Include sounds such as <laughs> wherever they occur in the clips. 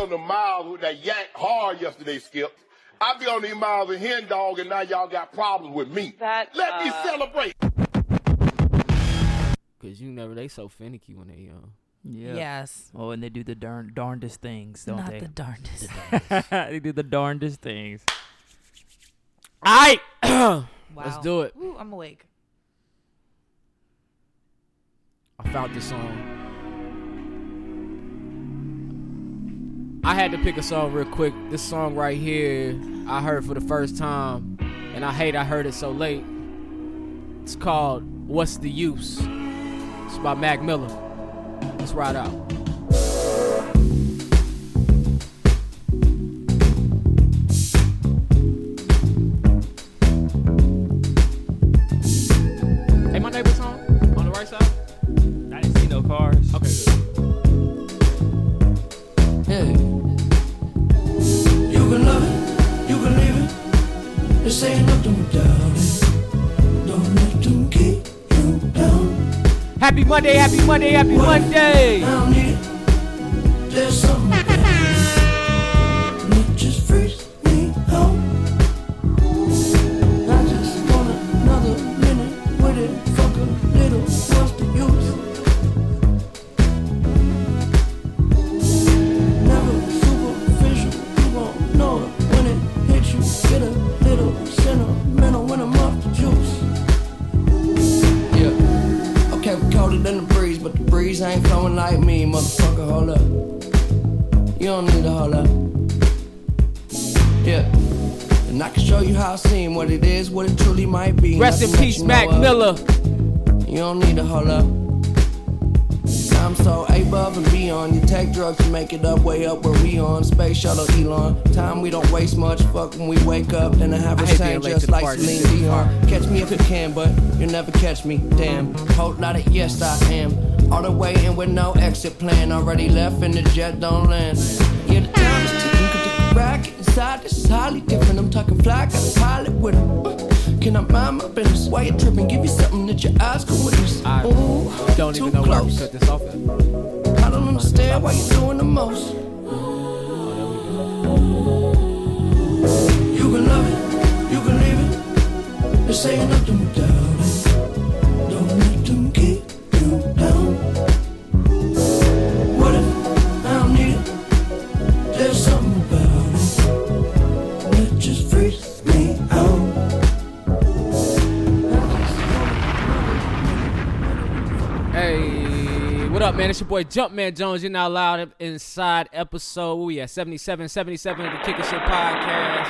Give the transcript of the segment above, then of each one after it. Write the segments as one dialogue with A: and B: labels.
A: on the miles with that yank hard yesterday, Skip. I be on these miles of hen dog, and now y'all got problems with me.
B: That,
A: Let me
B: uh,
A: celebrate.
C: Cause you never they so finicky when they young.
D: Yeah.
E: Yes.
D: Oh, and they do the darn darndest things, don't
E: Not
D: they?
E: the darndest.
D: they do the darndest <laughs> things.
C: Alright.
E: wow.
C: Let's do it.
E: Ooh, I'm awake.
C: I found this song. I had to pick a song real quick. This song right here, I heard for the first time, and I hate I heard it so late. It's called What's the Use? It's by Mac Miller. Let's ride out. Hey, my neighbor's home on the right side.
D: I didn't see no cars.
C: Okay, good.
F: You can love it, you can leave it. This ain't nothing without it. Don't let them keep you down.
C: Happy Monday, happy Monday, happy Monday.
F: I don't need it. There's something else. And it just freaks me out. I just want another minute with it. Fuck a little, what's the use? Never superficial, you won't know it when it hits you. Get a little sentimental when I'm off the juice. Yeah. Okay, we colder than the breeze, but the breeze ain't flowing like me, motherfucker. Hold up. You don't need to hold up. Yeah. And I can show you how I seem, what it is, what it truly might be.
C: Rest in
F: Nothing that
C: peace,
F: you know
C: Mac
F: of.
C: Miller.
F: You don't need to hold up. I'm so above and beyond. You take drugs to make it up, way up where we on. Space shuttle Elon. Time we don't waste much. Fuck when we wake up. Then I have
C: I
F: a
C: hate being
F: same
C: late to
F: just
C: the
F: like
C: party.
F: Celine Dion. Catch me if you can, but you'll never catch me. Damn. Whole lot of yes, I am. All the way in with no exit plan. Already left and the jet don't land. Yeah, the time is ticking. Could take a rocket inside. This is highly different. I'm talking fly. Got a pilot with it. Can I mind my business? Why you tripping? Give you something that your eyes can witness.
C: I
F: Ooh,
C: don't
F: too
C: even know why we
F: close.
C: cut this off. at.
F: I don't understand why you're doing the most. You can love it, you can leave it. This ain't nothing without it. Don't let them keep you down. What if I don't need it? There's something about it that just freaks me out.
C: Hey, what up, man? It's your boy Jumpman Jones. You're not allowed inside episode. Where we at 77, 77 of the Kickin' Shit podcast.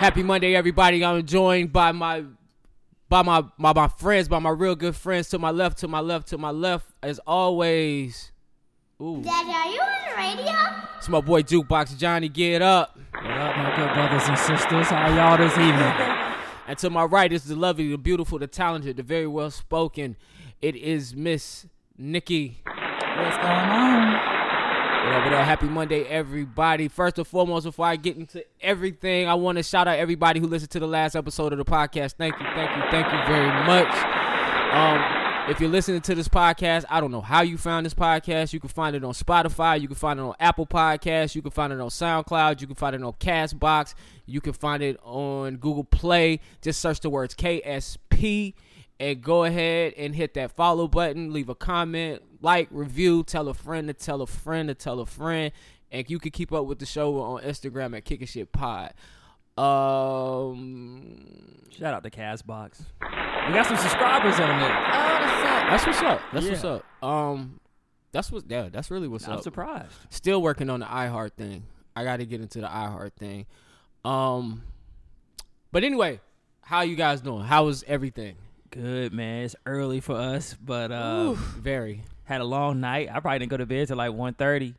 C: Happy Monday, everybody. I'm joined by my by my, my my friends, by my real good friends. To my left, to my left, to my left, as always. Ooh,
G: Daddy, are you on the radio?
C: it's my boy Jukebox Johnny. Get up.
D: What up, my good brothers and sisters? How y'all this evening?
C: And to my right is the lovely, the beautiful, the talented, the very well spoken. It is Miss Nikki.
E: What's going on?
C: What up, what up? Happy Monday, everybody. First and foremost, before I get into everything, I want to shout out everybody who listened to the last episode of the podcast. Thank you, thank you, thank you very much. Um, if you're listening to this podcast, I don't know how you found this podcast. You can find it on Spotify. You can find it on Apple Podcasts. You can find it on SoundCloud. You can find it on Castbox. You can find it on Google Play. Just search the words KSP and go ahead and hit that follow button. Leave a comment, like, review, tell a friend to tell a friend to tell a friend. And you can keep up with the show on Instagram at Kickin' Shit Pod. Um,
D: Shout out to Casbox. We got some subscribers on there.
C: That's what's up. That's what's
D: Yeah.
C: up. Um, that's what. Yeah, that's really what's
D: I'm
C: up.
D: surprised.
C: Still working on the iHeart thing. I got to get into the iHeart thing. Um, but anyway, how you guys doing? How is everything?
D: Good man. It's early for us, but uh,
C: Very.
D: had a long night. I probably didn't go to bed till like 1.30.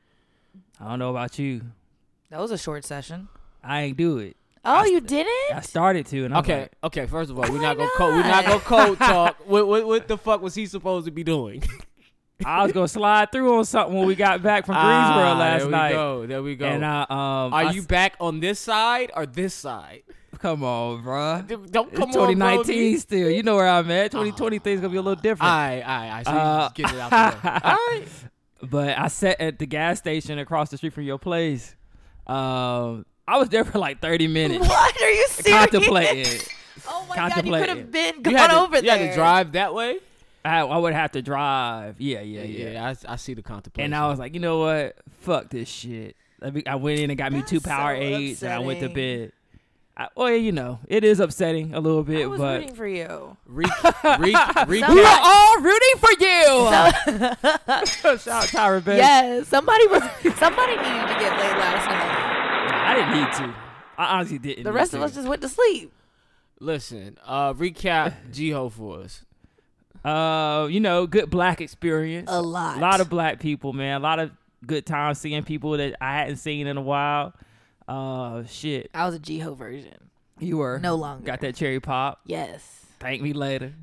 D: I don't know about you.
E: That was a short session.
D: I ain't do it.
E: Oh, you
D: I
E: didn't?
D: started to, and I'm
C: Okay.
D: like, "Oh
C: Okay. First of all, we're
E: Why
C: not gonna code. We're
E: not?
C: not gonna
D: <laughs>
C: code talk. what, what What the fuck was he supposed to be doing?
D: I was gonna slide through on something when we got back <laughs> from Greensboro
C: Ah,
D: last
C: there we
D: night.
C: Go. There we go.
D: And I, um,
C: Are
D: I
C: you
D: s-
C: back on this side or this side?
D: Come on, bruh.
C: Don't
D: It's
C: come on,
D: 2019
C: Brody.
D: still. You know where I'm at. 2020 things gonna be a little different.
C: I, I, I. So you
D: Uh, <laughs>
C: just getting it out the way. All right.
D: But I sat at the gas station across the street from your place. Um, I was there for like 30 minutes
E: <laughs> What <laughs> are you serious?
D: contemplating.
E: <laughs> Oh my god, you could
D: Contemplating.
E: have been
D: You
E: gone
D: had to-
E: over
C: You
E: there.
C: had to drive that way.
D: I, I would have to drive. Yeah, yeah, yeah.
C: Yeah, I, I see the contemplation.
D: And I was like, you know what? Fuck this shit. I, be, I went in and got me two
E: That's so
D: power aids and I went to
E: upsetting.
D: bed. I, well, you know, it is upsetting a little bit,
E: I was
D: but
E: rooting for you.
D: <laughs>
C: re- re- re-
E: Some-
D: we are all rooting for you. <laughs> Shout out Tyra Banks.
E: yes, somebody was. Somebody needed to get laid last night.
D: Nah, I didn't need to. I honestly didn't.
E: The
D: need
E: rest of
D: to.
E: us just went to sleep.
C: Listen, uh, recap G-Ho for us.
D: uh, you know, good black experience.
E: A lot.
D: A lot of black people, man. A lot of good times seeing people that I hadn't seen in a while. Uh, shit.
E: I was a Jeho version.
D: You were
E: No longer.
D: got that cherry pop.
E: Yes.
D: Thank me later.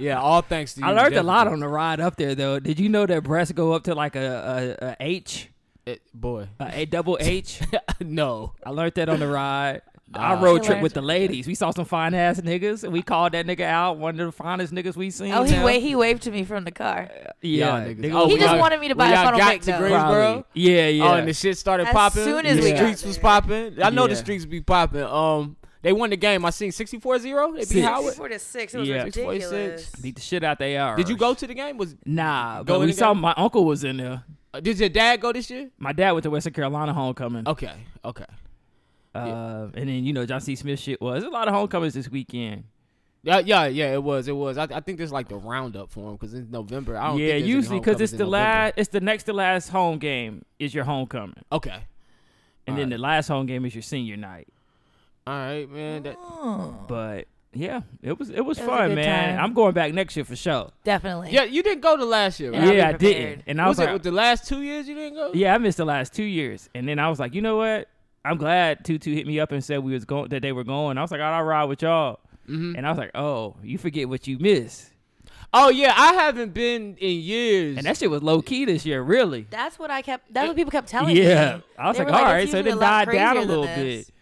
C: Yeah, all thanks to you.
D: I learned a lot
C: definitely.
D: on the ride up there, though. Did you know that breasts go up to like a a, a H,
C: It, Eh, boy. <laughs>
D: a, a double H?
C: no.
D: I learned that on the
C: <laughs>
D: ride. I
C: Nah.
D: road
E: You
D: trip
E: learned-
D: with the ladies. We saw some fine ass niggas, and we called that nigga out. One of the finest niggas we seen.
E: Oh, he
D: now.
E: waved. He waved to me from the car.
D: Yeah,
C: Y'all niggas.
D: nigga
C: Oh,
D: was
E: He
C: when
E: just
C: y'all-
E: wanted me to buy
C: when
E: a
C: y'all
E: funnel
C: got
E: cake,
C: to
E: though.
C: Greensboro.
D: Yeah, yeah.
C: Oh, and the shit started
E: As
C: popping.
E: soon as
D: we
C: the
D: got
C: streets was
E: there.
C: popping. I know the
D: Yeah.
C: streets be popping. Um, they won the game. I seen 64-0. They beat
D: Six.
C: Howard.
E: Four to six. It
D: was Yeah.
C: ridiculous.
D: beat the shit out they are.
C: Did you go to the game? Was
D: Nah,
C: Go
D: but we
C: in the
D: saw
C: game?
D: my uncle was in there.
C: uh, did your dad go this year?
D: My dad went to Western Carolina homecoming.
C: Okay, okay.
D: Uh, and then you know John C. Smith shit was There's a lot of homecomings this weekend.
C: Yeah, yeah, yeah. It was, it was. I, I think there's like the roundup for him because it's November. I don't.
D: Yeah,
C: think there's any
D: usually because
C: homecomings
D: it's
C: in
D: the
C: November.
D: last, it's the next to last home game is your homecoming,
C: Okay.
D: and then the last home game is your senior night.
C: All right, man. That,
D: But yeah, it was it was
E: It was a
D: fun,
E: good
D: man.
E: time.
D: I'm going back next year for sure.
E: Definitely.
C: yeah, you didn't go to last year, right?
E: I'll be
D: yeah, I
E: prepared.
D: didn't, and I was,
C: was it
D: like,
C: with the last two years you didn't go?
D: yeah, I missed the last two years, and then I was like, you know what? I'm glad Tutu hit me up and said we was going that they were going. I was like, all right, I'll ride with y'all,
C: Mm-hmm.
D: and I was like, oh, you forget what you missed,
C: Oh yeah, I haven't been in years.
D: and that shit was low key this year, really.
E: That's what I kept. That's what people kept telling me.
D: Yeah, I was
E: They
D: like,
E: were
D: all
E: it's
D: right, so
E: usually
D: it
E: a lot
D: died down a
E: crazier than
D: little
E: this.
D: bit.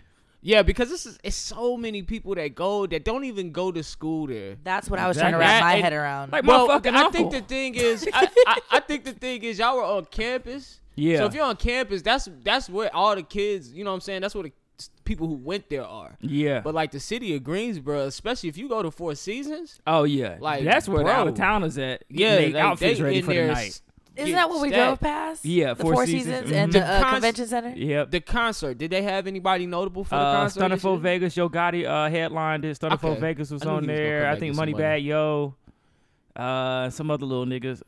C: yeah, because this is it's so many people that go that don't even go to school there.
E: That's what I was trying to
D: Exactly.
E: wrap my
C: That-
E: head around.
D: Like
C: Well,
D: my fucking
C: I
D: uncle.
C: think the thing is,
D: <laughs>
C: I, I, I think the thing is, y'all were on campus.
D: Yeah.
C: So if you're on campus, that's that's where all the kids, you know what I'm saying? That's where the s- people who went there are.
D: yeah,
C: But like the city of Greensboro, especially if you go to Four Seasons,
D: Oh yeah,
C: Like,
D: that's where the
C: bro.
D: out of towners at.
C: yeah,
D: Yeah, they,
C: like,
D: outfits
C: they
D: ready
C: in
D: for the
C: there
D: night.
C: s-
E: Isn't
C: get
E: that what we
C: stacked.
E: drove past?
D: Yeah,
E: the
D: Four
E: Four,
D: Seasons.
E: seasons, and the,
C: Mhm.
E: uh,
C: Const-
E: convention center.
D: Yep.
C: The concert. Did they have anybody notable for the
D: uh,
C: concert? this
D: Stunnerful
C: year?
D: Vegas, Yo Gotti uh, headlined it. Stunnerful
C: Okay.
D: Vegas was
C: I knew
D: on
C: he was gonna
D: there.
C: come
D: I
C: back
D: think
C: with somebody.
D: Moneybag Yo, uh, some other little niggas.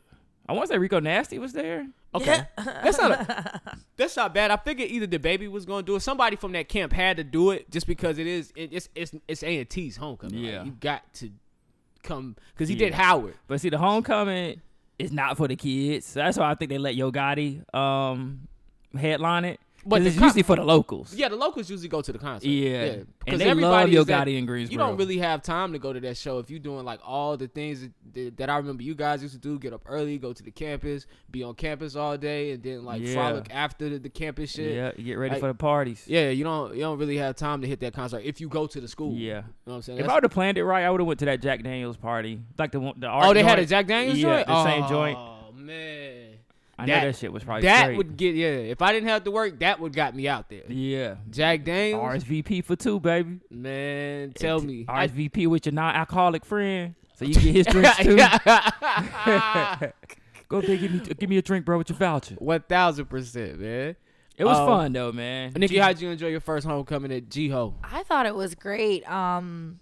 D: I want to say Rico Nasty was there.
C: Okay. that's not a, that's not bad. I figured either the baby was gonna do it, somebody from that camp had to do it, just because it is it, it's it's it's A and T's homecoming. Like,
D: Yeah.
C: you got to come because he did
D: Yeah.
C: Howard.
D: But see, the homecoming is not for the kids. So that's why I think they let Yo Gotti um, headline it.
C: But
D: But
C: the
D: it's
C: co-
D: usually for the locals.
C: Yeah, the locals usually go to the concert.
D: Yeah. And
C: 'Cause
D: they love
C: everybody is
D: Yo
C: that-
D: Gotti in
C: You
D: Greensboro.
C: don't really have time to go to that show if you're doing like all the things that, that, that I remember you guys used to do: get up early, go to the campus, be on campus all day, and then like
D: Yeah.
C: frolic after the, the campus shit.
D: Yeah, you get ready
C: Like-
D: for the parties.
C: Yeah, you don't you don't really have time to hit that concert if you go to the school.
D: Yeah.
C: you know what I'm saying.
D: If I
C: That's-
D: would have planned it right, I would have went to that Jack Daniels party, like the one- the art
C: oh, they had a
D: joint.
C: Jack Daniels
D: yeah,
C: joint.
D: the same joint.
C: Oh man,
D: I
C: That-
D: know that shit was probably
C: that
D: straight.
C: would get yeah. If I didn't have to work, that would got me out there.
D: yeah.
C: Jack Daniels,
D: RSVP for two, baby. <laughs>
C: man, tell me.
D: RSVP with your non-alcoholic friend, so
C: <laughs>
D: you get his drinks too. Go up there, give me give me a drink, bro, with your voucher. Oh.
C: One thousand percent, man.
D: It was
C: Um,
D: fun though, man.
C: Nikki, how'd you enjoy your first homecoming at G Ho?
E: I thought it was great. Um,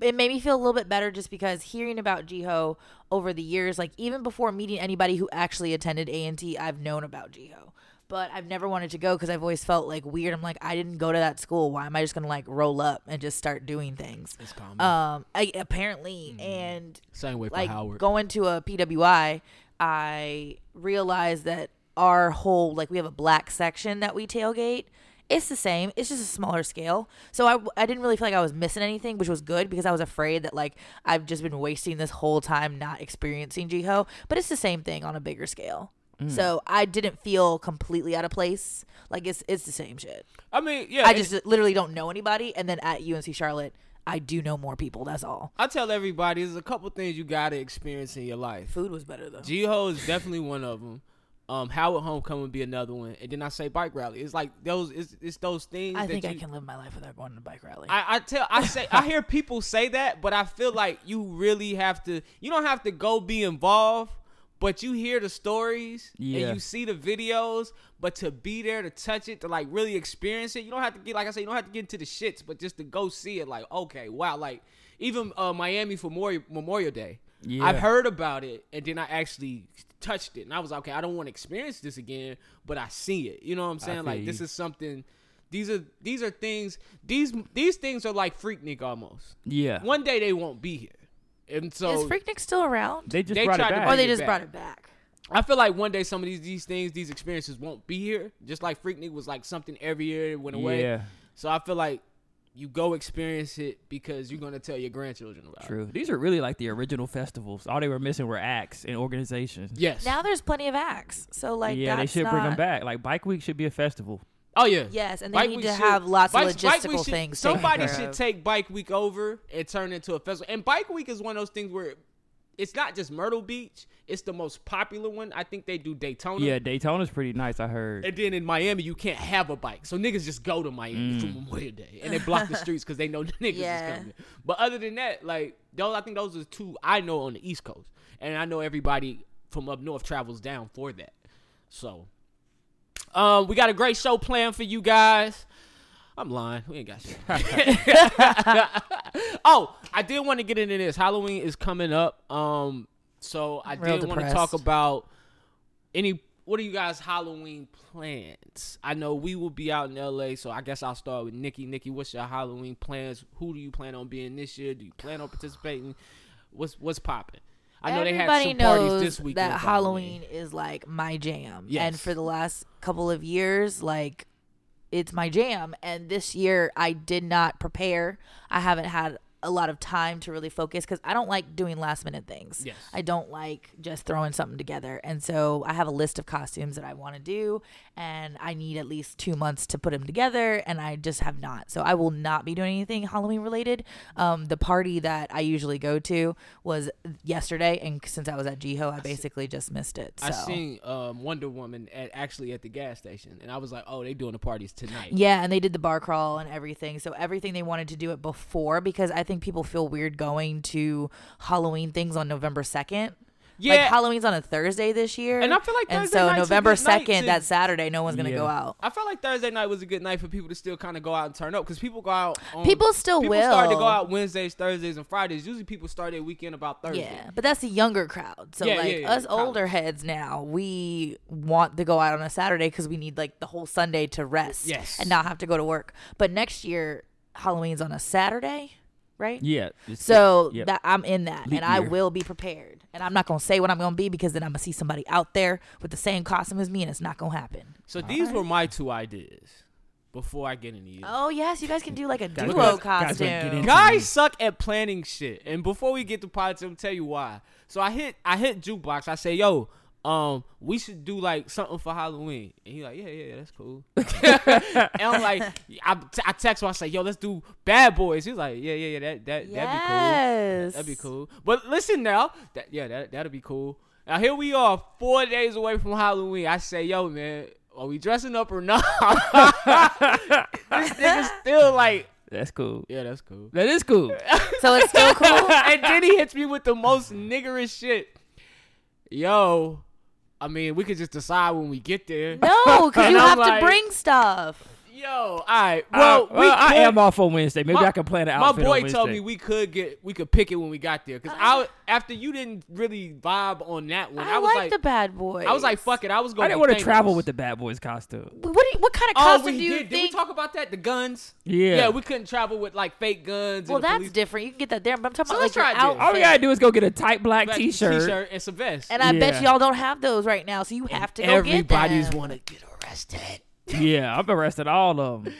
E: it made me feel a little bit better just because hearing about Jiho over the years, like even before meeting anybody who actually attended A and T, I've known about Jiho, but I've never wanted to go because I've always felt like weird. I'm like, I didn't go to that school. Why am I just gonna like roll up and just start doing things?
C: common.
E: Um, I, apparently, and
C: Same way for
E: like
C: Howard.
E: going to a PWI, I realized that our whole like we have a black section that we tailgate. It's the same. It's just a smaller scale. So I, I didn't really feel like I was missing anything, which was good because I was afraid that like I've just been wasting this whole time not experiencing Jiho. But it's the same thing on a bigger scale. So I didn't feel completely out of place. Like it's it's the same shit.
C: I mean, yeah,
E: I
C: it's-
E: just literally don't know anybody. And then at UNC Charlotte, I do know more people. That's all.
C: I tell everybody there's a couple things you gotta experience in your life.
E: Food was better though.
C: G Ho is definitely one of them. Um, Howard Homecoming would be another one, and then I say bike rally. It's like those. It's, it's those things.
E: I
C: that
E: think I
C: you-
E: can live my life without going to a bike rally.
C: I, I tell I say I hear people say that, but I feel like you really have to. You don't have to go be involved, but you hear the stories
D: Yeah.
C: and you see the videos. But to be there, to touch it, to like really experience it, you don't have to get like I say, you don't have to get into the shits, but just to go see it. Like okay, wow, like even uh, Miami for Mori- Memorial Day.
D: Yeah.
C: I've heard about it, and then I actually touched it, and I was like, okay, I don't want to experience this again, but I see it. You know what I'm saying?
D: feel
C: Like
D: you.
C: this is something. These are these are things. These these things are like Freaknik almost.
D: Yeah.
C: One day they won't be here, and
E: Is
C: so
E: Freaknik still around?
D: They just
C: They
D: brought it
C: tried to
D: back.
E: or
C: bring
E: they
C: it
E: just
C: back.
E: brought it back?
C: I feel like one day some of these these things, these experiences won't be here. Just like Freaknik was like something every year it went away.
D: Yeah.
C: So I feel like you go experience it because you're gonna tell your grandchildren about it.
D: True. These are really like the original festivals. All they were missing were acts and organizations.
C: Yes.
E: Now there's plenty of acts. So like
D: yeah, they
E: that's
D: should bring them
E: not-
D: back. Like Bike Week should be a festival.
C: oh yeah.
E: Yes, and they
C: Bike
E: need
C: Week
E: to
C: should-
E: have lots of
C: Bike- Bike Week
E: logistical
C: should-
E: things. taken
C: Somebody
E: care
C: should
E: of.
C: take Bike Week over and turn it into a festival. And Bike Week is one of those things where it's not just Myrtle Beach; it's the most popular one. I think they do Daytona.
D: Yeah, Daytona's pretty nice. I heard.
C: And then in Miami, you can't have a bike, so niggas just go to Miami for Memorial Day, and they block
E: <laughs>
C: the streets because they know <laughs> niggas
E: Yeah.
C: is coming. But other than that, like those, I think those are two I know on the East Coast, and I know everybody from up north travels down for that. So, um, we got a great show planned for you guys. I'm lying. We ain't
E: <laughs>
C: got shit. <laughs> oh, I did want to get into this. Halloween is coming up. Um, so I
E: Real
C: did want to
E: depressed.
C: talk about any. What are you guys Halloween plans? I know we will be out in LA, so I guess I'll start with Nikki. Nikki, what's your Halloween plans? Who do you plan on being this year? Do you plan on participating? What's what's popping? I know
E: Everybody
C: they had some
E: knows
C: parties this week.
E: that Halloween is like my jam, and
C: Yes.
E: for the last couple of years, like it's my jam. And this year, I did not prepare. I haven't had a lot of time to really focus because I don't like doing last minute things.
C: Yes.
E: I don't like just throwing something together, and so I have a list of costumes that I want to do, and I need at least two months to put them together, and I just have not. So I will not be doing anything Halloween related. Um, the party that I usually go to was yesterday, and since I was at GHO, I basically just missed it. So.
C: I seen um, Wonder Woman at actually at the gas station, and I was like, "Oh, they doing the parties tonight."
E: Yeah, and they did the bar crawl and everything. So everything they wanted to do it before because I think people feel weird going to Halloween things on November second. like
C: Yeah.
E: Halloween's on a Thursday this year,
C: And I feel like
E: and
C: Thursday
E: so
C: night's a
E: November
C: good night
E: second,
C: to-
E: that Saturday, no one's gonna
D: Yeah.
E: go out.
C: I felt like Thursday night was a good night for people to still kind of go out and turn up because people go out. On,
E: People still
C: people start to
E: will.
C: go out Wednesdays, Thursdays, and Fridays. Usually, people start their weekend about Thursday.
E: Yeah, but that's the younger crowd. So
C: Yeah,
E: like
C: yeah, yeah,
E: us
C: college.
E: older heads now, we want to go out on a Saturday because we need like the whole Sunday to rest
C: Yes.
E: and not have to go to work. But next year, Halloween's on a Saturday, right?
D: yeah. it's-
E: So
D: yeah.
E: that I'm in that,
D: Leap
E: and I
D: year.
E: will be prepared. And I'm not gonna say what I'm gonna be because then I'm gonna see somebody out there with the same costume as me, and it's not gonna happen.
C: So these were my two ideas before I get into you.
E: Oh yes, you guys can do like a
D: look
E: duo
D: at us. Guys,
E: costume.
D: we get in.
C: Guys suck at planning shit. And before we get to politics, I'll tell you why. So I hit I hit jukebox. I say, yo, um, we should do like something for Halloween. And he like, yeah, yeah, yeah, that's
E: <laughs>
C: cool. and I'm like, I, t- I text him. I say, yo, let's do Bad Boys. He's like, yeah, yeah, yeah, that that that'd be cool.
E: yes,
C: That'd be cool. But listen now, that yeah, that that'd be cool. Now here we are, four days away from Halloween. I say, yo, man, are we dressing up or not? <laughs> this nigga's still like,
D: That's cool.
C: yeah, that's cool. <laughs>
D: That is cool.
E: So it's still cool.
C: and then he hits me with the most niggerish shit. Yo, I mean, we could just decide when we get there.
E: No, because
C: And
E: you
C: I'm
E: have
C: like-
E: to bring stuff.
C: Yo, all right.
D: Uh, well,
C: Well, we
D: I
C: could-
D: am off on Wednesday. Maybe
C: my-
D: I can plan an
C: My
D: outfit.
C: boy
D: on
C: told
D: Wednesday.
C: me we could get, we could pick it when we got there. Cause I, after you didn't really vibe on that one, I,
E: I,
C: was
E: like,
C: like,
E: the bad boy.
C: I was like, fuck it. I was going.
D: I didn't
C: want
D: want to travel with the Bad Boys costume.
E: What, do you- what kind of
C: Oh,
E: costume
C: we
E: do you
C: did. Did we
E: think?
C: talk about that? The guns.
D: Yeah.
C: Yeah, we couldn't travel with like fake guns.
E: well,
C: and the
E: that's
C: police-
E: different. You can get that there, but I'm talking
C: So
E: about
C: let's
E: like your
C: try it Oh,
E: outfit.
C: then.
D: All we gotta do is go get a tight black
C: Black
D: T-shirt.
C: t-shirt, and some vest.
E: And I bet
D: Yeah.
E: y'all don't have those right now, so you have to go
C: everybody's
E: get them.
C: want to get arrested.
D: <laughs> yeah, I'm arrested all of
C: <laughs>
D: them.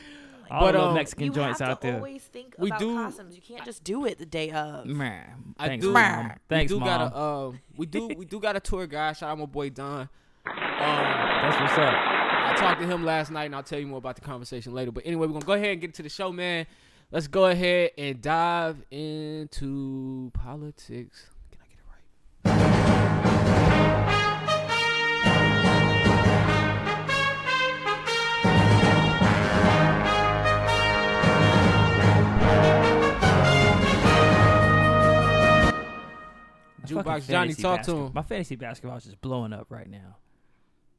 D: All
C: But,
D: of
C: um,
D: them Mexican
E: you
D: joints
E: have to
D: out there.
E: always think
C: We
E: about
C: do-
E: costumes. You can't just do it the day of.
D: Man,
C: I
D: thanks,
C: do.
D: mom. Thanks,
C: we do
D: mom.
C: got a um, we do we do got a tour guide. Shout out my boy Don. Um,
D: That's what's up.
C: I talked to him last night, and I'll tell you more about the conversation later. But anyway, we're gonna go ahead and get to the show, man. Let's go ahead and dive into politics. Can I get it right? Jukebox
D: Fucking
C: Johnny,
D: fantasy
C: talk
D: basket-
C: to him.
D: My fantasy basketball is just blowing up right now.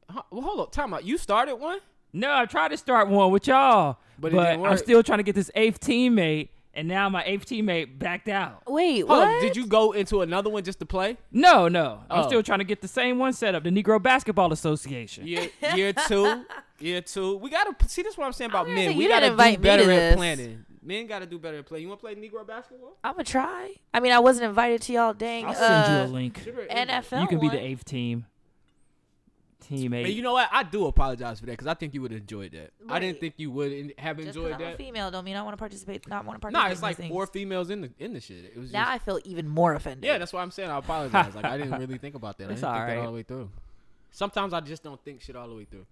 C: Huh, Well, hold up, time out. You started one.
D: No, I tried to start one with y'all,
C: But
D: but,
C: it didn't
D: I'm
C: work.
D: still trying to get this eighth teammate, and now my eighth teammate backed out.
E: Wait,
C: Hold
E: what?
C: up, did you go into another one just to play?
D: No, no, I'm
C: Oh.
D: still trying to get the same one set up, the Negro Basketball Association.
C: Year,
E: <laughs>
C: year two, year two. We gotta see. This is what I'm saying about
E: was gonna
C: men.
E: say,
C: we
E: you
C: gotta
E: didn't invite
C: do
E: me
C: better
E: to
C: at
E: this.
C: planning. Men gotta do better at playing. You wanna play Negro basketball?
E: I'm gonna try. I mean, I wasn't invited to y'all. Dang.
D: I'll send you
E: uh,
D: a link.
C: Sure, it-
E: NFL.
D: You can be
E: one.
D: the eighth team. Teammate.
C: And you know what? I do apologize for that because I think you would have enjoyed that. I didn't
E: Right.
C: think you would en- have
E: Just 'cause
C: enjoyed
E: I'm a
C: that.
E: female don't mean I want to participate. Not want to participate.
C: Nah, it's
E: in
C: like
E: these
C: four
E: things.
C: females in the in the shit. It was
E: Now
C: just,
E: I feel even more offended.
C: yeah, that's why I'm saying
E: <laughs>
C: I apologize. like I didn't really think about that. I
D: It's
C: didn't think that
D: alright.
C: all the way through. Sometimes I just don't think shit all the way through.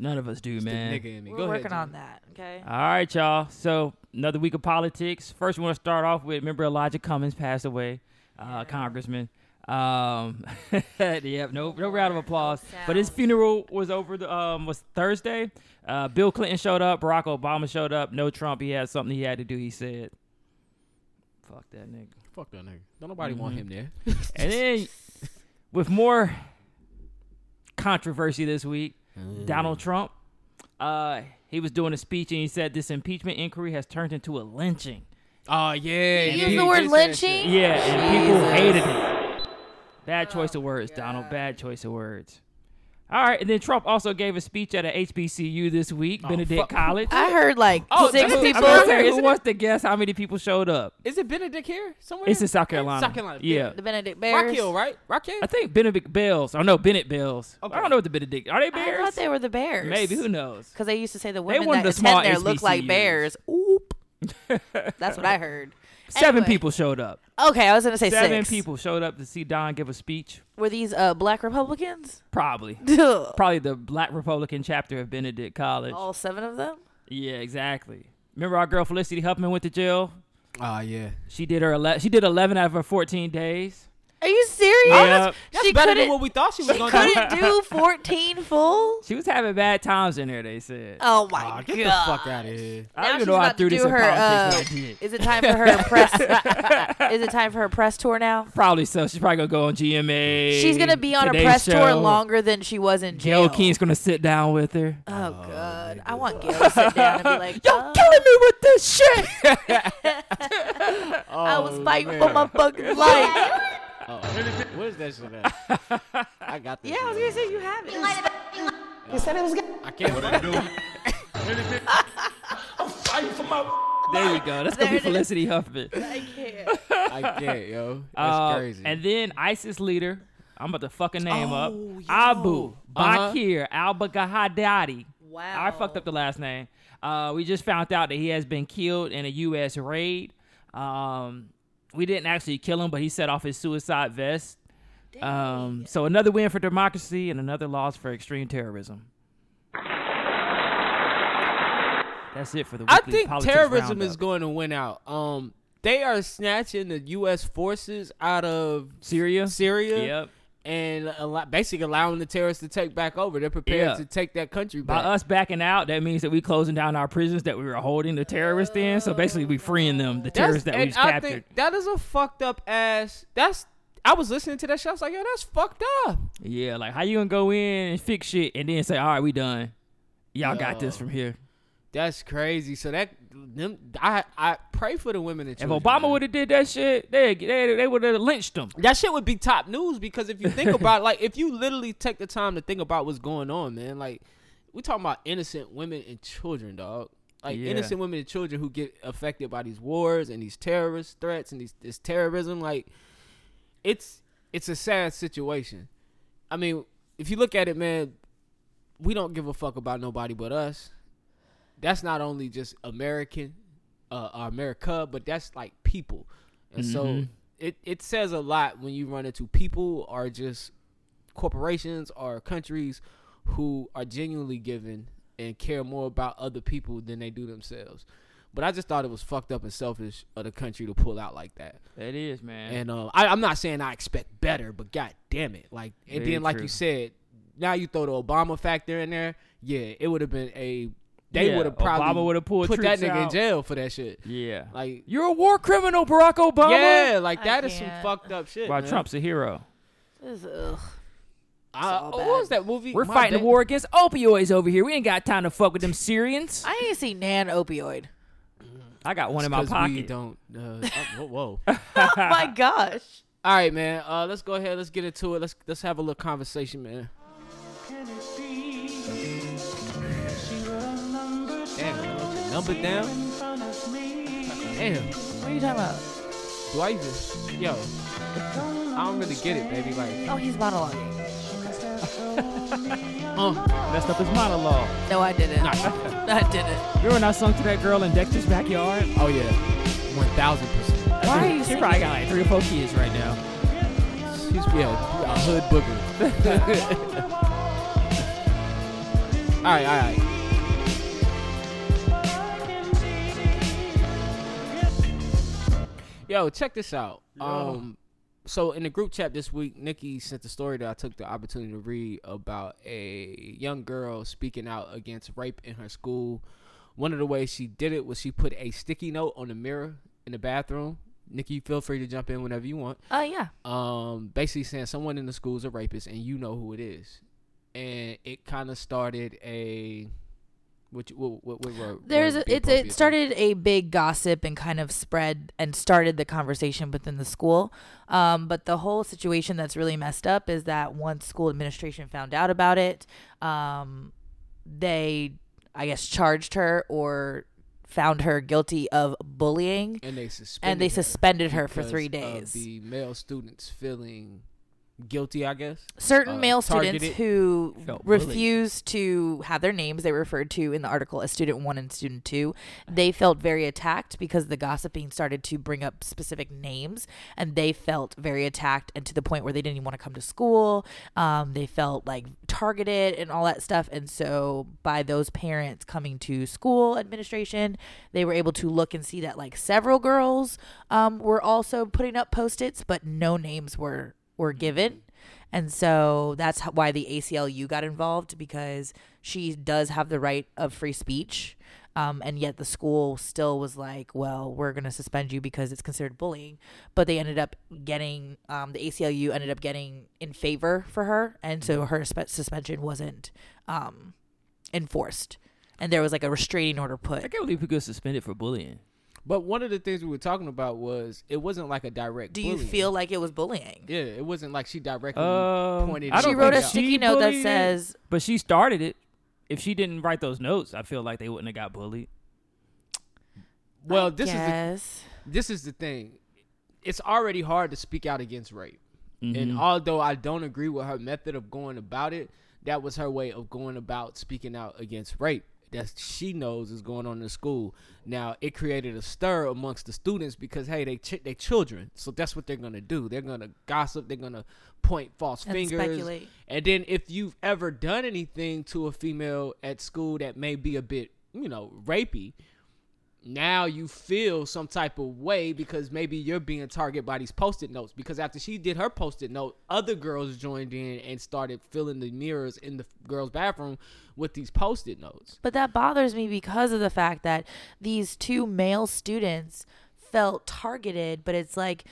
D: None of us do,
C: The
D: man.
C: nigga in me.
E: we're
C: Go
E: working
C: ahead,
E: on
C: Johnny.
E: that. Okay.
D: All right, y'all. So another week of politics. First, we want to start off with remember Elijah Cummings passed away, uh, Congressman. Um, <laughs> yep, no, no round of applause. But his funeral was over the um was Thursday. Uh, Bill Clinton showed up. Barack Obama showed up. No Trump. He had something he had to do. He said, "Fuck that nigga."
C: Fuck that nigga. Don't nobody want him there.
D: And then with more controversy this week, Donald Trump, uh, he was doing a speech and he said this impeachment inquiry has turned into a lynching.
C: Oh yeah.
E: You
C: he
E: used the word
C: did say that shit.
E: lynching.
D: Yeah, and people
E: Jesus.
D: hated it. Bad choice of words, Donald. Bad choice of words. All right, and then Trump also gave a speech at a HBCU this week, Benedict
C: Oh, fuck.
D: College.
E: I heard like
C: Oh,
E: six
C: that's-
E: people.
C: I
D: I'm
C: mean,
D: sorry,
C: Isn't
D: who
C: it-
D: wants to guess how many people showed up?
C: Is it Benedict here somewhere?
D: It's in South Carolina.
C: South Carolina.
D: Yeah.
E: the Benedict Bears.
C: Rockhill, right? Rockhill.
D: I think Benedict Bells. Oh no, Bennett Bells.
C: Okay.
D: I don't know what the Benedict. Are they
E: I
D: bears?
E: thought they were the Bears.
D: Maybe who knows?
E: Because they used to say the women
D: wanted
E: that
D: the small
E: attend there look like
D: HBCUs.
E: bears.
D: <laughs>
E: Oop. That's what I heard.
D: Seven
E: Anyway.
D: people showed up.
E: Okay, I was gonna say
D: Seven
E: six.
D: people showed up to see Don give a speech.
E: Were these uh, black <laughs> Republicans?
D: Probably,
E: Duh.
D: probably the Black Republican chapter of Benedict College.
E: All seven of them.
D: Yeah, exactly. Remember our girl Felicity Huffman went to jail.
C: Oh yeah.
D: She did her ele- she did eleven out of her fourteen days.
E: Are you serious?
D: Yep.
C: That's
E: she
C: better than
E: couldn't-
C: what we thought she was
E: She
C: gonna do.
E: couldn't do 14 full.
D: She was having bad times in there. They said.
E: Oh my
C: Aw,
E: god!
C: get the fuck out of here.
D: I don't
E: Now
D: even
E: she's
D: know how I
E: about
D: threw
E: to
D: this
E: do
D: in
E: her. Uh,
D: politics. but I did.
E: is it time for her <laughs> press? is it time for her press tour now?
D: Probably so. She's probably gonna go on GMA.
E: She's gonna be on a
D: Today
E: press tour
D: Show.
E: longer than she was in
D: Gail
E: jail.
D: King's gonna sit down with her.
E: Oh god, I want Gail to sit down and be like, "Oh,
D: Y'all killing me with this shit.
E: I was fighting for my fucking life."
C: Where's that shit at? <laughs> I got this.
E: yeah, I was gonna say you have it.
C: I can't. <laughs>
A: What it do? Benedict. I'm fighting for my.
D: <laughs> there we go. That's
E: There
D: gonna
E: it
D: be
E: is.
D: Felicity Huffman.
E: I can't.
C: I can't, yo. That's
D: Uh,
C: crazy.
D: And then ISIS leader, I'm about to fuck a name up.
C: Oh,
D: Abu
C: yo. Uh-huh.
D: Bakir al Baghdadi.
E: Wow.
D: I fucked up the last name. Uh, we just found out that he has been killed in a U.S. raid. Um, we didn't actually kill him, but he set off his suicide vest. Um, so another win for democracy and another loss for extreme terrorism. That's it for the.
C: I
D: weekly
C: think
D: politics
C: terrorism
D: roundup.
C: is going to win out. Um, they are snatching the U.S. forces out of
D: Syria.
C: Syria.
D: Yep.
C: And allo- basically allowing the terrorists to take back over. They're prepared
D: Yeah.
C: to take that country
D: By
C: back.
D: us backing out, that means that we closing down our prisons that we were holding the terrorists in. So basically, we freeing them, the
C: That's-
D: terrorists that
C: and
D: we
C: I
D: captured.
C: think that is a fucked up ass. That's. I was listening to that shit. I was like, yo, that's fucked up.
D: Yeah, like how you gonna go in and fix shit and then say, "All right, we done. Y'all got this from here."
C: That's crazy. So that them, I I pray for the women and
D: If
C: children.
D: Obama
C: man.
D: would have did that shit, they they, they would have lynched them.
C: that shit would be top news because if you think about like if you literally take the time to think about what's going on, man, like we talking about innocent women and children, dog. Like
D: Yeah.
C: innocent women and children who get affected by these wars and these terrorist threats and these this terrorism, like it's it's a sad situation. I mean, if you look at it, man, we don't give a fuck about nobody but us. That's not only just American, uh, uh, America, but that's like people, and
D: Mm-hmm.
C: so it it says a lot when you run into people or just corporations or countries who are genuinely giving and care more about other people than they do themselves. But I just thought it was fucked up and selfish of the country to pull out like that.
D: It is, man.
C: And um, I, I'm not saying I expect better, but god damn it, like and
D: Very
C: then like
D: true.
C: you said, now you throw the Obama factor in there. Yeah, it would have been a they
D: Yeah,
C: would have probably
D: Obama would've pulled
C: put that
D: troops
C: nigga in
D: out.
C: jail for that shit.
D: yeah.
C: Like
D: you're a war criminal, Barack Obama.
C: yeah, like
E: I
C: that is some
E: can't.
C: fucked up shit.
D: While
C: man.
D: Trump's a hero.
E: This is- ugh.
C: I,
E: all
C: what
E: bad.
C: was that movie?
D: We're
C: My
D: fighting
C: Bad-
D: a war against opioids over here. We ain't got time to fuck with them Syrians.
E: I need to see Nan opioid.
D: I got one in my
C: 'Cause We
D: pocket.
C: don't. Uh, oh, whoa. whoa.
E: oh my gosh.
C: All right, man. Uh, let's go ahead. Let's get into it. Let's let's have a little conversation, man. Damn, I wrote your number down. Damn,
E: What are you talking about?
C: do I even? Yo, I don't really get it, baby. Like,
E: Oh, he's monologuing.
C: uh,
D: Messed up his monologue.
E: No, I didn't. I didn't.
D: Remember when I sung to that girl in Dexter's backyard?
C: oh yeah, one thousand percent.
E: Why are you
D: She
E: singing?
D: probably got like three or four kids right now.
C: She's yeah, a hood booger. <laughs> all right, all right. Yo, check this out. Um, so in the group chat this week, Nikki sent the story that I took the opportunity to read about a young girl speaking out against rape in her school. One of the ways she did it was she put a sticky note on the mirror in the bathroom. Nikki, feel free to jump in whenever you want.
E: Oh yeah.
C: Um, basically saying someone in the school's a rapist and you know who it is, and it kind of started a. What, you- what, what, what, word- what
E: There's a,
C: would be
E: it,
C: appropriate?
E: it started a big gossip and kind of spread and started the conversation within the school. Um, but the whole situation that's really messed up is that once school administration found out about it, um, they, I guess, charged her or found her guilty of bullying
C: and they suspended
E: and they
C: her.
E: suspended her for
C: because
E: three
C: of
E: days.
C: the male students feeling guilty, I guess.
E: certain
C: uh,
E: male students
C: targeted,
E: who
D: felt bullied.
E: refused to have their names they referred to in the article as student one and student two they felt very attacked because the gossiping started to bring up specific names and they felt very attacked and to the point where they didn't even want to come to school um, they felt like targeted and all that stuff and so by those parents coming to school administration they were able to look and see that like several girls um, were also putting up post-its but no names were were given and so that's how, why the ACLU got involved because she does have the right of free speech. Um, and yet the school still was like, well, we're going to suspend you because it's considered bullying. But they ended up getting, um, the ACLU ended up getting in favor for her. And so her spe- suspension wasn't um, enforced. And there was like a restraining order
D: I
E: put.
D: can't believe we got suspended for bullying.
C: But one of the things we were talking about was it wasn't like a direct.
E: Do you
C: bullying.
E: feel like it was bullying?
C: Yeah, it wasn't like she directly
D: Um,
C: pointed.
D: I
C: it
D: don't
E: She wrote a
D: think
C: out.
D: she
E: sticky note that
D: bullied it.
E: says,
D: But she started it. If she didn't write those notes, I feel like they wouldn't have got bullied.
C: Well, this is the,
E: yes.
C: this is the thing. It's already hard to speak out against rape, and although I don't agree with her method of going about it, that was her way of going about speaking out against rape that she knows is going on in the school. Now it created a stir amongst the students because hey, they ch- they children, so that's what they're gonna do. They're gonna gossip. They're gonna point false
E: And
C: fingers.
E: speculate.
C: And then if you've ever done anything to a female at school that may be a bit, you know, rapey, now you feel some type of way because maybe you're being targeted by these post-it notes because after she did her post-it note other girls joined in and started filling the mirrors in the girls bathroom with these post-it notes
E: But that bothers me because of the fact that these two male students felt targeted, but it's like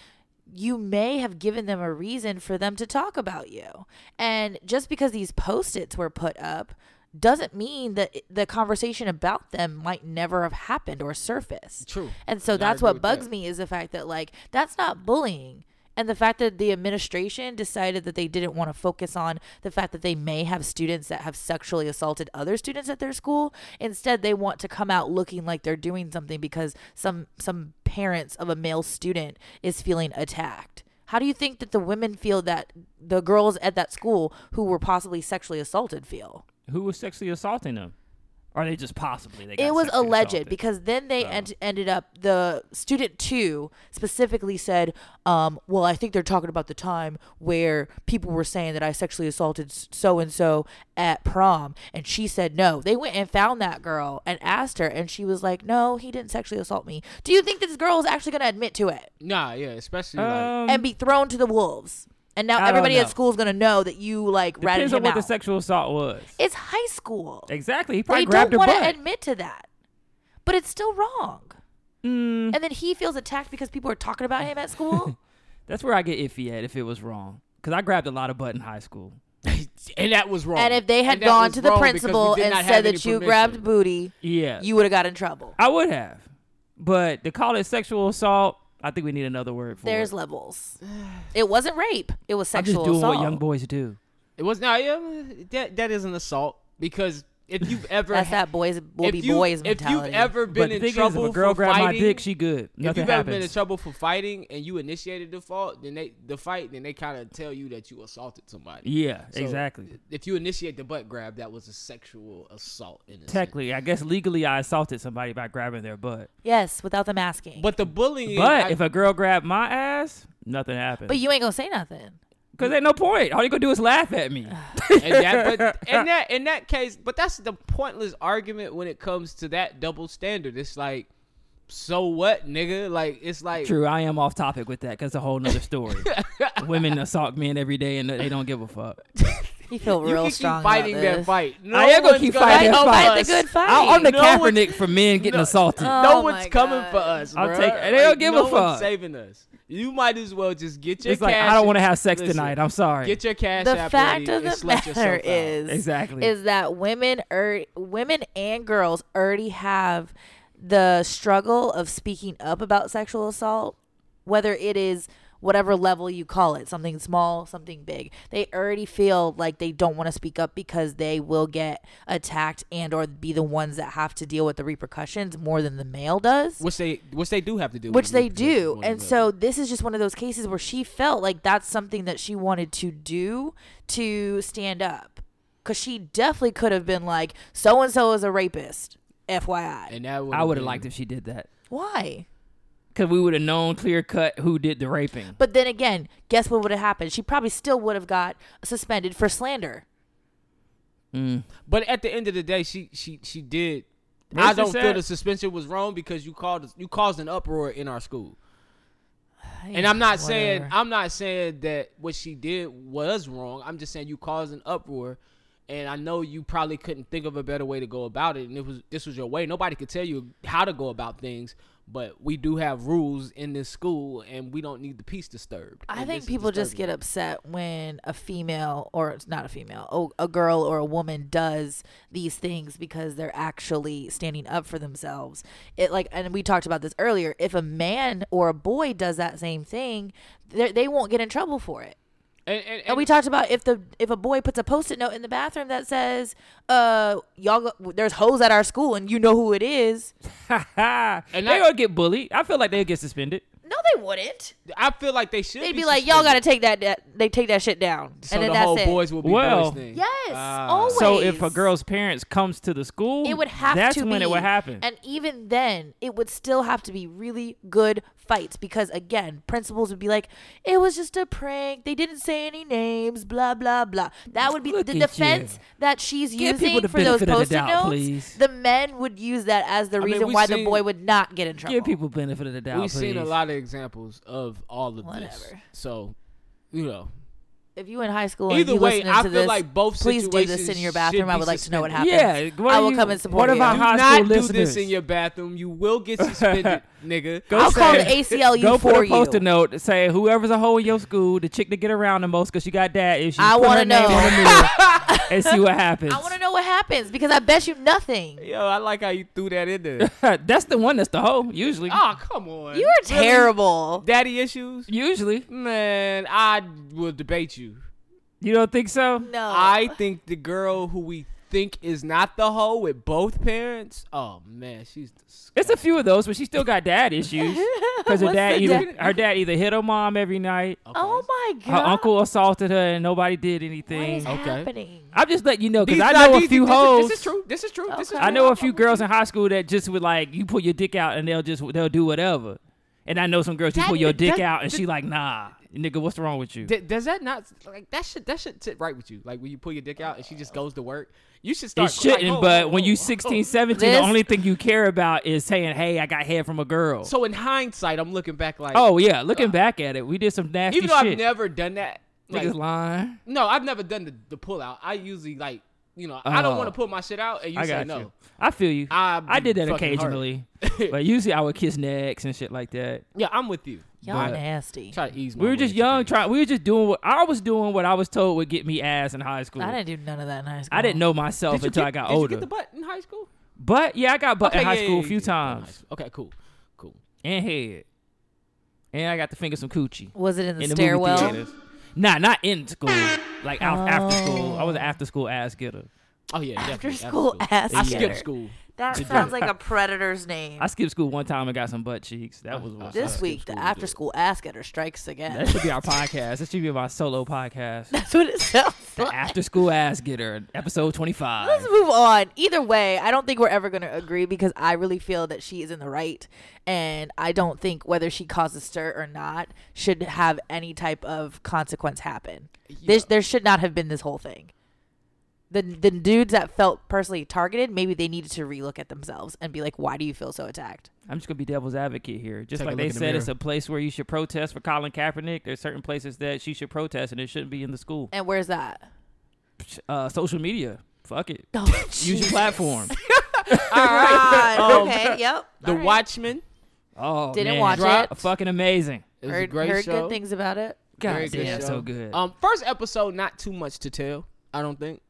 E: you may have given them a reason for them to talk about you. And just because these post-its were put up doesn't mean that it- the conversation about them might never have happened or surfaced.
C: True.
E: And so
C: And I
E: that's
C: agree
E: what
C: with
E: bugs
C: that.
E: me is the fact that like that's not bullying. And the fact that the administration decided that they didn't want to focus on the fact that they may have students that have sexually assaulted other students at their school. Instead, they want to come out looking like they're doing something because some some parents of a male student is feeling attacked. How do you think that the women feel that the girls at that school who were possibly sexually assaulted feel?
D: Who was sexually assaulting them? or they just possibly they got
E: It was
D: sexually
E: alleged
D: assaulted?
E: because then they end, ended up the student two specifically said, um, "Well, I think they're talking about the time where people were saying that I sexually assaulted so and so at prom," and she said no. They went and found that girl and asked her, and she was like, "No, he didn't sexually assault me." Do you think that this girl is actually going to admit to it
C: Nah, yeah, especially like
D: um,
E: and be thrown to the wolves? And now
D: I don't
E: everybody
D: know.
E: at school is going to know that you like ratted
D: depends on
E: him
D: what the
E: out.
D: sexual assault was.
E: it's high school.
D: exactly, he probably
E: They
D: grabbed
E: don't
D: her
E: want
D: butt.
E: to admit to that, but it's still wrong.
C: Mm.
E: And then he feels attacked because people are talking about him at
C: <laughs>
E: school.
D: That's where I get iffy at if it was wrong. Because I grabbed a lot of butt in high school.
C: and that was
E: <laughs>
C: wrong.
E: and if they had
C: And that
E: gone
C: was
E: to the
C: wrong because we
E: principal
C: did
E: and
C: not have
E: said
C: any
E: that you
C: permission.
E: grabbed booty,
D: Yeah.
E: you would have got in trouble.
D: I would have. But to call it sexual assault, I think we need another word for
E: There's
C: <sighs>
D: it.
E: levels. It wasn't rape. It was
D: I'm just
E: sexual
D: doing
E: assault.
D: what young boys do.
C: it was not, yeah, that that is an assault because if you've ever
E: That's
C: ha-
E: that boys will
C: if
E: be
C: you,
E: boys
C: if you've
E: mentality.
C: ever
D: but
C: been
D: the
C: in
D: thing is,
C: trouble
D: if a girl
C: for
D: grabbed
C: fighting,
D: my dick, she good.
C: if
D: Nothing
C: you've ever
D: happens.
C: been in trouble for fighting and you initiated the fault, then they the fight, then they kind of tell you that you assaulted somebody.
D: yeah,
C: So,
D: exactly.
C: If you initiate the butt grab, that was a sexual assault. In a sense.
D: Technically, I guess legally, I assaulted somebody by grabbing their butt.
E: yes, without them asking. But,
C: but the bullying.
D: But
C: I-
D: if a girl grabbed my ass, nothing happened.
E: you ain't gonna say nothing.
D: Because ain't no point. All you gonna do is laugh
C: <sighs>
D: at me. <sighs>
C: and that,
D: <laughs>
C: but in that in that case, but that's the pointless argument when it comes to that double standard. It's like, so what, nigga? Like it's like
D: True, I am off topic with that because a whole
C: <laughs>
D: nother story. Women assault men every day and they don't give a fuck.
E: You feel
C: you
E: real
C: can
E: strong
C: keep fighting
E: about
C: that
E: this.
C: fight. No
D: I am gonna
C: one's
D: keep fighting
E: that
C: <laughs>
D: that
E: Don't
D: fight.
E: fight the good fight.
D: I, am the
C: No one's-
D: Kaepernick for men
C: <laughs>
D: getting
C: No. Uh,
D: assaulted.
E: Oh
C: No one's
E: my
C: coming
E: God.
C: for us.
D: I'll
C: bruh.
D: take- they don't
C: Like,
D: give a
C: no
D: fuck.
C: One's saving us. You might as well just get your.
D: it's like
C: cash
D: I don't
C: and-
D: want to have sex
C: listen,
D: tonight. I'm sorry.
C: Get your cash.
E: The
C: app
E: fact
C: ready
E: of
C: and
E: the
C: slut yourself
E: matter
C: out.
E: is,
D: Exactly.
E: is that women are women and girls already have the struggle of speaking up about sexual assault, whether it is whatever level you call it, something small, something big. They already feel like they don't want to speak up because they will get attacked and or be the ones that have to deal with the repercussions more than the male does
C: which they which they do have to do.
E: which
C: with
E: they
C: reproductive
E: do
C: organ
E: and
C: level.
E: so this is just one of those cases where she felt like that's something that she wanted to do to stand up because she definitely could have been like so and so is a rapist fyi
C: and that
D: I would have liked if she did that
E: why
D: because we would have known clear cut who did the raping.
E: but then again guess what would have happened she probably still would have got suspended for slander
C: But at the end of the day, she she she did.
D: That's
C: I don't
D: just
C: feel
D: it.
C: the suspension was wrong because you called you caused an uproar in our school. And I'm not saying
E: Whatever.
C: I'm not saying that what she did was wrong. I'm just saying you caused an uproar, and I know you probably couldn't think of a better way to go about it. And it was this was your way. Nobody could tell you how to go about things, but we do have rules in this school, and we don't need the peace disturbed.
E: I
C: And this
E: think
C: is
E: people just
C: disturbing.
E: get upset when a female, or it's not a female, oh, a girl or a woman does these things because they're actually standing up for themselves. It like, and we talked about this earlier. If a man or a boy does that same thing, they they won't get in trouble for it.
C: And, and,
E: And we talked about if the if a boy puts a post-it note in the bathroom that says, "Uh, y'all, go, there's hoes at our school, and you know who it is."
D: and
C: <laughs> And
D: they
C: I-
D: will get bullied. I feel like they'll get suspended.
E: No, they wouldn't.
C: I feel like they should.
E: They'd be like, "Y'all
C: suspended.
E: got to take that, that. They take that shit down."
C: So
E: and then
C: the
E: that's
C: whole
E: it.
C: boys will be
D: Well-
C: boys thing.
E: Yes,
C: Ah.
E: always.
D: So if a girl's parents comes to the school,
E: it would have
D: that's
E: to
D: when
E: be,
D: it would happen.
E: and even then, it would still have to be really good fights because again, principals would be like, "It was just a prank. They didn't say any names. Blah blah blah." That would be
D: Look
E: the
D: at
E: defense
D: you.
E: that she's
D: Give people
E: using
D: the
E: for those
D: benefit of the
E: post-it
D: doubt,
E: notes.
D: please.
E: The men would use that as the
C: mean,
E: reason
C: we
E: why
C: seen-
E: the boy would not get in trouble.
D: Give people benefit of the doubt.
C: We've seen a
D: please.
C: lot of examples of all of this.
E: Whatever.
C: So, you know,
E: if you in high school,
C: Either
E: and you
C: way,
E: listening to
C: I feel
E: this,
C: like both
E: Please do this in
C: situations
E: your
C: should
E: bathroom. I
C: be
E: would like to know what happens.
D: suspended. Yeah, what
E: I
D: are
E: will
D: you-
E: come and
D: what
E: support you.
D: about
C: do
D: high
C: not
D: school
C: do
D: listeners.
C: this in your bathroom. You will get <laughs> suspended, nigga.
D: Go
E: I'll
D: <laughs>
E: call
D: say-
E: the ACLU
D: go
E: for
D: put a
E: you.
D: post-it note that say whoever's a hoe in your school, the chick to get around the most because she got dad issues.
E: I
D: put her
E: wanna
D: name
E: know. <laughs>
D: on the mirror and see what happens.
E: I want
D: <laughs>
E: to know what happens because I bet you nothing.
C: Yo, I like how you threw that in <laughs> there.
D: that's the one that's the hoe usually.
C: oh, come on.
E: You are
C: Really?
E: terrible.
C: Daddy issues?
D: Usually,
C: Man, I will debate you.
D: you don't think so?
E: No.
C: I think the girl who we think is not the hoe with both parents. Oh man, she's disgusting.
D: It's a few of those, but she still got
E: <laughs>
D: dad issues because her dad either her dad either hit her mom every night,
E: Oh my
D: her
E: god.
D: uncle assaulted her, and nobody did
E: What is
D: anything.
C: Okay.
E: happening?
D: I'm just letting you know because
C: These- nah,
D: I know a
C: these-
D: few
C: this is-
D: hoes.
C: This is true. This is true. This is
E: Okay.
D: I
C: true.
D: know a few girls in high school that just would like you pull your dick out and they'll just they'll do whatever. And I know some girls you
C: That-
D: pull your dick
C: that-
D: out and
C: that-
D: she like nah nigga what's wrong with you?
C: D- does that not like that should that should sit right with you? Like when you pull your dick out and she just goes to work, you should start.
D: It shouldn't,
C: like, oh,
D: but
C: oh,
D: when
C: oh,
D: you
C: oh.
D: oh, 16, 17, the
E: This-
D: only thing you care about is saying, "Hey, I got head from a girl."
C: So in hindsight, I'm looking back like,
D: oh yeah, looking back at it, we did some nasty
C: even though
D: shit.
C: I've never done that. Like,
D: Niggas lying.
C: no, I've never done the, the pull out. I usually like, you know, I
D: Oh.
C: don't want to pull my shit out, and you
D: I
C: say
D: got
C: no.
D: you. I feel you.
C: I
D: I did that
C: fucking hurt.
D: occasionally,
C: <laughs>
D: but usually I would kiss necks and shit like that.
C: Yeah, I'm with you.
E: Y'all
D: But-
E: nasty.
C: Try to ease. my
D: We were
C: way
D: just
C: into
D: young,
C: things.
D: trying. We were just doing what I was doing. What I was told would get me ass in high school.
E: I didn't do none of that in high school.
D: I didn't know myself
C: Did you
D: until
C: get-
D: I got
C: did
D: older.
C: You get the butt in high school?
D: But yeah, I got butt in
C: Okay,
D: high
C: yeah,
D: school
C: yeah,
D: a few
C: yeah, yeah, in high
D: times
C: school. Okay, cool, cool.
D: and head, and I got to finger some coochie
E: Was it in the,
D: in the movie
E: stairwell?
D: theaters. Nah, not in school. Like out after school, I was an after school ass getter.
C: Oh yeah,
E: After
C: definitely,
E: school ass.
C: I
E: getter.
C: skipped school.
E: That sounds like a predator's name.
D: I skipped school one time and got some butt cheeks. That was what
E: this week, the after school ass getter strikes
D: That
E: again.
D: should be our podcast. That should be my solo podcast.
E: <laughs> That's what it
D: <laughs>
E: sounds
D: The
E: like.
D: after school ass getter, episode twenty five.
E: Let's move on. Either way, I don't think we're ever going to agree because I really feel that she is in the right. And I don't think whether she causes stir or not should have any type of consequence happen. This, there should not have been this whole thing. The, the dudes that felt personally targeted, maybe they needed to relook at themselves and be like, why do you feel so attacked?
D: I'm just gonna be devil's advocate here. Just
C: Take a
D: like
C: look
D: they
C: in the
D: said,
C: mirror.
D: it's a place where you should protest for Colin Kaepernick. There's certain places that she should protest, and it shouldn't be in the school.
E: And where's that?
D: Uh, social media, fuck it.
E: <laughs> Oh,
D: Use your
E: Jesus.
C: <laughs>
D: platform.
E: <laughs> All right. Oh, okay. Yep.
C: The
E: All right.
C: Watchmen
D: Oh,
E: Didn't
D: man.
E: watch
D: Drop-
E: it.
D: Fucking amazing.
C: is a
E: Heard,
C: great
E: heard
C: show.
E: good things about it.
D: God
C: Very good
D: damn,
C: show.
D: so good.
C: Um, first episode, not too much to tell. I don't think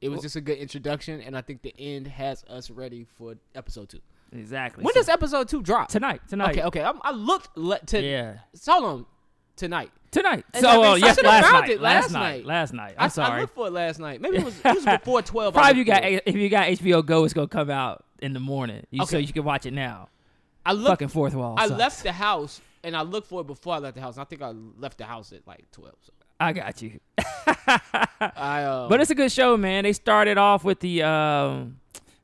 C: it was just a good introduction, and I think the end has us ready for episode two.
D: exactly.
C: When
D: So-
C: does episode two drop?
D: tonight? Tonight.
C: Okay, okay. I'm, I looked le- to.
D: Yeah.
C: So hold on. Tonight.
D: Tonight.
E: Is that
D: so, uh,
E: big- I
D: yes,
C: should've
D: last
C: found
D: night,
C: it
D: last
C: last
D: night.
C: night.
D: Last night.
C: I-
D: I'm sorry.
C: I looked for it last night. Maybe it was, it
D: <laughs>
C: was before twelve. I
D: Probably if you
C: looked
D: got
C: for it.
D: if you got HBO Go, it's gonna come out in the morning, you, so
C: Okay.
D: you can watch it now.
C: I looked.
D: Fucking fourth wall.
C: I
D: sucks.
C: left the house and I looked for it before I left the house. And I think I left the house at like twelve. So
D: I got you.
C: I. Uh,
D: But it's a good show, man. They started off with the um,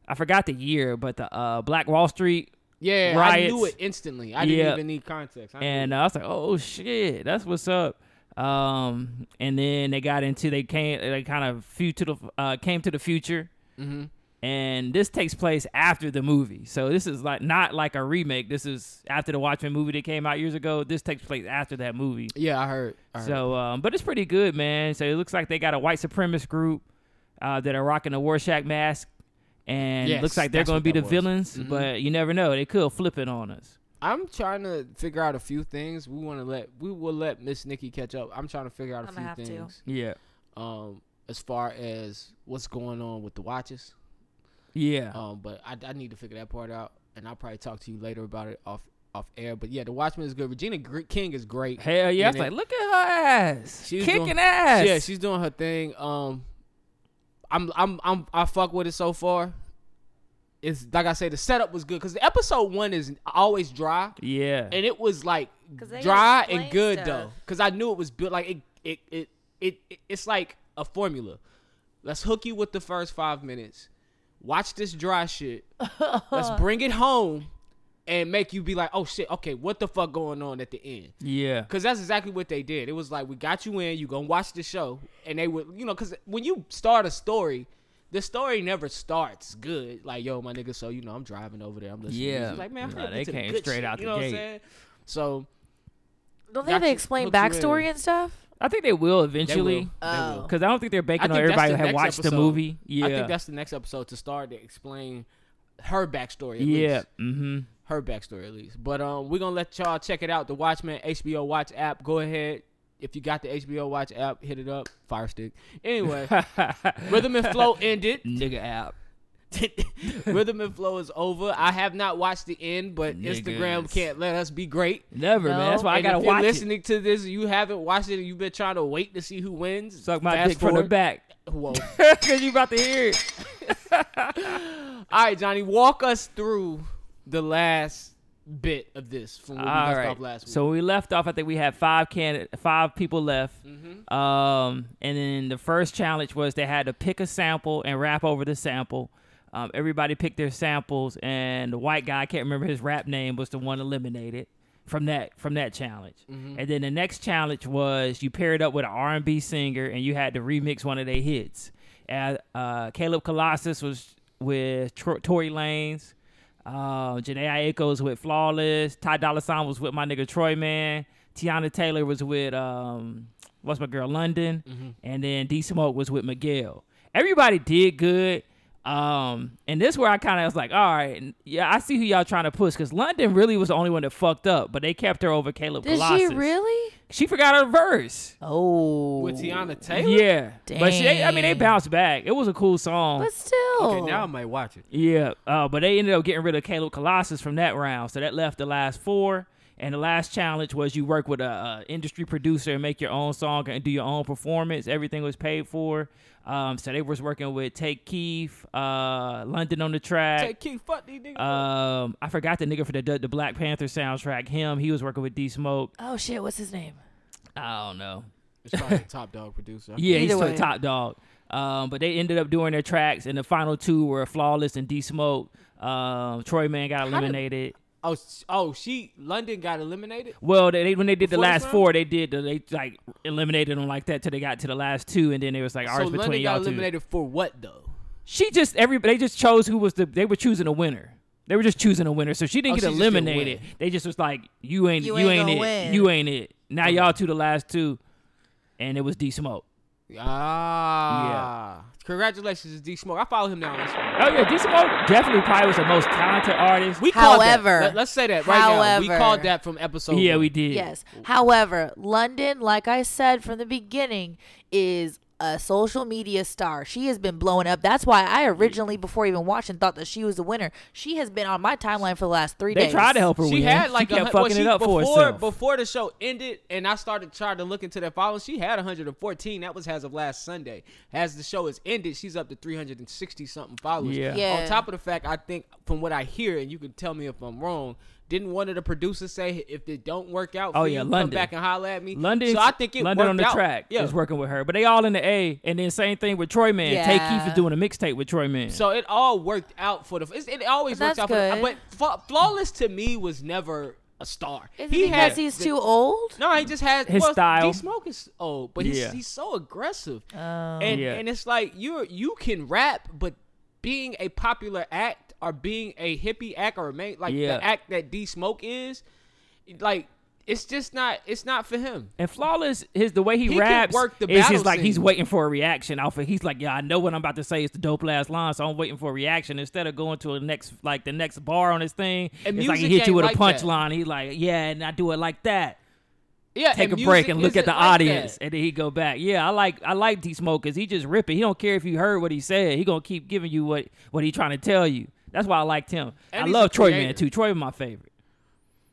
D: I forgot the year, but the uh, Black Wall Street,
C: yeah, I knew
D: riots.
C: it instantly. I didn't
D: Yeah.
C: even need context. I knew
D: and
C: it.
D: uh, I was like, oh shit, that's what's up. Um, and then they got into they came they kind of few to the uh, came to the future.
C: Mm-hmm.
D: And this takes place after the movie, so this is like not like a remake. This is after the Watchmen movie that came out years ago. This takes place after that movie.
C: yeah, I heard. I heard.
D: So, um, but it's pretty good, man. So it looks like they got a white supremacist group uh, that are rocking a Warshak mask, and
C: Yes,
D: looks like they're
C: that's
D: going to
C: what
D: be the
C: that was. Mm-hmm.
D: villains. But you never know; they could flip it on us.
C: I'm trying to figure out a few things. We want to let we will let Miss Nikki catch up. I'm trying to figure out a
E: I'm gonna
C: few
E: have to.
C: things.
D: Yeah,
C: Um, as far as what's going on with the watches.
D: yeah.
C: Um, but I, I need to figure that part out, and I'll probably talk to you later about it off off air. But yeah, the Watchmen is good. Regina Gr- King is great.
D: Hell yeah! I
C: in
D: was
C: it.
D: like, look at her ass,
C: She was
D: kicking
C: doing-
D: ass.
C: Yeah, she's doing her thing. Um, I'm I'm I'm I fuck with it so far. It's like I say, the setup was good because the episode one is always dry,
D: yeah.
C: and it was like
E: 'Cause they
C: dry
E: explain
C: and good
E: stuff.
C: though because I knew it was built like it it, it it it it's like a formula. Let's hook you with the first five minutes. Watch this dry shit.
E: <laughs>
C: Let's bring it home and make you be like, oh shit, okay, what the fuck going on at the end?
D: yeah,
C: Cause that's exactly what they did. It was like we got you in, you gonna watch the show, and they would, you know, cause when you start a story, the story never starts good. Like yo, my nigga, so you know, I'm driving over there, I'm listening. to
D: Yeah.
C: music. like man, I'm
D: Nah,
C: gonna
D: they
C: get to the
D: came
C: good
D: straight
C: shit,
D: out
C: you
D: the
C: know
D: gate.
C: What I'm saying? So
E: Don't
C: Got
E: think they
C: you-
E: explain
C: hooked you
E: backstory
C: in.
E: and stuff?
D: I think they will
C: they
D: eventually.
C: will.
E: Oh.
C: They will.
D: Cause I don't think they're
C: uh, I
D: banking
C: think
D: on
C: that's
D: everybody
C: the
D: who had
C: next
D: watched the
C: episode.
D: movie. Yeah,
C: I think that's the next episode to start to explain her backstory. At
D: yeah.
C: least. <laughs>
D: Mm-hmm.
C: her backstory at least. But um, we're gonna let y'all check it out. The Watchmen HBO Watch app. Go ahead. If you got the HBO Watch app, hit it up. Fire stick.
D: <laughs>
C: Anyway, Rhythm and Flow ended. <laughs>
D: Nigga app.
C: Rhythm and Flow is over. I have not watched the end, but Instagram
D: Niggas.
C: can't let us be great.
D: Never, man. That's why I
C: And
D: gotta
C: if you're
D: watch it.
C: listening to this, you haven't watched it, and you've been trying to wait to see who wins.
D: Suck my
C: fast <laughs>
D: dick from the
C: forward.
D: back. <laughs>
C: Whoa.
D: Cause you about to hear it.
C: All right, Johnny, walk us through the last bit of this from where we
D: All
C: left
D: right.
C: off last week.
D: So when we left off. I think we had five can five people left.
C: Mm-hmm.
D: Um, and then the first challenge was they had to pick a sample and rap over the sample. Um, everybody picked their samples, and the white guy I can't remember his rap name was the one eliminated from that from that challenge.
C: Mm-hmm.
D: And then the next challenge was you paired up with an R and B singer, and you had to remix one of their hits. And, uh, Caleb Colossus was with Tro- Tory Lanez. Uh, Janae Aiko was with Flawless. Ty Dolla Sign was with my nigga Troy Man. Tiana Taylor was with um, what's my girl London, and then D Smoke was with Miguel. Everybody did good. Um, and this where I kind of was like, all right, n- yeah, I see who y'all trying to push because London really was the only one that fucked up, but they kept her over Caleb.
E: Did
D: Colossus.
E: she really?
D: She forgot her verse.
E: Oh.
C: with Tiana Taylor?
D: Yeah, but she, I mean, they
E: Dang.
D: bounced back. It was a cool song.
E: But still.
C: Okay, now I might watch it.
D: Yeah, uh, but they ended up getting rid of Caleb Colossus from that round, so that left the last four. And the last challenge was you work with a, uh industry producer and make your own song and do your own performance. Everything was paid for. Um, so they was working with Take Keith, uh, London on the track.
C: Hey, Keith, fuck these niggas.
D: um, I forgot the nigga for the the Black Panther soundtrack. Him, he was working with D Smoke.
E: oh, shit. What's his name?
D: I don't know.
C: it's probably a top dog producer.
D: <laughs> Yeah, he's
E: Either
D: still
E: way.
D: top dog. Um, but they ended up doing their tracks, and the final two were Flawless and D Smoke. Um, Troy Man got eliminated.
C: Oh, s- oh, she London got eliminated.
D: Well, they, they when they did the
C: Before the
D: last
C: round?
D: four, they did the, they like eliminated them like that till they got to the last two, and then it was like
C: so
D: ours between
C: London
D: y'all
C: got
D: two.
C: eliminated for what though?
D: She just every they just chose who was the they were choosing a winner. They were just choosing a winner, so she didn't
C: Oh,
D: get
C: she just didn't
D: eliminated.
C: win.
D: they just was like, "You ain't, you
E: You
D: ain't,
E: ain't
D: it,
E: gonna win.
D: you ain't it." Now y'all two the last two, and it was D Smoke.
C: Ah, congratulations to D Smoke. I follow him now. on Instagram.
D: Oh yeah, D Smoke definitely probably was the most talented artist.
C: We called that.
E: However-
C: Let- let's say that right now. We
E: However-
C: called that from episode.
D: yeah,
C: one.
D: we did.
E: Yes. However, London, like I said from the beginning, is a social media star. She has been blowing up. That's why I originally, before even watching, thought that she was the winner. She has been on my timeline for the last three
D: They
E: days.
D: tried to help her
C: She
D: win.
C: had like
D: she
C: a hun-
D: kept fucking
C: well, she,
D: it up
C: before,
D: for herself.
C: Before the show ended, and I started trying to look into that following, she had 114. That was as of last Sunday. As the show is ended, she's up to 360 something followers.
D: Yeah.
E: Yeah.
C: On top of the fact, I think from what I hear, and you can tell me if I'm wrong. Didn't one of the producers say if it don't work out,
D: Oh,
C: for
D: yeah,
C: you,
D: London.
C: come back and holler at me.
D: London,
C: so I think it
D: London
C: worked
D: on the
C: out.
D: track
C: Yeah.
D: is working with her, but they all in the A. And then same thing with Troy Man. Tay
E: Yeah.
D: Keith is doing a mixtape with Troy Man.
C: So it all worked out for the. it's- It always
E: But
C: works out
E: that's
C: for the. But
E: good.
C: Fla- flawless to me was never a star.
E: Is it
C: he
E: because
C: had
E: he's
C: the-
E: too old?
C: No, he just has
D: His
C: well,
D: style.
C: D Smoke is old, but he's
D: Yeah.
C: he's so aggressive,
E: Oh.
C: and
D: Yeah.
C: and it's like you are you can rap, but being a popular act or being a hippie act or a main, like
D: Yeah.
C: the act that D Smoke is, like it's just not it's not for him.
D: and flawless is the way he,
C: He can
D: raps.
C: work the
D: is
C: battle
D: just like he's
C: scene.
D: waiting for a reaction off. Of, he's like, yeah, I know what I'm about to say is the dope last line, so I'm waiting for a reaction instead of going to a next like the next bar on his thing.
C: And
D: it's like he
C: music
D: hit you
C: ain't
D: with
C: like
D: a
C: that.
D: punchline. He like, yeah, and I do it like that.
C: Yeah,
D: Take a break and look at the audience, and then he go back. Yeah, I like I like D Smoke 'cause he just ripping. He don't care if you heard what he said. He gonna keep giving you what what he trying to tell you. That's why I liked him.
C: And
D: I
C: he's
D: love
C: a
D: Troy Man
C: creator.
D: too. Troy my favorite.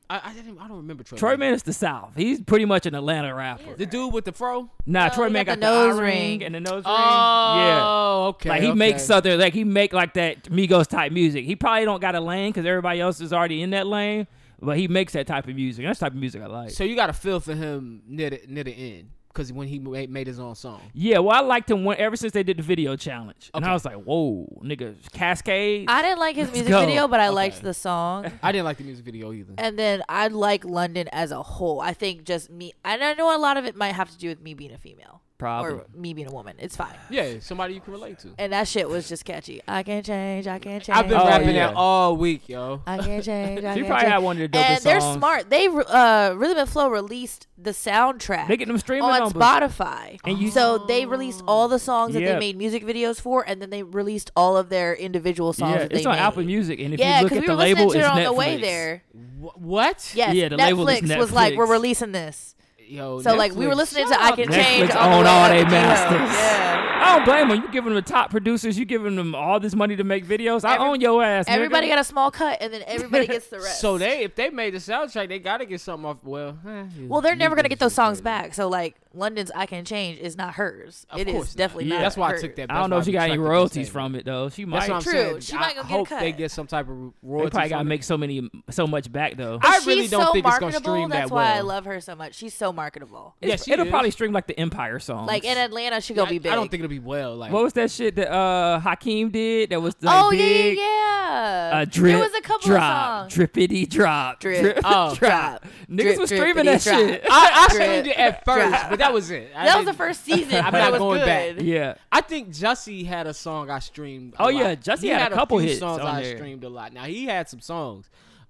C: I, I didn't I don't remember Troy.
D: Troy Man is the South. He's pretty much an Atlanta rapper.
C: the dude with the fro.
D: Nah,
E: No,
D: Troy
E: he
D: Man got,
E: got
D: the
E: the nose
D: eye ring
E: ring.
D: and the nose ring. yeah.
C: Oh, okay.
D: Like he
C: okay.
D: makes southern, like he make like that Migos type music. He probably don't got a lane because everybody else is already in that lane, but he makes that type of music. That's the type of music I like.
C: So you got to feel for him near the, near the end because when he made, made his own song.
D: yeah, well, I liked him when, ever since they did the video challenge, and I
C: Okay.
D: was like, whoa, nigga, Cascade.
E: I didn't like his music
D: go.
E: video, but I liked
C: Okay.
E: the song.
C: I didn't like the music video either.
E: And then I like London as a whole. I think just me, and I know a lot of it might have to do with me being a female
D: Probably.
E: or me being a woman. It's fine.
C: Yeah, somebody you can relate to.
E: And that shit was just catchy. I can't change. I can't change.
C: I've been
D: Oh,
C: rapping
D: yeah.
C: that all week, yo.
E: I can't change. I
D: She
E: can't
D: probably
E: change.
D: had one of the dopest
E: And they're
D: songs.
E: smart. They uh, Rhythm and Flow released the soundtrack.
D: They get them streaming
E: on
D: numbers.
E: Spotify.
D: And you-
E: so they released all the songs that
D: Yeah.
E: they made music videos for, and then they released all of their individual songs.
D: yeah,
E: that
D: it's
E: they
D: on
E: made.
D: Apple Music, and if
E: yeah,
D: you look
E: 'cause
D: at
E: we
D: the
E: were listening
D: label,
E: to it
D: it's
E: on
D: Netflix.
E: the way there.
C: Wh- what?
E: Yes,
D: Yeah, the
E: Netflix,
D: label is
E: was like, we're
D: Netflix.
E: releasing this.
C: Yo,
E: So like we
C: Netflix,
E: were listening
C: shut
E: to I
C: up,
E: Can
D: Netflix
E: Change all the
D: own
E: way
D: all
E: up
D: they
E: to J-Lo.
D: masters.
E: Yeah.
D: I don't blame them. You giving them the top producers. You giving them all this money to make videos. I
E: Every-
D: own your ass.
E: Everybody
D: nigga.
E: got a small cut, and then everybody gets
D: <laughs>
E: the rest.
C: So they, if they made the soundtrack, they gotta get something off. Well, eh,
E: well, they're never gonna get those songs back. So like, London's I Can Change is not hers.
C: Of
E: It
C: course
E: is
C: not.
E: definitely
D: Yeah.
E: not.
C: That's why I
E: hers.
C: took that.
D: I don't
C: that's
D: know
C: why
D: if she got any
C: retracted the
D: royalties
C: statement.
D: from it though. She
C: That's
D: might.
C: what I'm
E: True.
C: saying.
E: She might
C: I
E: go get a
C: hope they
E: cut.
C: get some type of
D: They
C: royalties.
D: probably got to
C: from it.
D: make so many, so much back though.
C: I
E: But
C: really
E: she's
C: don't
E: so
C: think it's gonna
E: marketable.
C: stream
E: That's
C: that
E: why I
C: well.
E: love her so much. She's so marketable.
C: Yeah,
D: It's-
C: she
D: it'll
C: is.
D: probably stream like the Empire song.
E: Like uh, in Atlanta, she
C: I,
E: gonna be big.
C: I don't think it'll be well. Like
D: what was that shit that uh Hakeem did? That was like
E: oh yeah,
D: big.
E: yeah, yeah.
D: Uh, drip,
E: there was a couple
D: drop,
E: of songs.
D: drippity drop,
E: Drip,
C: <laughs> oh,
E: drop.
D: Niggas
E: drip,
D: was
E: drippity
D: streaming that
E: drop.
D: shit.
C: I, I
E: Drip,
C: streamed it at first,
E: drop.
C: but that was it. I
E: That was the
C: didn't-
E: first season.
C: I'm
E: but
C: not
E: it was
C: going
E: good.
C: back.
D: <laughs> Yeah,
C: I think Jussie had a song I streamed. a
D: Oh,
C: lot.
D: yeah, Jussie
C: He
D: had a couple
C: few
D: hits
C: songs
D: on
C: I
D: there.
C: streamed a lot. Now he had some songs,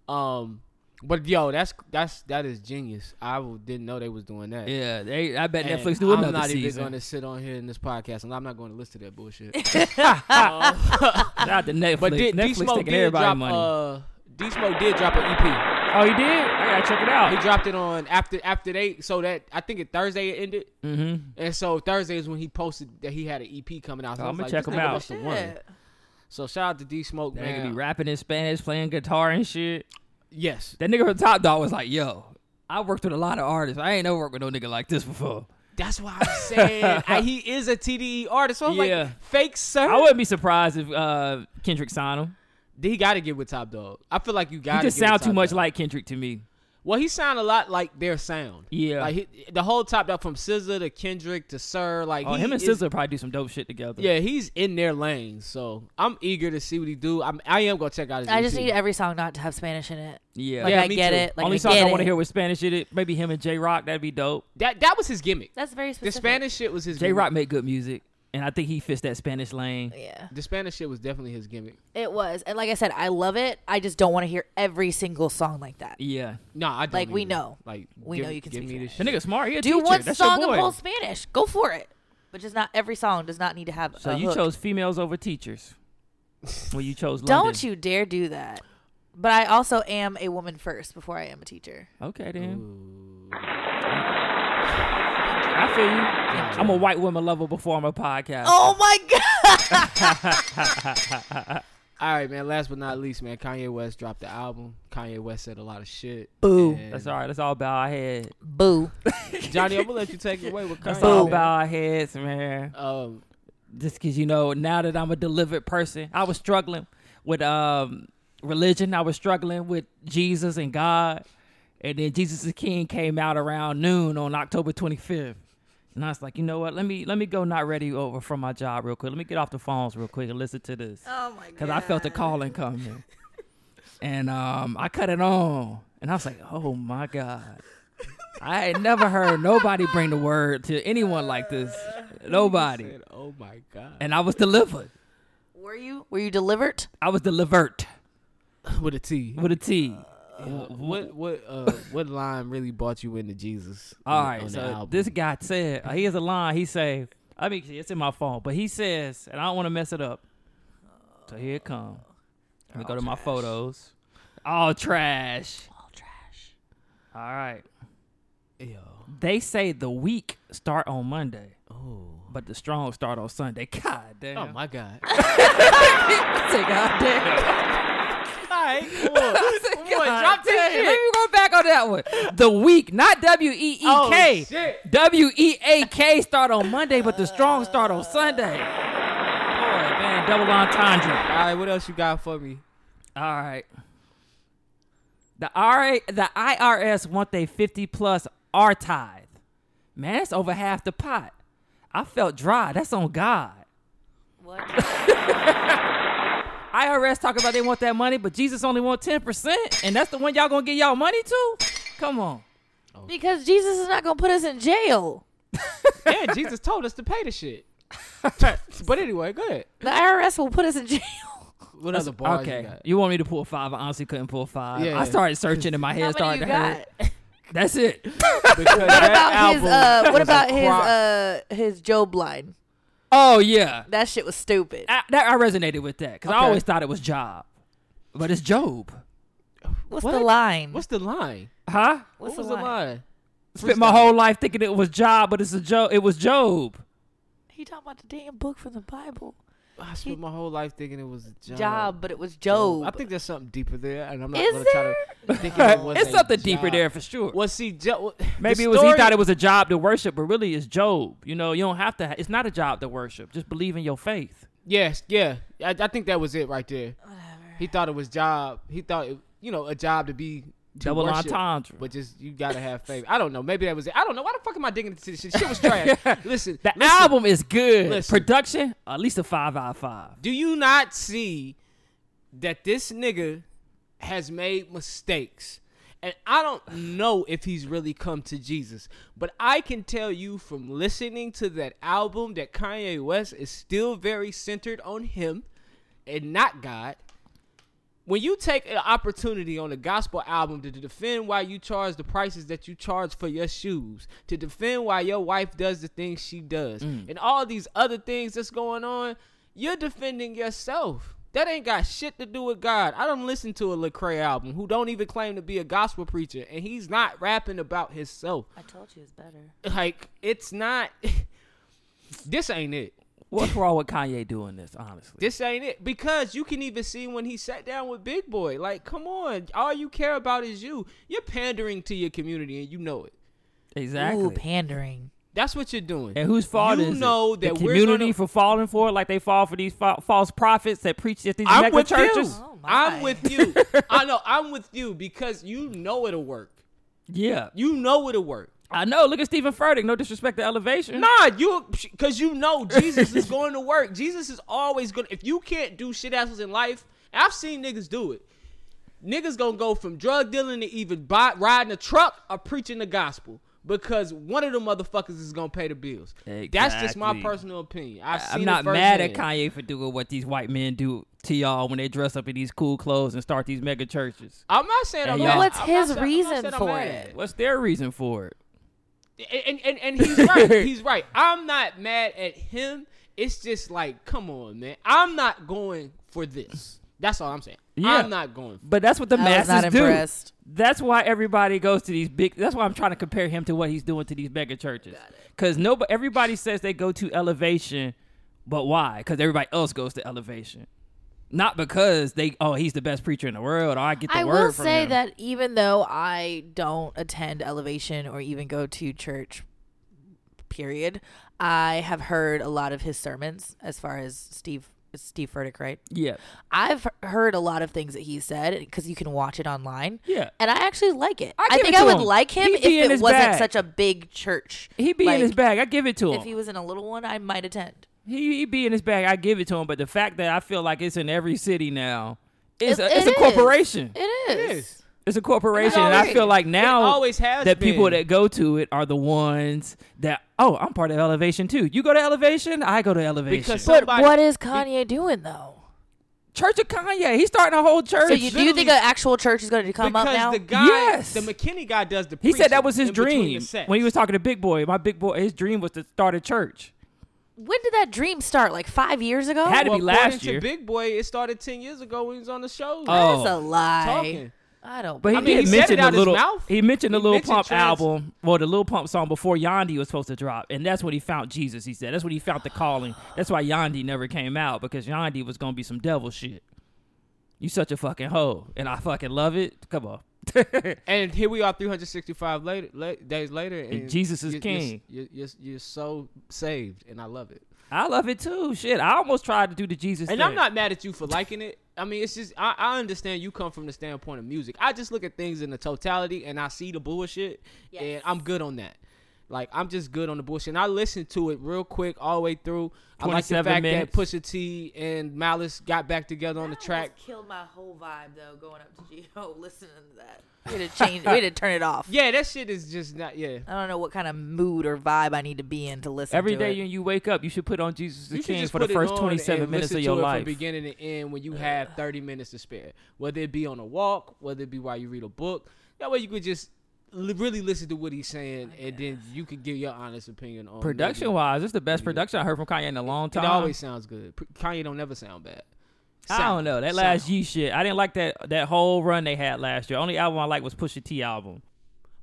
C: um, but yo, that's that's that is genius. I w- didn't know they was doing that.
D: yeah. They, I bet
C: And
D: Netflix do another
C: I'm not even
D: season.
C: going to sit on here in this podcast, and I'm not going to listen to that
D: <laughs>
C: bullshit.
D: Shout out to Netflix.
C: But did, D
D: Netflix
C: Smoke
D: taking
C: did
D: everybody
C: drop?
D: money.
C: Uh, D Smoke did drop an E EP.
D: oh, he did. I gotta check it out.
C: He dropped it on after after they so that I think it Thursday it ended, mm-hmm. and so Thursday is when he posted that he had an EP coming out. So
D: Oh,
C: I
D: I'ma
C: was like,
D: check
C: this
D: him
C: nigga
D: out.
C: must have won.
E: Yeah.
C: So shout out to D Smoke
D: that nigga
C: man.
D: be rapping in Spanish, playing guitar and shit.
C: yes,
D: That nigga from Top Dog was like, "Yo, I worked with a lot of artists. I ain't never worked with no nigga like this before."
C: that's why I'm
D: <laughs>
C: saying I, he is a TDE artist. So I'm
D: Yeah.
C: like fake sir.
D: I wouldn't be surprised if uh, Kendrick signed him.
C: he got to get with Top Dog. I feel like you got
D: He
C: to
D: just sound too much like Kendrick to me.
C: Well, he sound a lot like their sound.
D: Yeah.
C: like he, the whole Top Dog from SZA to Kendrick to Sir. Like
D: Oh,
C: he
D: him and
C: is-
D: SZA probably do some dope shit together.
C: Yeah, he's in their lane, so I'm eager to see what he do. I'm, I am gonna check out his. E
E: I just
C: EP.
E: need every song not to have Spanish in it.
D: yeah.
E: Like
C: Yeah,
E: I
C: me
E: get
C: too.
E: it. Like
D: Only
E: I
D: song
E: get
D: I want to
E: it.
D: hear with Spanish in it. Maybe him and J Rock. That'd be dope.
C: That that was his gimmick.
E: That's very
C: The
E: specific.
C: Spanish shit was his.
D: J
C: gimmick.
E: Mm-hmm.
D: Rock make good music, and I think he fits that Spanish lane.
E: Yeah,
C: The Spanish shit was definitely his gimmick.
E: it was. And like I said, I love it. I just don't want to hear every single song like that.
D: Yeah.
C: No, I don't
E: Like, we
C: either.
E: know.
C: Like
E: We
C: give-
E: know you can
C: give
E: speak
C: me this
E: Spanish.
D: The
C: shit.
D: nigga smart. He a
E: Do
D: teacher.
E: one
D: That's
E: song
D: your
E: in
D: boy.
E: whole Spanish. Go for it. But just not every song does not need to have.
D: So
E: a
D: you
E: hook.
D: chose females over teachers. Well, you chose London.
E: Don't you dare do that. But I also am a woman first before I am a teacher.
D: Okay then. I feel you. I'm a white woman lover before I'm a podcast.
E: Oh my <laughs> god!
C: All right, man. Last but not least, man, Kanye West dropped the album. Kanye West said a lot of shit.
E: Boo.
C: And
D: That's all right. That's all about our head.
E: Boo.
C: Johnny, I'm gonna let you take it away with
D: That's
C: Kanye.
D: all
C: man.
D: about our heads, man.
C: Um,
D: Just because you know, now that I'm a delivered person, I was struggling with um religion. I was struggling with Jesus and God, and then Jesus is King came out around noon on October 25th. And I was like, you know what? Let me let me go not ready over from my job real quick. Let me get off the phones real quick and listen to this.
E: Oh my god.
D: because I felt the calling coming. and um, I cut it on, and I was like, "Oh my god." I had never heard nobody bring the word to anyone like this. Nobody.
C: said, oh my god.
D: And I was delivered.
E: Were you? Were you delivered?
D: I was delivered
C: With a T.
D: <laughs> with a
C: Uh,
D: T.
C: What what uh what line really brought you into Jesus?
D: All
C: on-
D: right,
C: on the
D: so
C: album?
D: this guy said uh, he has a line. He say, I mean, it's in my phone, but he says, and I don't want to mess it up. So here it comes. Let me go to my photos. All trash.
E: All trash.
D: All right.
C: Yo.
D: They say the weak start on Monday,
C: Oh.
D: but the strong start on Sunday. <laughs> God damn.
C: Oh my god.
D: Say, God damn.
C: <laughs> Alright, come on.
D: <laughs> Say,
C: Come on,
D: God
C: drop this
D: damn.
C: shit.
D: Let me go back on that one. The weak, not W E E
C: Oh,
D: K.
C: shit.
D: W E A K start on Monday, but the strong start on Sunday. Boy, man, double entendre.
C: All right, what else you got for me?
D: All right. The RA, the IRS want they 50 plus R tithe. Man, that's over half the pot. I felt dry. That's on God. <laughs>
E: What?
D: IRS talking about they want that money, but Jesus only want ten percent, and that's the one y'all gonna get y'all money to? Come on. Oh.
E: because Jesus is not gonna put us in jail.
C: Yeah, Jesus told us to pay the shit. but anyway, go ahead.
E: The IRS will put us in <laughs> jail.
C: What other bars
D: okay,
C: you
D: you,
C: got?
D: want me to pull five? I honestly couldn't pull five.
C: Yeah.
D: I started searching in my head,
E: How many
D: started
E: you
D: to hurt.
E: got?
D: That's it.
C: Because
E: What about his? Uh, what about his? Uh, his Job line.
D: Oh yeah,
E: That shit was stupid.
D: I, that I resonated with that because I
C: Okay.
D: always thought it was Job, but it's Job,
E: What's
C: what?
E: the line?
C: What's the line?
D: huh?
E: What's
C: what was the line?
D: Spent my whole life thinking it was Job, but it's a Job. It was Job.
E: He talking about the damn book from the Bible.
C: I spent my whole life thinking it was a job.
E: job, but it was Job.
C: I think there's something deeper there, and I'm not
E: Is
C: gonna try to think it
E: <laughs>
C: was
D: it's
C: a
D: something deeper
C: job.
D: there for sure.
C: Well, see, jo-
D: Maybe it was he thought it was a job to worship, but really it's Job. You know, you don't have to. Ha- it's not a job to worship. Just believe in your faith.
C: Yes, yeah. I, I think that was it right there. He thought it was job. He thought it, you know, a job to be to
D: Double
C: worship,
D: entendre.
C: But just you gotta have faith. I don't know. Maybe that was it. I don't know. Why the fuck am I digging into this shit? Shit was
D: <laughs>
C: trash. listen,
D: The
C: listen,
D: album is good.
C: Listen.
D: Production, at least a five out of five.
C: Do you not see that this nigga has made mistakes? And I don't know if he's really come to Jesus, but I can tell you from listening to that album that Kanye West is still very centered on him and not God. When you take an opportunity on a gospel album to defend why you charge the prices that you charge for your shoes, to defend why your wife does the things she does, and all these other things that's going on, you're defending yourself. That ain't got shit to do with God. I don't listen to a Lecrae album who don't even claim to be a gospel preacher, and he's not rapping about himself.
E: I told you it's better.
C: Like it's not. <laughs> this ain't it.
D: What's wrong with Kanye doing this? Honestly,
C: This ain't it because you can even see when he sat down with Big Boy. Like, come on, all you care about is you. You're pandering to your community, and you know it.
D: exactly.
E: Ooh, pandering.
C: That's what you're doing.
D: and whose fault
C: you
D: is it?
C: know
D: the
C: that we're
D: community
C: gonna-
D: for falling for it, like they fall for these fa- false prophets that preach at these
C: I'm
D: mega
C: with
D: churches.
C: you.
E: Oh, my.
C: I'm with
D: <laughs>
C: you. I know. I'm with you because you know it'll work.
D: Yeah,
C: You know it'll work.
D: I know. Look at Stephen Furtick. No disrespect to Elevation.
C: Nah, you because you know Jesus is going to work. Jesus is always going. to If you can't do shit assholes in life, I've seen niggas do it. Niggas gonna go from drug dealing to even buy, riding a truck or preaching the gospel because one of the motherfuckers is gonna pay the bills. That's just my
D: Exactly.
C: personal opinion. I've seen
D: I'm
C: it
D: not mad at
C: firsthand.
D: Kanye for doing what these white men do to y'all when they dress up in these cool clothes and start these mega churches.
C: I'm not saying. I'm
D: Hey,
C: mad-
D: y'all.
E: What's
C: I'm not
E: his
C: saying- I'm not
E: reason
C: saying I'm
E: for
C: mad.
E: it?
D: What's their reason for it?
C: and and, and he's
D: <laughs>
C: right. He's right. I'm not mad at him. It's just like, come on, man. I'm not going for this. That's all I'm saying.
D: Yeah.
C: I'm not going. For
D: But that's what the
E: I was
D: masses
E: not
D: do.
E: impressed.
D: That's why everybody goes to these big. That's why I'm trying to compare him to what he's doing to these mega churches. Because nobody, everybody says they go to elevation, but why? Because everybody else goes to elevation, not because they. Oh, he's the best preacher in the world. Or I get the
E: I
D: word
E: will
D: from
E: say
D: him.
E: that even though I don't attend Elevation or even go to church, period, I have heard a lot of his sermons. As far as Steve Steve Furtick, right?
D: Yeah,
E: I've heard a lot of things that he said because you can watch it online.
D: Yeah.
E: and I actually like it. I,
D: give
E: think
D: it
E: I
D: to
E: would
D: him.
E: like him
D: He
E: if
D: be in
E: it
D: his
E: wasn't
D: bag.
E: such a big church.
D: he be in his
E: Like,
D: bag. I give it to him.
E: If he was in a little one, I might attend.
D: He, he be in his bag. I give it to him. But the fact that I feel like it's in every city now, it's,
E: It-
D: a,
E: it
D: it's a
E: is.
D: corporation.
E: It is.
D: It's a corporation,
C: It
D: and I
C: always-
D: feel like now
C: it always has
D: that people
C: been.
D: that go to it are the ones that oh, I'm part of Elevation too. You go to Elevation, I go to Elevation.
C: Because-
E: But
C: Somebody-
E: what is Kanye doing though?
D: church of Kanye, he's starting a whole church.
E: So you, do you think
C: literally-
E: an actual church is going to come up
C: because
E: now?
C: the guy,
D: Yes.
C: the McKinney guy, does the.
D: he said that
C: preaching
D: was his
C: in between
D: dream
C: the sets.
D: when he was talking to Big Boy. My Big Boy, his dream was to start a church.
E: when did that dream start? Like five years ago?
D: Had to
C: Well,
D: be
C: according
D: last
C: to
D: year.
C: Big Boy, it started ten years ago when he was on the show.
D: Oh.
E: That's a lie.
C: talking.
E: I don't.
D: But he
C: I mean,
D: did
C: he said
D: mention
C: it
D: the
C: out his
D: little.
C: mouth.
D: He mentioned the
C: He
D: little
C: mentioned
D: pump
C: trans-
D: album, well, the little pump song before Yandi was supposed to drop, and that's when he found Jesus. He said that's when he found the calling. That's why Yandi never came out because Yandi was gonna be some devil shit. You such a fucking hoe, and I fucking love it. Come on,
C: And here we are, 365 later, la- days later, and,
D: Jesus is
C: you're-
D: king.
C: You're, you're, you're so saved, and I love it.
D: I love it too. Shit, I almost tried to do the Jesus.
C: And
D: thing.
C: I'm not mad at you for liking it. I mean, it's just I, I understand you come from the standpoint of music. I just look at things in the totality, and I see the bullshit, and I'm good on that. Like I'm just good on the bullshit. And I listened to it real quick all the way through. I like the
D: 27
C: fact
D: minutes.
C: that Pusha T and Malice got back together on the track.
E: killed my whole vibe though, going up to Geo, <laughs> listening to that. We had to change. we had to turn it off.
C: Yeah, that shit is just not. Yeah,
E: I don't know what kind of mood or vibe I need to be in to listen.
D: Every
E: to
D: day
E: it.
D: when you wake up, you should put on Jesus the
C: you should
D: King
C: just
D: for the
C: put it
D: first
C: on
D: 27
C: and
D: minutes
C: listen
D: of
C: to
D: your
C: it
D: life.
C: from beginning to end when you have 30 minutes to spare. Whether it be on a walk, whether it be while you read a book, that way you could just li- really listen to what he's saying, and then you could give your honest opinion on
D: Production
C: maybe-
D: wise, it's the best production I heard from Kanye in a long time.
C: It always sounds good. P- Kanye don't never sound bad.
D: I don't know. That
C: Sound.
D: last Ye shit. I didn't like that that whole run they had last year. Only album I liked was Pusha T album.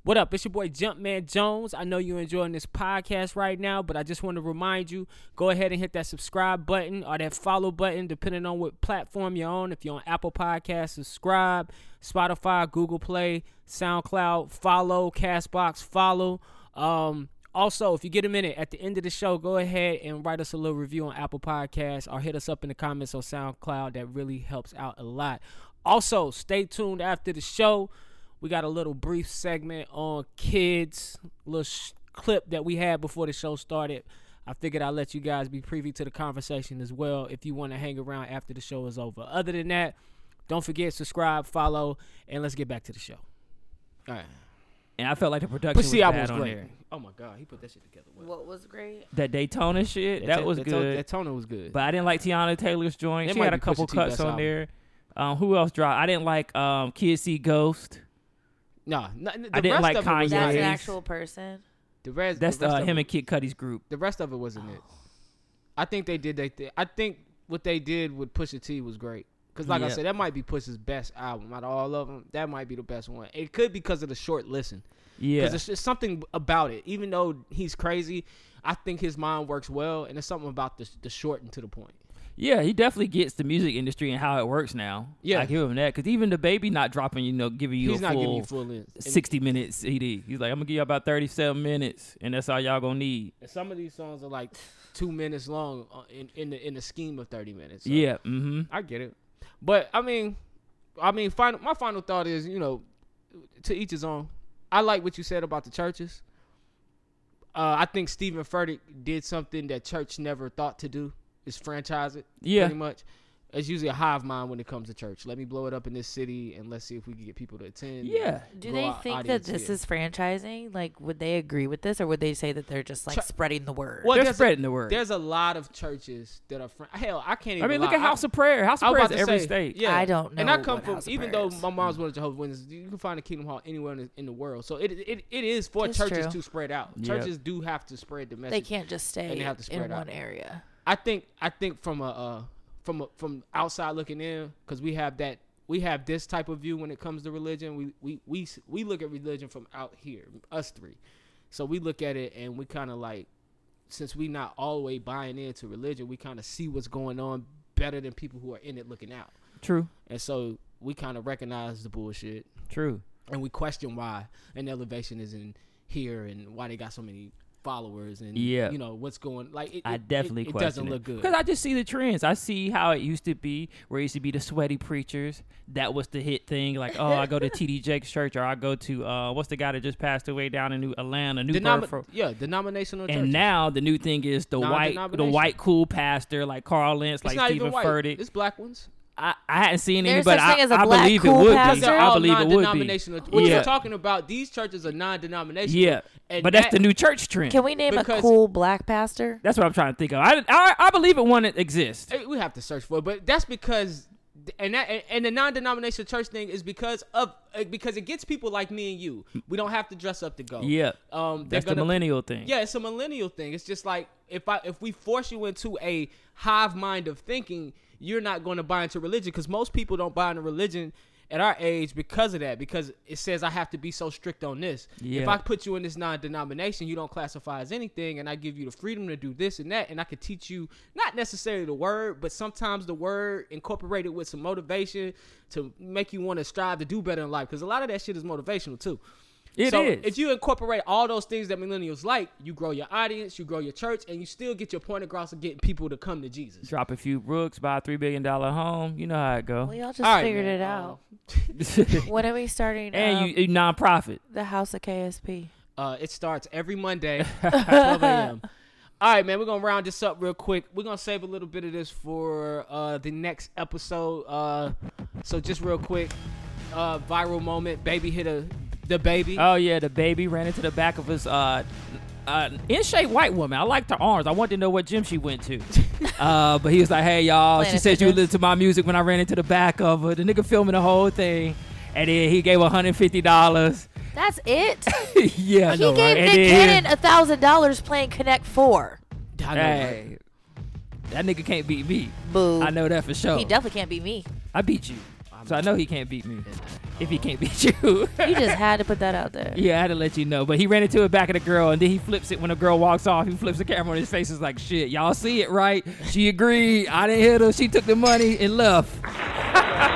C: What up? It's your boy Jumpman Jones. I know you're enjoying this podcast right now, but I just want to remind you go ahead and hit that subscribe button or that follow button, depending on what platform you're on. If you're on Apple Podcasts, subscribe, Spotify, Google Play, SoundCloud, follow, Castbox, follow. Um, also, if you get a minute at the end of the show, go ahead and write us a little review on Apple Podcasts or hit us up in the comments on SoundCloud. That really helps out a lot. Also, stay tuned after the show. We got a little brief segment on kids, little sh- clip that we had before the show started. I figured I'll let you guys be privy to the conversation as well if you want to hang around after the show is over. Other than that, don't forget subscribe, follow, and let's get back to the show. All right.
D: And I felt like the production
C: But
D: was
C: see, I
D: bad
C: was
D: on
C: great.
D: there.
C: Oh my god, he put that shit together. well.
E: What was great?
D: That Daytona shit, that
C: to-
D: was
C: to-
D: good.
C: That toner was good.
D: But I didn't like Tiana Taylor's joint.
C: That
D: she
C: might
D: had
C: be
D: a couple
C: Pusha T
D: cuts
C: best
D: on
C: album.
D: there. Um, who else dropped? I didn't like um, Kids See Ghost.
C: Nah, no, the
D: I
C: rest
D: didn't like
C: of it was not
D: Kanye.
E: That's
C: it.
E: an
D: he's-
E: actual person.
C: The rest,
D: That's
C: the rest
D: uh,
C: of
D: him
C: it,
D: and Kid Cudi's group.
C: the rest of it wasn't it. I think they did. They th- I think what they did with Pusha T was great. Cause like I
D: Yeah.
C: said, that might be Pusha's best album out of all of them. That might be the best one. It could be because of the short listen.
D: Yeah,
C: Because it's just something about it. Even though he's crazy, I think his mind works well, and it's something about the the short and to the point.
D: yeah, he definitely gets the music industry and how it works now.
C: Yeah.
D: I give him that because even the baby not dropping, you know, giving you
C: he's
D: a
C: not
D: full,
C: giving you full in. And-
D: sixty minute CD. He's like, I'm gonna give you about thirty seven minutes, and that's all y'all gonna need.
C: and some of these songs are like two minutes long uh, in in the in the scheme of thirty minutes. So.
D: Yeah, mm-hmm.
C: I get it, but I mean, I mean, final. My final thought is, you know, to each his own. I like what you said about the churches. Uh, I think Stephen Furtick did something that church never thought to do: is franchise it.
D: Yeah.
C: pretty much. It's usually a hive mind when it comes to church. Let me blow it up in this city, and let's see if we can get people to attend.
D: Yeah.
E: Do
C: Grow
E: they
C: our
E: think that
C: audience
E: this
C: here.
E: is franchising? Like, would they agree with this, or would they say that they're just like
C: Try-
E: spreading the word?
C: Well,
D: They're
C: there's a-
D: spreading the word.
C: There's a lot of churches that are fran- hell. I can't even.
D: I mean, look
C: lie.
D: at House of Prayer. House
C: I
D: of
C: was
D: Prayer
C: about
D: is
C: to
D: every
C: say,
D: state.
C: Yeah,
E: I don't
C: And I
E: know
C: come
E: what
C: from
E: House of
C: even
E: Prayer
C: though
E: is.
C: my mom's one of Jehovah's Witnesses, you can find a Kingdom Hall anywhere in the, in the world. So it it, it is for
E: That's
C: churches
E: true.
C: to spread out.
D: Yep.
C: Churches do have to spread the message.
E: they can't just stay
C: And they have to
E: in
C: spread out.
E: one area.
C: I think I think from a uh, from a, from outside looking in because we have that we have this type of view when it comes to religion. We we we s- we look at religion from out here, us three. So we look at it and we kind of like, since we not always buying into religion, we kind of see what's going on better than people who are in it looking out.
D: True,
C: And so we kind of recognize the bullshit
D: true.
C: and we question why an elevation is in here and why they got so many followers and
D: Yeah.
C: you know what's going like it,
D: I
C: it-
D: definitely
C: it, it
D: question
C: doesn't look good.
D: because I just see the trends. I see how it used to be, where it used to be the sweaty preachers. That was the hit thing. Like, oh, I
C: <laughs>
D: go to TD Jake's church, or I go to uh, what's the guy that just passed away down in New Atlanta, New
C: Denomi-
D: Bedford.
C: yeah, denominational
D: And
C: churches.
D: now the new thing is the white, the
C: Non-denomination.
D: white cool pastor like Carl Lentz,
C: it's
D: like
C: not even
D: Stephen
C: white.
D: Furtick.
C: It's black ones.
D: I, I hadn't seen any,
E: There's
D: but
E: such
D: I,
E: thing as a
D: I
E: black
D: believe
E: cool
D: it would
E: pastor?
D: be.
E: They're
C: They're
D: I
C: all
D: believe it
C: non-denominational.
D: would be.
C: What
D: yeah,
C: you're talking about? These churches are non-denominational.
D: yeah.
C: and
D: But that's
C: that-
D: the new church trend.
E: Can we name a
C: Because-
E: cool black pastor?
D: That's what I'm trying to think of. I, I, I believe it one exists.
C: Eh, we have to search for it, but that's because and that and- and the non-denominational church thing is because of eh, because it gets people like me and you. We don't have to dress up to go.
D: Yeah,
C: um, they're
D: that's the
C: gonna-
D: millennial thing.
C: Yeah, it's a millennial thing. It's just like if I if we force you into a hive mind of thinking, you're not going to buy into religion because most people don't buy into religion at our age because of that because it says I have to be so strict on this. If
D: Yeah.
C: I put you in this non-denomination, you don't classify as anything, and I give you the freedom to do this and that, and I could teach you not necessarily the word, but sometimes the word incorporated with some motivation to make you want to strive to do better in life because a lot of that shit is motivational too.
D: It
C: so
D: is.
C: If you incorporate all those things that millennials like, you grow your audience, you grow your church, and you still get your point across of getting people to come to Jesus.
D: drop a few brooks, buy a three billion dollar home. You know how it go. <laughs>
E: Well, y'all just
C: All right,
E: figured
C: man,
E: it
C: um,
E: out. when are we starting?
D: Oh. <laughs> and
E: um,
D: you, you non-profit.
E: the House of KSP.
C: Uh, it starts every Monday
D: <laughs>
C: at 12 a.m. All right, man, we're going to round this up real quick. We're going to save a little bit of this for uh, the next episode. Uh, so, just real quick uh, viral moment. Baby hit a, the baby.
D: Oh yeah, the baby ran into the back of his uh, uh in shape white woman. I liked her arms. I wanted to know what gym she went
E: <laughs>
D: to. uh, but he was like, hey y'all, she
E: Planet
D: said you
E: Fitness.
D: listen to my music when I ran into the back of her. The nigga filming the whole thing, and then he gave one hundred fifty dollars. <laughs>
E: That's it.
D: yeah, I
E: he
D: know,
E: gave
D: right? And
E: Nick
D: then-
E: Cannon a thousand dollars playing Connect Four.
C: I know, right?
D: Hey, that nigga can't beat me.
E: Boo.
D: I know that for sure.
E: He definitely can't be me.
D: I beat you, so I know he can't beat me. if he can't beat <laughs> you.
E: You just had to put that out
D: <laughs>
E: there.
D: yeah, I had to let you know. But he ran into it back of the girl, and then he flips it when the girl walks off. He flips the camera on his face. It's like, shit, y'all see it, right? She agreed. I didn't hit her. She took the money and left.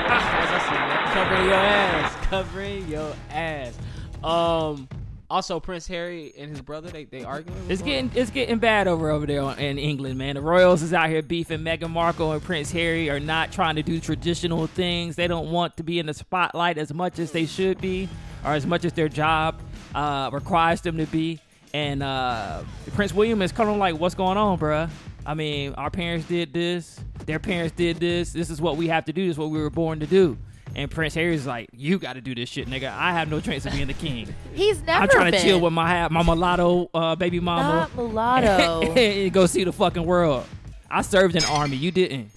C: Covering your ass. Covering your ass. Um. Also, Prince Harry and his brother, they they arguing. What's
D: It's
C: going
D: getting it's getting bad over over there in England, man. The royals is out here beefing. Meghan Markle and Prince Harry are not trying to do traditional things. They don't want to be in the spotlight as much as they should be, or as much as their job uh, requires them to be. And uh, Prince William is kind of like, "What's going on, bruh? I mean, our parents did this. Their parents did this. This is what we have to do. This is what we were born to do." And Prince Harry's like, "You got to do this shit, nigga. I have no chance of being the king."
E: He's never
D: I'm trying
E: been.
D: to chill with my my mulatto uh, baby mama.
E: Not mulatto.
D: <laughs> and go see the fucking world. I served in the army. You didn't.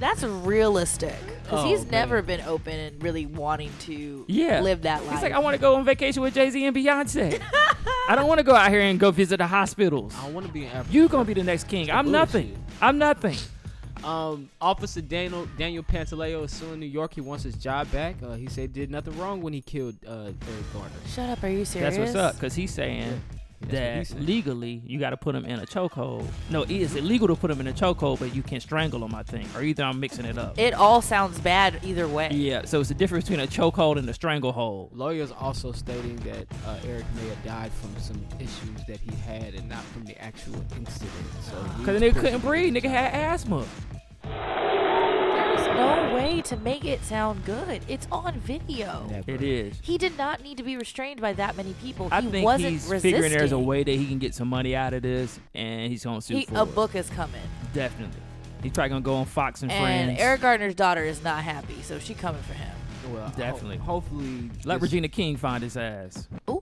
E: That's realistic. Because
C: Oh,
E: he's
C: man.
E: never been open and really wanting to
D: Yeah.
E: live that life.
D: He's like, I want to go on vacation with Jay Z and Beyonce. I don't want to go out here and go visit the hospitals.
C: on? I want to be in Africa.
D: You gonna be the next king. I'm nothing.
C: bullshit.
D: I'm nothing.
C: Um, Officer Daniel Daniel Pantaleo is suing New York. He wants his job back. Uh, he said he did nothing wrong when he killed uh, Eric Garner.
E: Shut up. Are you serious?
D: That's what's up. Cause he's saying
C: That's what he
D: that
C: said.
D: legally you got to put him in a chokehold. No, it is illegal to put him in a chokehold, but you can strangle him. I think, or either I'm mixing it up.
E: It all sounds bad either way.
D: yeah. So it's the difference between a chokehold and a stranglehold.
C: Lawyers also stating that uh, Eric may have died from some issues that he had and not from the actual incident.
D: Ah.
C: So
D: Cause the nigga couldn't breathe. Nigga had asthma.
E: There's no way to make it sound good. It's on video.
D: It is.
E: He did not need to be restrained by that many people.
D: I
E: he
D: think
E: wasn't
D: he's
E: resisting.
D: figuring there's a way that he can get some money out of this, and he's gonna sue
E: He,
D: for
E: a
D: it.
E: book is coming,
D: Definitely. He's probably gonna go on Fox and,
E: and
D: Friends.
E: Eric Gardner's daughter is not happy, so she coming for him.
C: Well,
D: Definitely.
C: ho- hopefully,
D: Let
C: this-
D: Regina King find his ass.
E: Ooh,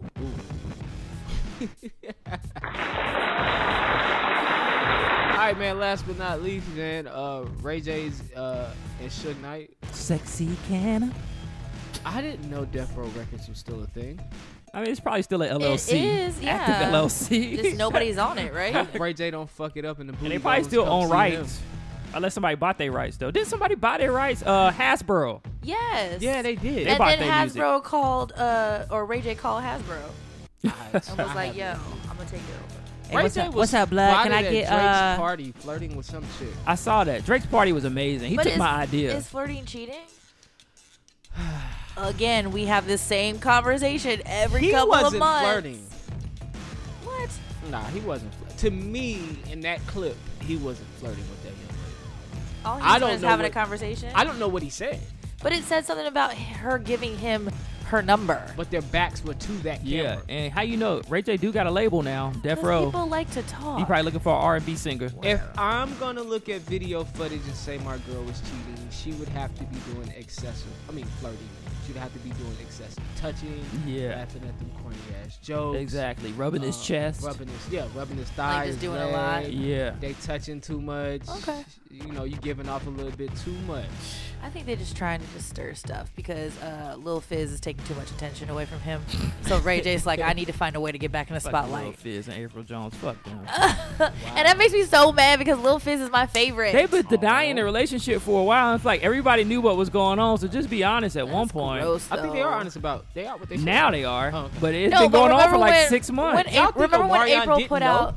C: All right, man. Last but not least, man, uh, Ray J's uh, and Suge Knight.
D: Sexy can.
C: I didn't know Death Row Records was still a thing.
D: I mean, it's probably still at LLC.
E: is, yeah.
D: Active LLC. <laughs>
E: just nobody's on it, right?
C: Ray J don't fuck it up in the booty.
D: and they probably
C: Bros
D: still
C: come
D: own
C: see
D: rights,
C: him.
D: unless somebody bought their rights though. Didn't somebody buy their rights? Uh, Hasbro.
E: Yes.
C: Yeah, they did.
D: They
E: and then
D: bought their
E: Hasbro
D: music.
E: called, uh, or Ray J called Hasbro and was like, "Yo, I'm gonna take it over."
C: Ray J was spotted at Drake's
E: uh,
C: party flirting with some chick?
D: I saw that. Drake's party was amazing. He
E: but
D: took
E: is,
D: my idea.
E: Is flirting cheating? Again, we have this same conversation every
C: He
E: couple
C: wasn't
E: of months.
C: flirting.
E: What?
C: Nah, he wasn't. Flirting. To me, in that clip, he wasn't flirting with that young lady.
E: All he's
C: I
E: doing
C: don't
E: is
C: know
E: having
C: what-
E: a conversation.
C: I don't know what he said,
E: but it said something about her giving him her number.
C: but their backs were to that
D: yeah.
C: camera.
D: And how you know? Ray J do got a label now. Death
E: 'Cause
D: Row.
E: People like to talk.
D: He probably looking for an R&B singer.
C: If I'm gonna look at video footage and say my girl was cheating, she would have to be doing excessive. I mean, flirting. She'd have to be doing excessive touching.
D: Yeah.
C: Laughing at them corny ass jokes.
D: Exactly. Rubbing his
C: uh,
D: chest.
C: Rubbing his yeah, rubbing his thighs.
E: just
C: his
E: doing a
C: leg.
E: lot.
D: Yeah.
C: They touching too much.
E: Okay.
C: You know, you giving off a little bit too much.
E: I think they're just trying to just stir stuff because uh, Lil Fizz is taking too much attention away from him. So Ray J's like, I need to find a way to get
C: <laughs>
E: back in the
D: Lil
E: spotlight.
D: Fizz and April Jones. Fuck <laughs> them.
E: And that makes me so mad because Lil Fizz is my favorite.
D: They've been denying the relationship for a while. It's like everybody knew what was going on. So just be honest at one
E: That's
D: point.
E: gross,
C: I think they
E: though.
C: are honest about they are what they
D: Now
C: should.
D: they are,
C: Oh, okay.
D: but it's
E: No,
D: been
E: but
D: going on for
E: remember
D: like
E: when-
D: six months.
E: When
C: Y'all
E: April,
C: think
E: remember when
C: Omarion
E: April
C: didn't
E: put
C: know?
E: out?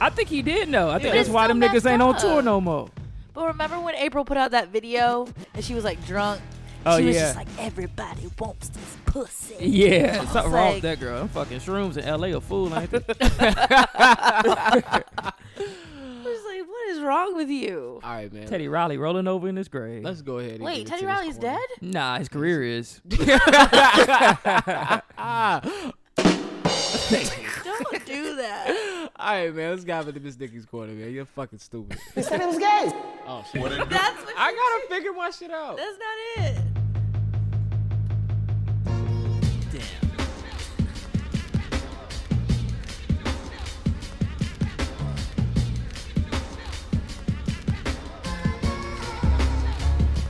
D: I think he did know. I think
C: But
D: that's
E: it's
D: why
E: still
D: them niggas
E: messed
D: ain't on
E: up.
D: tour no more.
E: But remember when April put out that video and she was like drunk?
D: Oh,
E: she was
D: yeah.
E: just
D: <laughs>
E: like, everybody wants this pussy.
D: Yeah,
E: was
D: something wrong with
E: like-
D: that girl. I'm fucking shrooms in L.A. a fool, ain't they?
E: <laughs> I was like, what is wrong with you?
C: All right, man.
D: Teddy Riley rolling over in his grave.
C: Let's go ahead. And
E: Wait,
C: get
E: Teddy Riley's
C: into this corner.
E: dead?
D: Nah, his career is.
E: Don't do
C: <laughs>
E: that.
C: All right, man. Let's dive into Miss Nicky's corner, man. You're
E: <laughs>
C: fucking stupid. Oh shit.
E: That's what
C: I gotta figure my shit out.
E: That's not it.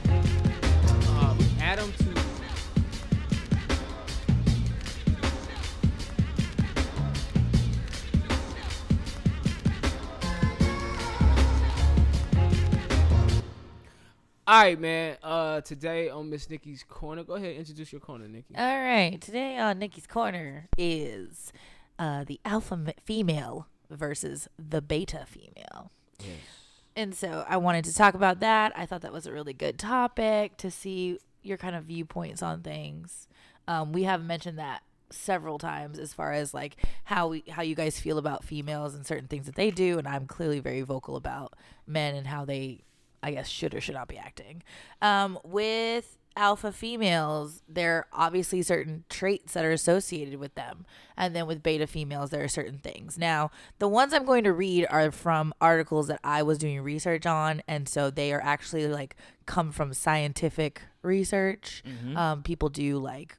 C: Um, Adam to All right, man. Uh, today on Miss Nikki's corner, go ahead introduce your corner, Nikki.
E: All right. Today on Nikki's Corner is uh, the alpha m- female versus the beta female. And so I wanted to talk about that. I thought that was a really good topic to see your kind of viewpoints on things. Um, we have mentioned that several times as far as like how we how you guys feel about females and certain things that they do and I'm clearly very vocal about men and how they I guess should or should not be acting. Um, with alpha females, there are obviously certain traits that are associated with them. And then with beta females, there are certain things. Now, the ones I'm going to read are from articles that I was doing research on. And so they are actually like come from scientific research. Um, people do like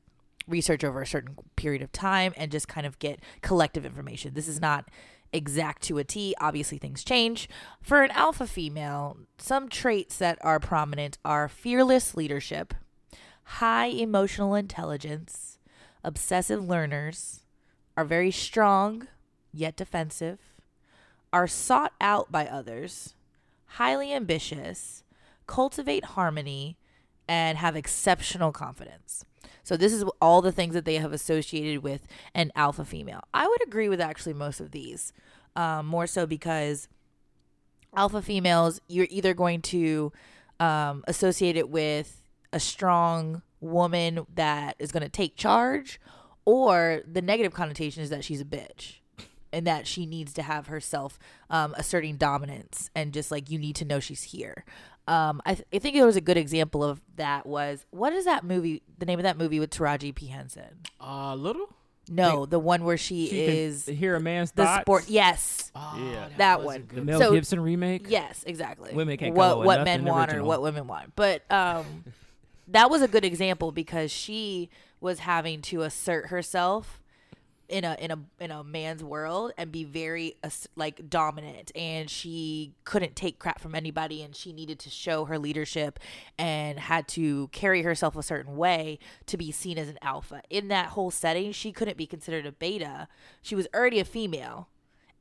E: research over a certain period of time and just kind of get collective information. This is not exact to a T. Obviously, things change. For an alpha female, some traits that are prominent are fearless leadership, high emotional intelligence, obsessive learners, are very strong yet defensive, are sought out by others, highly ambitious, cultivate harmony, and have exceptional confidence. So this is all the things that they have associated with an alpha female. I would agree with actually most of these, um, more so because alpha females you're either going to um, associate it with a strong woman that is going to take charge, or the negative connotation is that she's a bitch and that she needs to have herself um, asserting dominance and just like you need to know she's here. Um, I, th- I think it was a good example of that was what is that movie? The name of that movie with Taraji P Henson?
C: Uh, little.
E: No, the one where she,
D: She can
E: is
D: hear a man's
E: the
D: thoughts.
E: sport. Yes,
C: yeah,
E: that one.
D: The Mel
E: So-
D: Gibson remake.
E: yes, exactly.
D: Women can't
E: what
D: come up with
E: what
D: nothing
E: men want or
D: original.
E: what women want, but
D: <laughs>
E: um, that was a good example because she was having to assert herself in a in a in a man's world and be very ass- like dominant and she couldn't take crap from anybody and she needed to show her leadership and had to carry herself a certain way to be seen as an alpha in that whole setting she couldn't be considered a beta she was already a female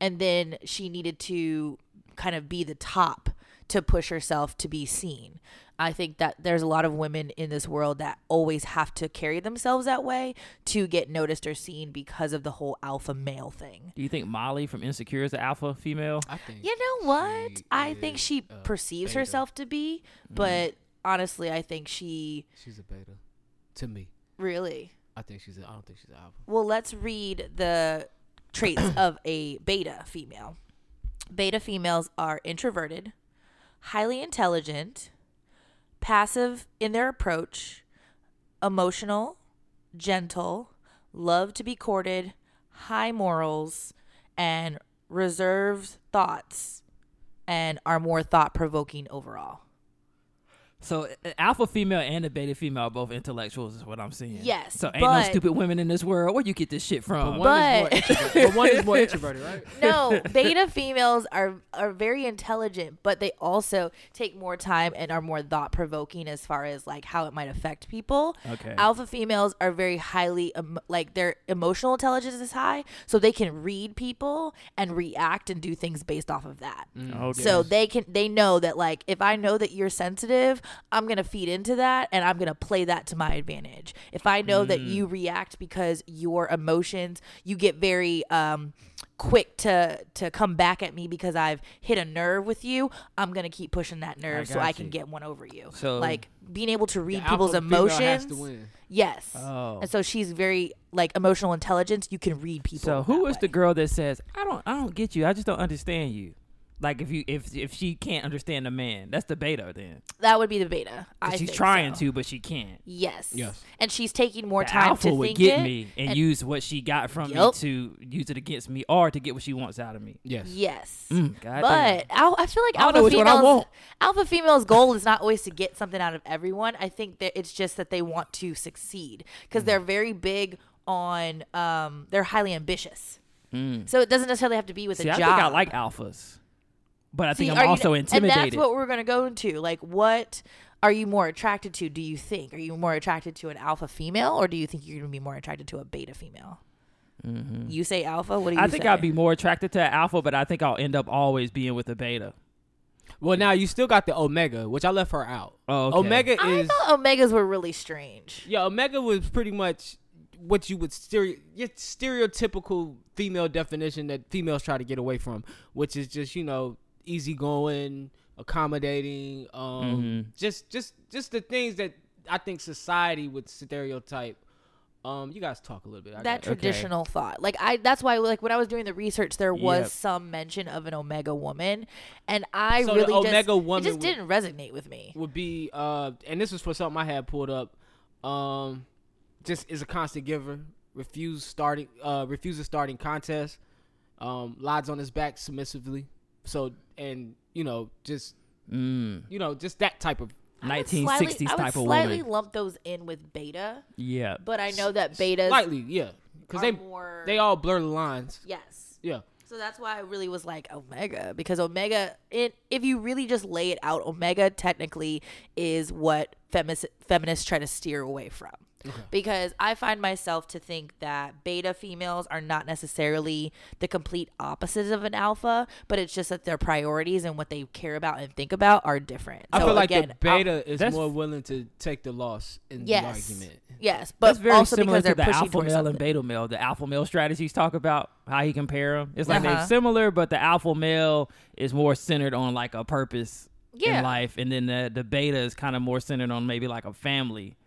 E: and then she needed to kind of be the top to push herself to be seen. I think that there's a lot of women in this world that always have to carry themselves that way to get noticed or seen because of the whole alpha male thing.
D: Do you think Molly from Insecure is the alpha female?
C: I think.
E: You know what?
C: She
E: I think
C: is
E: she
C: a
E: perceives
C: beta. Mm-hmm.
E: herself to be, but honestly, I think she
C: She's a beta. To me,
E: really.
C: I think she's. A, I don't think she's an alpha.
E: Well, let's read the traits of a beta female. Beta females are introverted, highly intelligent, passive in their approach, emotional, gentle, love to be courted, high morals, and reserved thoughts, and are more thought provoking overall.
D: So uh, alpha female and a beta female are both intellectuals is what I'm seeing.
E: Yes,
D: So ain't
E: but-
D: no stupid women in this world. Where you get this shit
C: One is
D: from?
C: more
E: But-
C: introvert- but one is <laughs> more introverted, right?
E: no, beta females are are very intelligent, but they also take more time and are more thought provoking as far as like how it might affect people.
D: Okay.
E: Alpha females are very highly em- like their emotional intelligence is high, so they can read people and react and do things based off of that.
D: Okay.
E: So they can they know that like if I know that you're sensitive, I'm gonna feed into that and I'm gonna play that to my advantage. If I know that you
D: Mm.
E: react because your emotions, you get very um quick to to come back at me because I've hit a nerve with you, I'm gonna keep pushing that nerve so
D: got
E: I can
D: you.
E: get one over you.
D: So-
E: like being able to read
C: The
E: people's
C: alpha female has
E: emotions.
C: to win.
E: Yes.
D: Oh.
E: And so she's very like emotional intelligence, you can read people.
D: So who
E: that
D: is the
E: way.
D: girl that says I don't I don't get you I just don't understand you? Like if you if if she can't understand a man that's the beta then. 'Cause
E: that would be the beta. I
D: she's
E: think
D: trying
E: so.
D: to but she can't.
E: Yes.
C: Yes.
E: And she's taking more
D: The
E: time
D: alpha
E: to
D: would
E: think
D: get
E: it
D: me and, use what she got from
E: Yup.
D: me to use it against me or to get what she wants out of me.
C: Yes.
E: Yes.
D: Mm, goddamn.
E: But I, I feel like
D: I don't
E: alpha
D: know which one I
E: females,
D: want.
E: alpha females' goal is not always to get something out of everyone. I think that it's just that they want to succeed because
D: Mm.
E: they're very big on. Um, they're highly ambitious, so it doesn't necessarily have to be with
D: Mm. See,
E: a
D: I
E: job.
D: think I like alphas, but I think
E: are
D: I'm
E: you-
D: also
E: And
D: intimidated.
E: that's what we're gonna go into. Like, what are you more attracted to? Do you think are you more attracted to an alpha female, or do you think you're gonna be more attracted to a beta female? You say alpha. What do you?
D: Mm-hmm. I think
E: say?
D: I'd be more attracted to an alpha, but I think I'll end up always being with a beta.
C: Well, now you still got the Omega, which I left her out.
D: Oh, okay.
C: Omega
E: I
C: is
E: thought Omegas were really strange.
C: yeah. Omega was pretty much what you would stereo your stereotypical female definition that females try to get away from, which is just you know easygoing, accommodating, um, just just just the things that I think society would stereotype. Um, you guys talk a little bit. I
E: that
C: got-
E: traditional thought. Like I that's why like when I was doing the research there was
D: Yep.
E: some mention of an omega woman and I
C: So the
E: really just,
C: omega woman
E: it just
C: would-
E: didn't resonate with me.
C: would be uh and this was for something I had pulled up. Um just is a constant giver, refuse starting uh refuses starting contest, um, lies on his back submissively. So and you know, just you know, just that type of
D: Mm, Nineteen
E: Slightly,
D: sixties
E: I would
D: type of
E: slightly
D: woman.
E: lump those in with beta,
D: Yeah.
E: but I know that betas
C: lightly, yeah. Because
E: are
C: they
E: more-
C: they all blur the lines.
E: yes.
C: Yeah.
E: So that's why I really was like omega because omega it, if you really just lay it out omega technically is what femis, feminists try to steer away from. Because I find myself to think that beta females are not necessarily the complete opposites of an alpha, but it's just that their priorities and what they care about and think about are different.
C: I
E: So
C: feel like
E: Oh, again,
C: the beta is
D: that's-
C: more willing to take the loss in
E: yes,
C: the argument.
E: yes, but
D: That's very
E: also
D: similar
E: because
D: to
E: they're
D: the
E: pushing
D: alpha
E: towards
D: male and
E: something.
D: beta male. The alpha male strategies talk about how he compare them. It's like
E: Uh-huh.
D: they're similar, but the alpha male is more centered on like a purpose
E: Yeah.
D: in life, and then the, the beta is kind of more centered on maybe like a family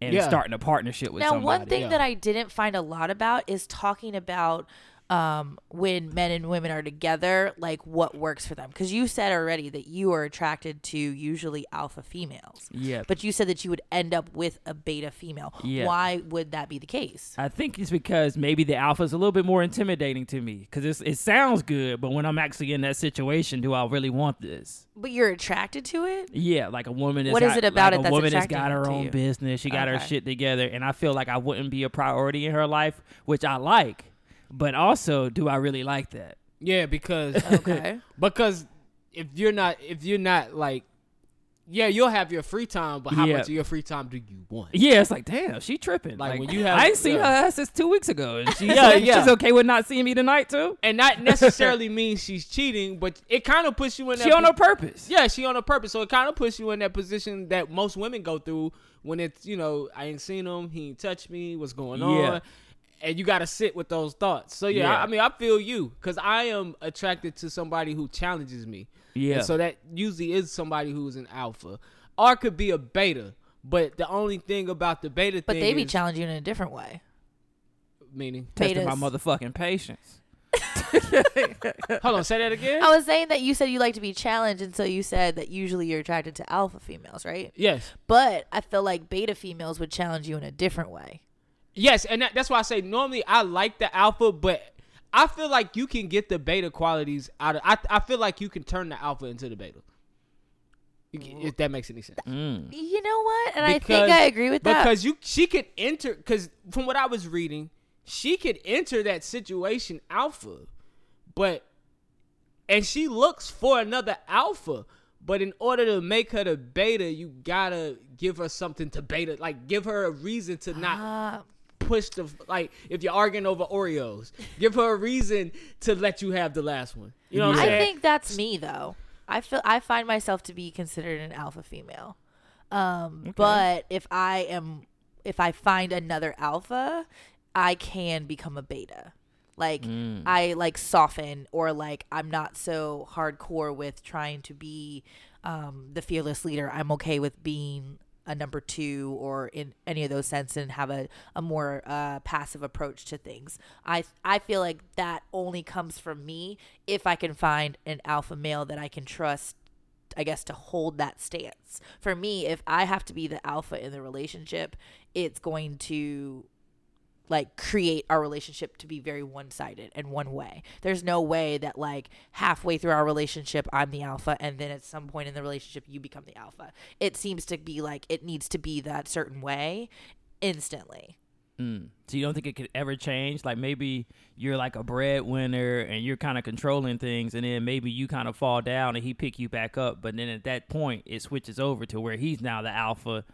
D: and
C: Yeah.
D: starting a partnership with
E: Now,
D: somebody.
E: one thing that I didn't find a lot about is talking about um, when men and women are together, like what works for them. Because you said already that you are attracted to usually alpha females.
D: Yeah.
E: But you said that you would end up with a beta female.
D: Yeah.
E: Why would that be the case?
D: I think it's because maybe the alpha is a little bit more intimidating to me because it sounds good, but when I'm actually in that situation, do I really want this?
E: But you're attracted to it?
D: Yeah, like a woman. Is
E: What is
D: got-
E: it about
D: like
E: it
D: A
E: that's
D: woman that's got
E: attracting
D: her
E: to
D: own
E: you?
D: business. She got her
E: Okay.
D: shit together, and I feel like I wouldn't be a priority in her life, which I like. But also, do I really like that?
C: Yeah, because
E: Okay.
C: because if you're not if you're not like yeah you'll have your free time but how
D: Yeah.
C: much of your free time do you want
D: Yeah, it's like damn, she tripping.
C: Like, when you have-
D: I ain't seen
C: yeah.
D: her ass since two weeks
C: <laughs>
D: ago, and she's,
C: Yeah,
D: she's
C: yeah.
D: okay with not seeing me tonight too.
C: and not necessarily <laughs> means she's cheating but it kind of puts you in that
D: She on
C: pos-
D: her purpose.
C: yeah she on her purpose so it kind of puts you in that position that most women go through when it's you know i ain't seen him he ain't touched me what's going
D: Yeah.
C: on and you gotta sit with those thoughts so yeah, I,
D: Yeah.
C: I mean i feel you because i am attracted to somebody who challenges me
D: Yeah.
C: And so that usually is somebody who's an alpha or could be a beta but the only thing about the beta
E: But
C: thing
E: they be
C: is-
E: challenging you in a different way.
C: meaning
D: Testing my
E: Betas.
D: motherfucking patience.
C: Hold on, say
E: <laughs>
C: that again.
E: I was saying that you said you like to be challenged, and so you said that usually you're attracted to alpha females, right?
C: Yes,
E: But I feel like beta females would challenge you in a different way.
C: yes, and that, that's why I say normally I like the alpha, but I feel like you can get the beta qualities out of. I I feel like you can turn the alpha into the beta. You can- If that makes any sense,
D: Mm.
E: You know what? And I think I agree with that.
C: because you she could enter because from what I was reading, she could enter that situation alpha, but and she looks for another alpha. But in order to make her the beta, you gotta give her something to beta, like give her a reason to not push the like if you're arguing over Oreos, give her a reason to let you have the last one. You know what I'm
E: I
C: saying?
E: think that's me though. I feel I find myself to be considered an alpha female. Um, but if I am if I find another alpha, I can become a beta. Like I like soften or like I'm not so hardcore with trying to be um the fearless leader. I'm okay with being a number two or in any of those sense and have a, a more uh, passive approach to things. I I feel like that only comes from me if I can find an alpha male that I can trust I guess to hold that stance. For me, if I have to be the alpha in the relationship, it's going to like create our relationship to be very one-sided and one way. There's no way that like halfway through our relationship I'm the alpha and then at some point in the relationship you become the alpha. It seems to be like it needs to be that certain way instantly.
D: So you don't think it could ever change? Like maybe you're like a breadwinner and you're kind of controlling things, and then maybe you kind of fall down and he pick you back up. But then at that point, it switches over to where he's now the alpha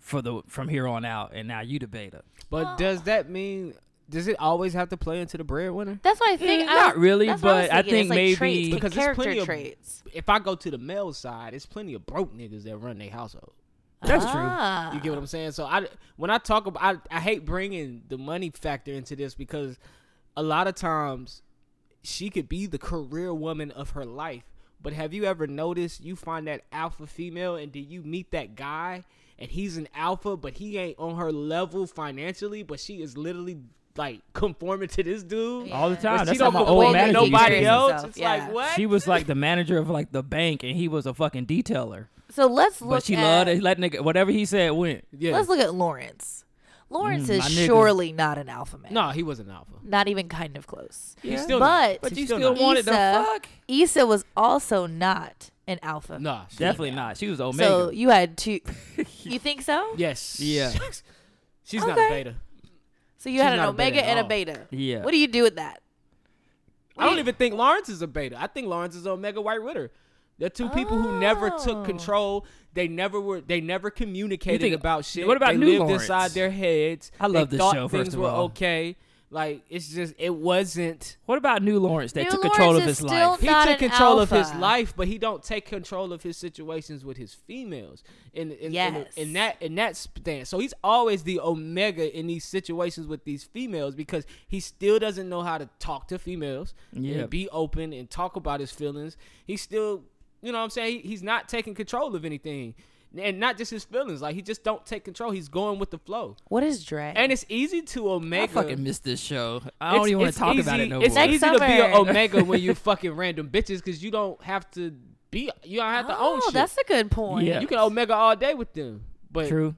D: for the from here on out, and now you the beta.
C: But does that mean does it always have to play into the breadwinner?
B: That's what I think. I
D: Mm, not
B: was-
D: really,
B: that's what
D: but I
B: was thinking.
D: think
B: it's like
D: maybe-
B: traits,
C: Because
B: because
C: there's
B: character
C: plenty of-
B: traits.
C: If I go to the male side, it's plenty of broke niggas that run their household.
D: That's
B: Ah.
C: You get what I'm saying? So I when I talk about I, I hate bringing the money factor into this because a lot of times she could be the career woman of her life. But have you ever noticed you find that alpha female and do you meet that guy and he's an alpha but he ain't on her level financially but she is literally like conforming to this dude?
D: All the time.
C: But
D: That's
C: she
D: how
C: don't
D: my
C: conform
D: old
E: way that
C: to
D: manager
E: he
C: nobody
E: carries
D: used to
C: else.
E: himself,
C: It's
E: yeah.
C: like what?
D: be. She was like the manager of like the bank, and he was a fucking detailer.
E: So let's look.
D: But she
E: at,
D: loved it. Let nigga whatever he said went.
C: yeah.
E: Let's look at Lawrence. Lawrence
D: Mm,
E: is
D: my nigga.
E: surely not an alpha man.
C: no, he wasn't alpha.
E: Not even kind of close.
C: He's
D: Yeah.
C: still
E: But-
C: not.
E: But
C: He's
D: you still
C: not.
D: want- Wanted the
E: Issa-
D: fuck?
E: Issa was also not an alpha.
C: Nah, she-
D: Definitely not. She was Omega.
E: So you had
D: <laughs>
E: two. you think so?
C: Yes.
D: Yeah.
C: <laughs> She's not a
E: Okay.
C: beta.
E: So you
C: She's
E: had an
C: not a beta
E: omega
C: at
E: and a
C: all.
E: beta.
D: Yeah.
E: What do you do with that?
C: I don't even think Lawrence is a beta. I think Lawrence is an Omega White Ritter. They're two people who never
E: Oh.
C: took control. They never were. They never communicated
D: think-
C: about shit.
D: what about
C: they
D: New
C: lived
D: Lawrence?
C: inside their heads.
D: I love
C: they
D: this
C: thought
D: show,
C: Things
D: first of
C: were
D: all.
C: okay. Like it's just it wasn't.
D: what about New Lawrence that
B: New
D: took control of
B: Lawrence
D: his
B: is still-
D: life?
C: He
B: Not
C: took
B: an
C: control of his
B: alpha.
C: life, but he don't take control of his situations with his females. In in, in,
E: Yes.
C: in that in that stance, so he's always the omega in these situations with these females because he still doesn't know how to talk to females
D: Yeah.
C: and be open and talk about his feelings. He's still, you know, what I'm saying He- he's not taking control of anything. And not just his feelings, like he just don't take control. He's going with the flow,
E: What is drag?
C: and it's easy to omega.
D: I fucking miss this show. I don't
C: It's-
D: even want
C: it's
D: to talk about it
C: easy-
D: no
C: It's
D: more.
E: Next
C: easy to be an
E: summer.
C: omega when you fucking random bitches because you don't have to be. You don't have to
E: oh,
C: own shit.
E: that's a good point.
D: Yeah.
C: you can omega all day with them. But
D: True.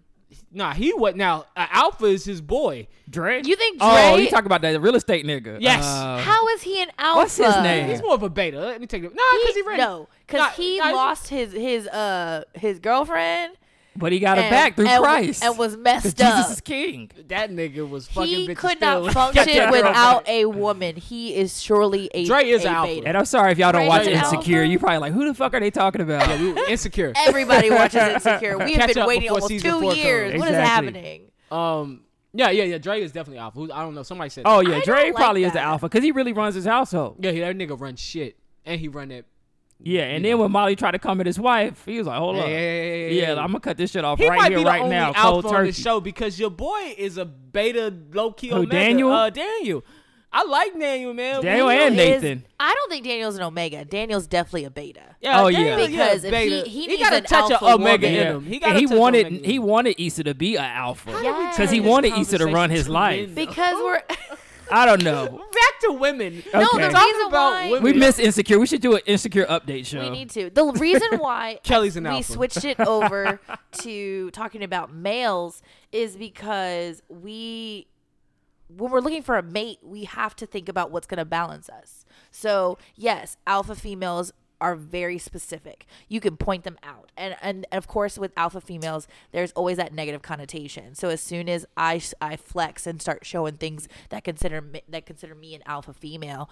C: nah, he what now? Uh, Alpha is his boy.
D: Dre.
E: You think
D: Oh,
E: Dre-
D: you talk about that real estate nigga?
C: Yes.
D: Uh,
B: How is he an alpha?
D: What's his name?
C: He's more of a beta. Let me take it. Nah,
E: He-
C: because he, ran.
E: no, because
C: Nah,
E: he
C: nah,
E: lost his his uh his girlfriend
D: but he got it
E: and-
D: back through
E: and,
D: Christ.
E: and was
C: <laughs>
E: messed
D: <laughs> Jesus
E: up.
D: is king.
C: That nigga was fucking.
E: He
C: bitches
E: could
C: still.
E: not
C: <laughs> Got that
E: function
C: girl
E: without
C: back.
E: a woman. He is surely a
C: Dre is
E: a
C: alpha.
E: beta.
D: And I'm sorry if y'all don't watch
E: Rated
D: Insecure.
E: Alpha?
D: You probably like, who the fuck are they talking about?
C: Yeah, we were insecure.
E: Everybody watches
C: <laughs>
E: Insecure. We have
C: Catch
E: been
C: up
E: waiting
C: before
E: almost
C: season four
E: two
C: comes.
E: years. What is
D: Exactly.
E: happening?
C: um. Yeah, yeah, yeah. Dre is definitely alpha. Who- I don't know. Somebody said.
D: oh
C: that.
D: yeah,
E: I
D: Dre
E: don't like
D: probably is the
E: that.
D: alpha because he really runs his household.
C: yeah. he- That nigga run shit, and he run that.
D: Yeah, and then when Molly tried to come at his wife, he was like, hold
C: Yeah,
D: up.
C: yeah, yeah, yeah,
D: Yeah,
C: yeah.
D: I'm gonna cut this shit off
C: He
D: right
C: might
D: here,
C: be the
D: right
C: only
D: now.
C: alpha
D: Cold
C: on
D: turkey.
C: the show because your boy is a beta low key
D: Who,
C: omega.
D: Daniel?
C: Uh, Daniel. I like Daniel, man.
D: Daniel
C: We-
D: and
E: Daniel is-
D: Nathan.
E: I don't think Daniel's an omega. Daniel's definitely a beta.
D: Oh, yeah.
C: Daniel,
E: Because if
C: beta.
E: he- he needs
C: gotta
E: an
C: touch a
E: alpha
C: omega
E: woman.
C: in
D: Yeah.
C: him. He
D: And
C: got
D: he wanted
C: omega in
D: he
C: him.
D: wanted Issa to be an alpha
E: Yeah.
D: because
E: Turn
D: he
E: this
D: wanted Issa to run his life.
E: Because we're
D: I don't know.
C: back to women.
D: No, the
C: Talking
E: reason
C: about
E: why-
C: women.
D: We miss Insecure. We should do an Insecure update show.
E: we need to. The
C: <laughs>
E: reason why
C: Kelly's an
E: we
C: alpha.
E: switched it
C: <laughs>
E: over to talking about males is because we when we're looking for a mate, we have to think about what's going to balance us. So, yes, alpha females are very specific. You can point them out. And and of course with alpha females, there's always that negative connotation. So as soon as I s- I flex and start showing things that consider me, that consider me an alpha female,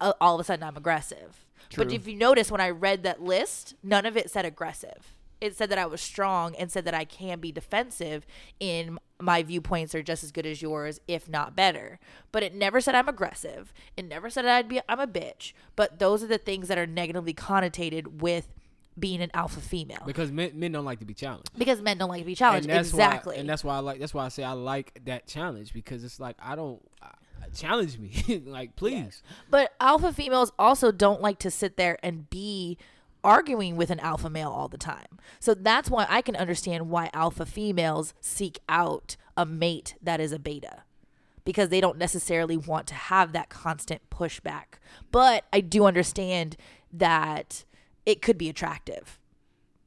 E: uh, all of a sudden I'm aggressive. But if you notice when I read that list, none of it said aggressive. It said that I was strong and said that I can be defensive in my viewpoints are just as good as yours, if not better. But it never said I'm aggressive. It never said I'd be I'm a bitch. But those are the things that are negatively connotated with being an alpha female. Because,
C: because men, men don't like to be challenged.
E: men don't like to be challenged.
C: And that's
E: exactly.
C: Why, and that's why I like. That's why I say I like that challenge because it's like I don't I, challenge me. <laughs> like please.
E: But alpha females also don't like to sit there and be arguing with an alpha male all the time. So that's why I can understand why alpha females seek out a mate that is a beta because they don't necessarily want to have that constant pushback. But I do understand that it could be attractive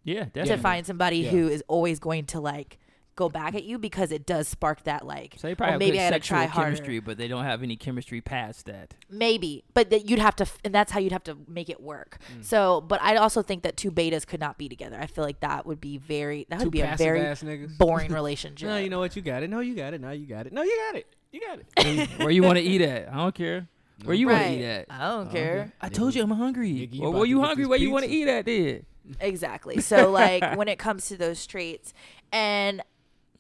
D: yeah,
E: to
D: definitely.
E: find somebody who is always going to like go back at you because it does spark that like
D: So
E: "Oh,
D: they probably have
E: maybe
D: good
E: I got to
D: sexual
E: try harder.
D: chemistry, but they don't have any chemistry past <laughs> that.
E: Maybe, but that you'd have to, f- and that's how you'd have to make it work.
C: Mm.
E: So, but I also think that two betas could not be together. I feel like that would be very, that
C: Two
E: would be a
C: passive
E: very
C: ass niggas.
E: boring relationship.
C: <laughs> No, you know what? You got it. No, you got it. No, you got it. No, you got it. You got it.
D: Where you want to eat at? I don't care. Where you want
E: right? Uh,
D: to eat at?
E: I
C: Oh,
E: don't care.
D: I told you I'm hungry.
C: Nigga, you
D: Well,
C: about
D: were
C: to
D: you
C: get
D: hungry?
C: this
D: Where you want to
C: pizza.
D: eat at? Then
E: Exactly. So, like when it comes to those traits, and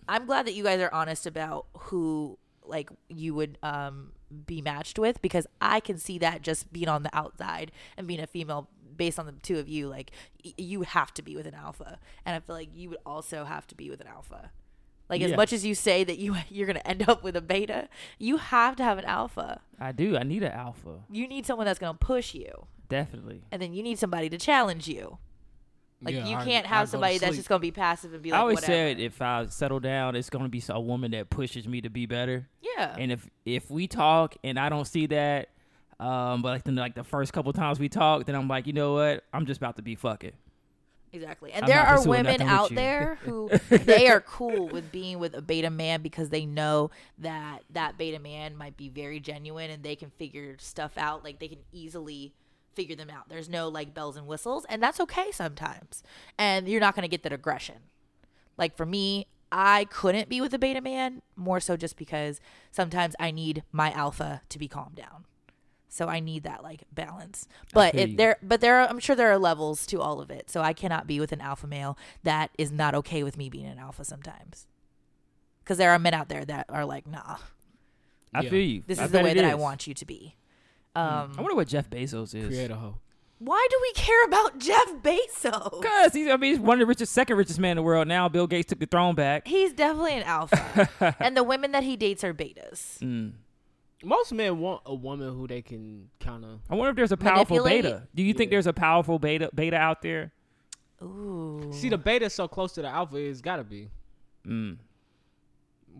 E: I'm glad that you guys are honest about who like you would um be matched with because I can see that just being on the outside and being a female based on the two of you like y- you have to be with an alpha and I feel like you would also have to be with an alpha. Like as
D: Yeah.
E: much as you say that you <laughs> you're going to end up with a beta, you have to have an alpha.
D: I do. I need an alpha.
E: You need someone that's going to push you
D: Definitely.
E: and then you need somebody to challenge you. Like you can't have somebody that's just going to be passive and be like
D: I always
E: whatever.
D: said if I settle down, it's gonna be a woman that pushes me to be better.
E: yeah.
D: And if if we talk and I don't see that, um, but like the, like the first couple times we talk, then I'm like, you know what? I'm just about to be fucking.
E: Exactly. And
D: I'm
E: there
D: not
E: are
D: pursuing
E: women
D: nothing with
E: out
D: you. <laughs>
E: there who they are cool with being with a beta man because they know that that beta man might be very genuine and they can figure stuff out. Like they can easily figure them out. There's no like bells and whistles, and that's okay sometimes. And you're not going to get that aggression. Like for me, I couldn't be with a beta man more so just because sometimes I need my alpha to be calmed down. So I need that like balance. But
D: feel you.
E: it, there but there are, I'm sure there are levels to all of it. So I cannot be with an alpha male that is not okay with me being an alpha sometimes. Cuz there are men out there that are like, "Nah,
D: I
C: Yeah.
D: feel you.
E: this
D: I
E: is the
D: bet
E: way
D: it
E: that I
D: is. Hmm.
E: want you to be." Um
D: I wonder what Jeff Bezos
C: <laughs>
D: is.
C: create a hoe.
E: why do we care about <laughs> Jeff Bezos?
D: Cause he's, I mean, he's one of the richest, second richest man in the world now. Bill Gates took the throne back.
E: He's definitely an
D: <laughs>
E: alpha. and the women that he dates are betas.
D: Hmm.
C: Most men want a woman who they can kind of.
D: I wonder if there's a powerful
E: Manipulate.
D: beta. Do you think there's a powerful beta beta out there?
E: Ooh.
C: See, the beta so close to the alpha, it's gotta be.
D: Mm.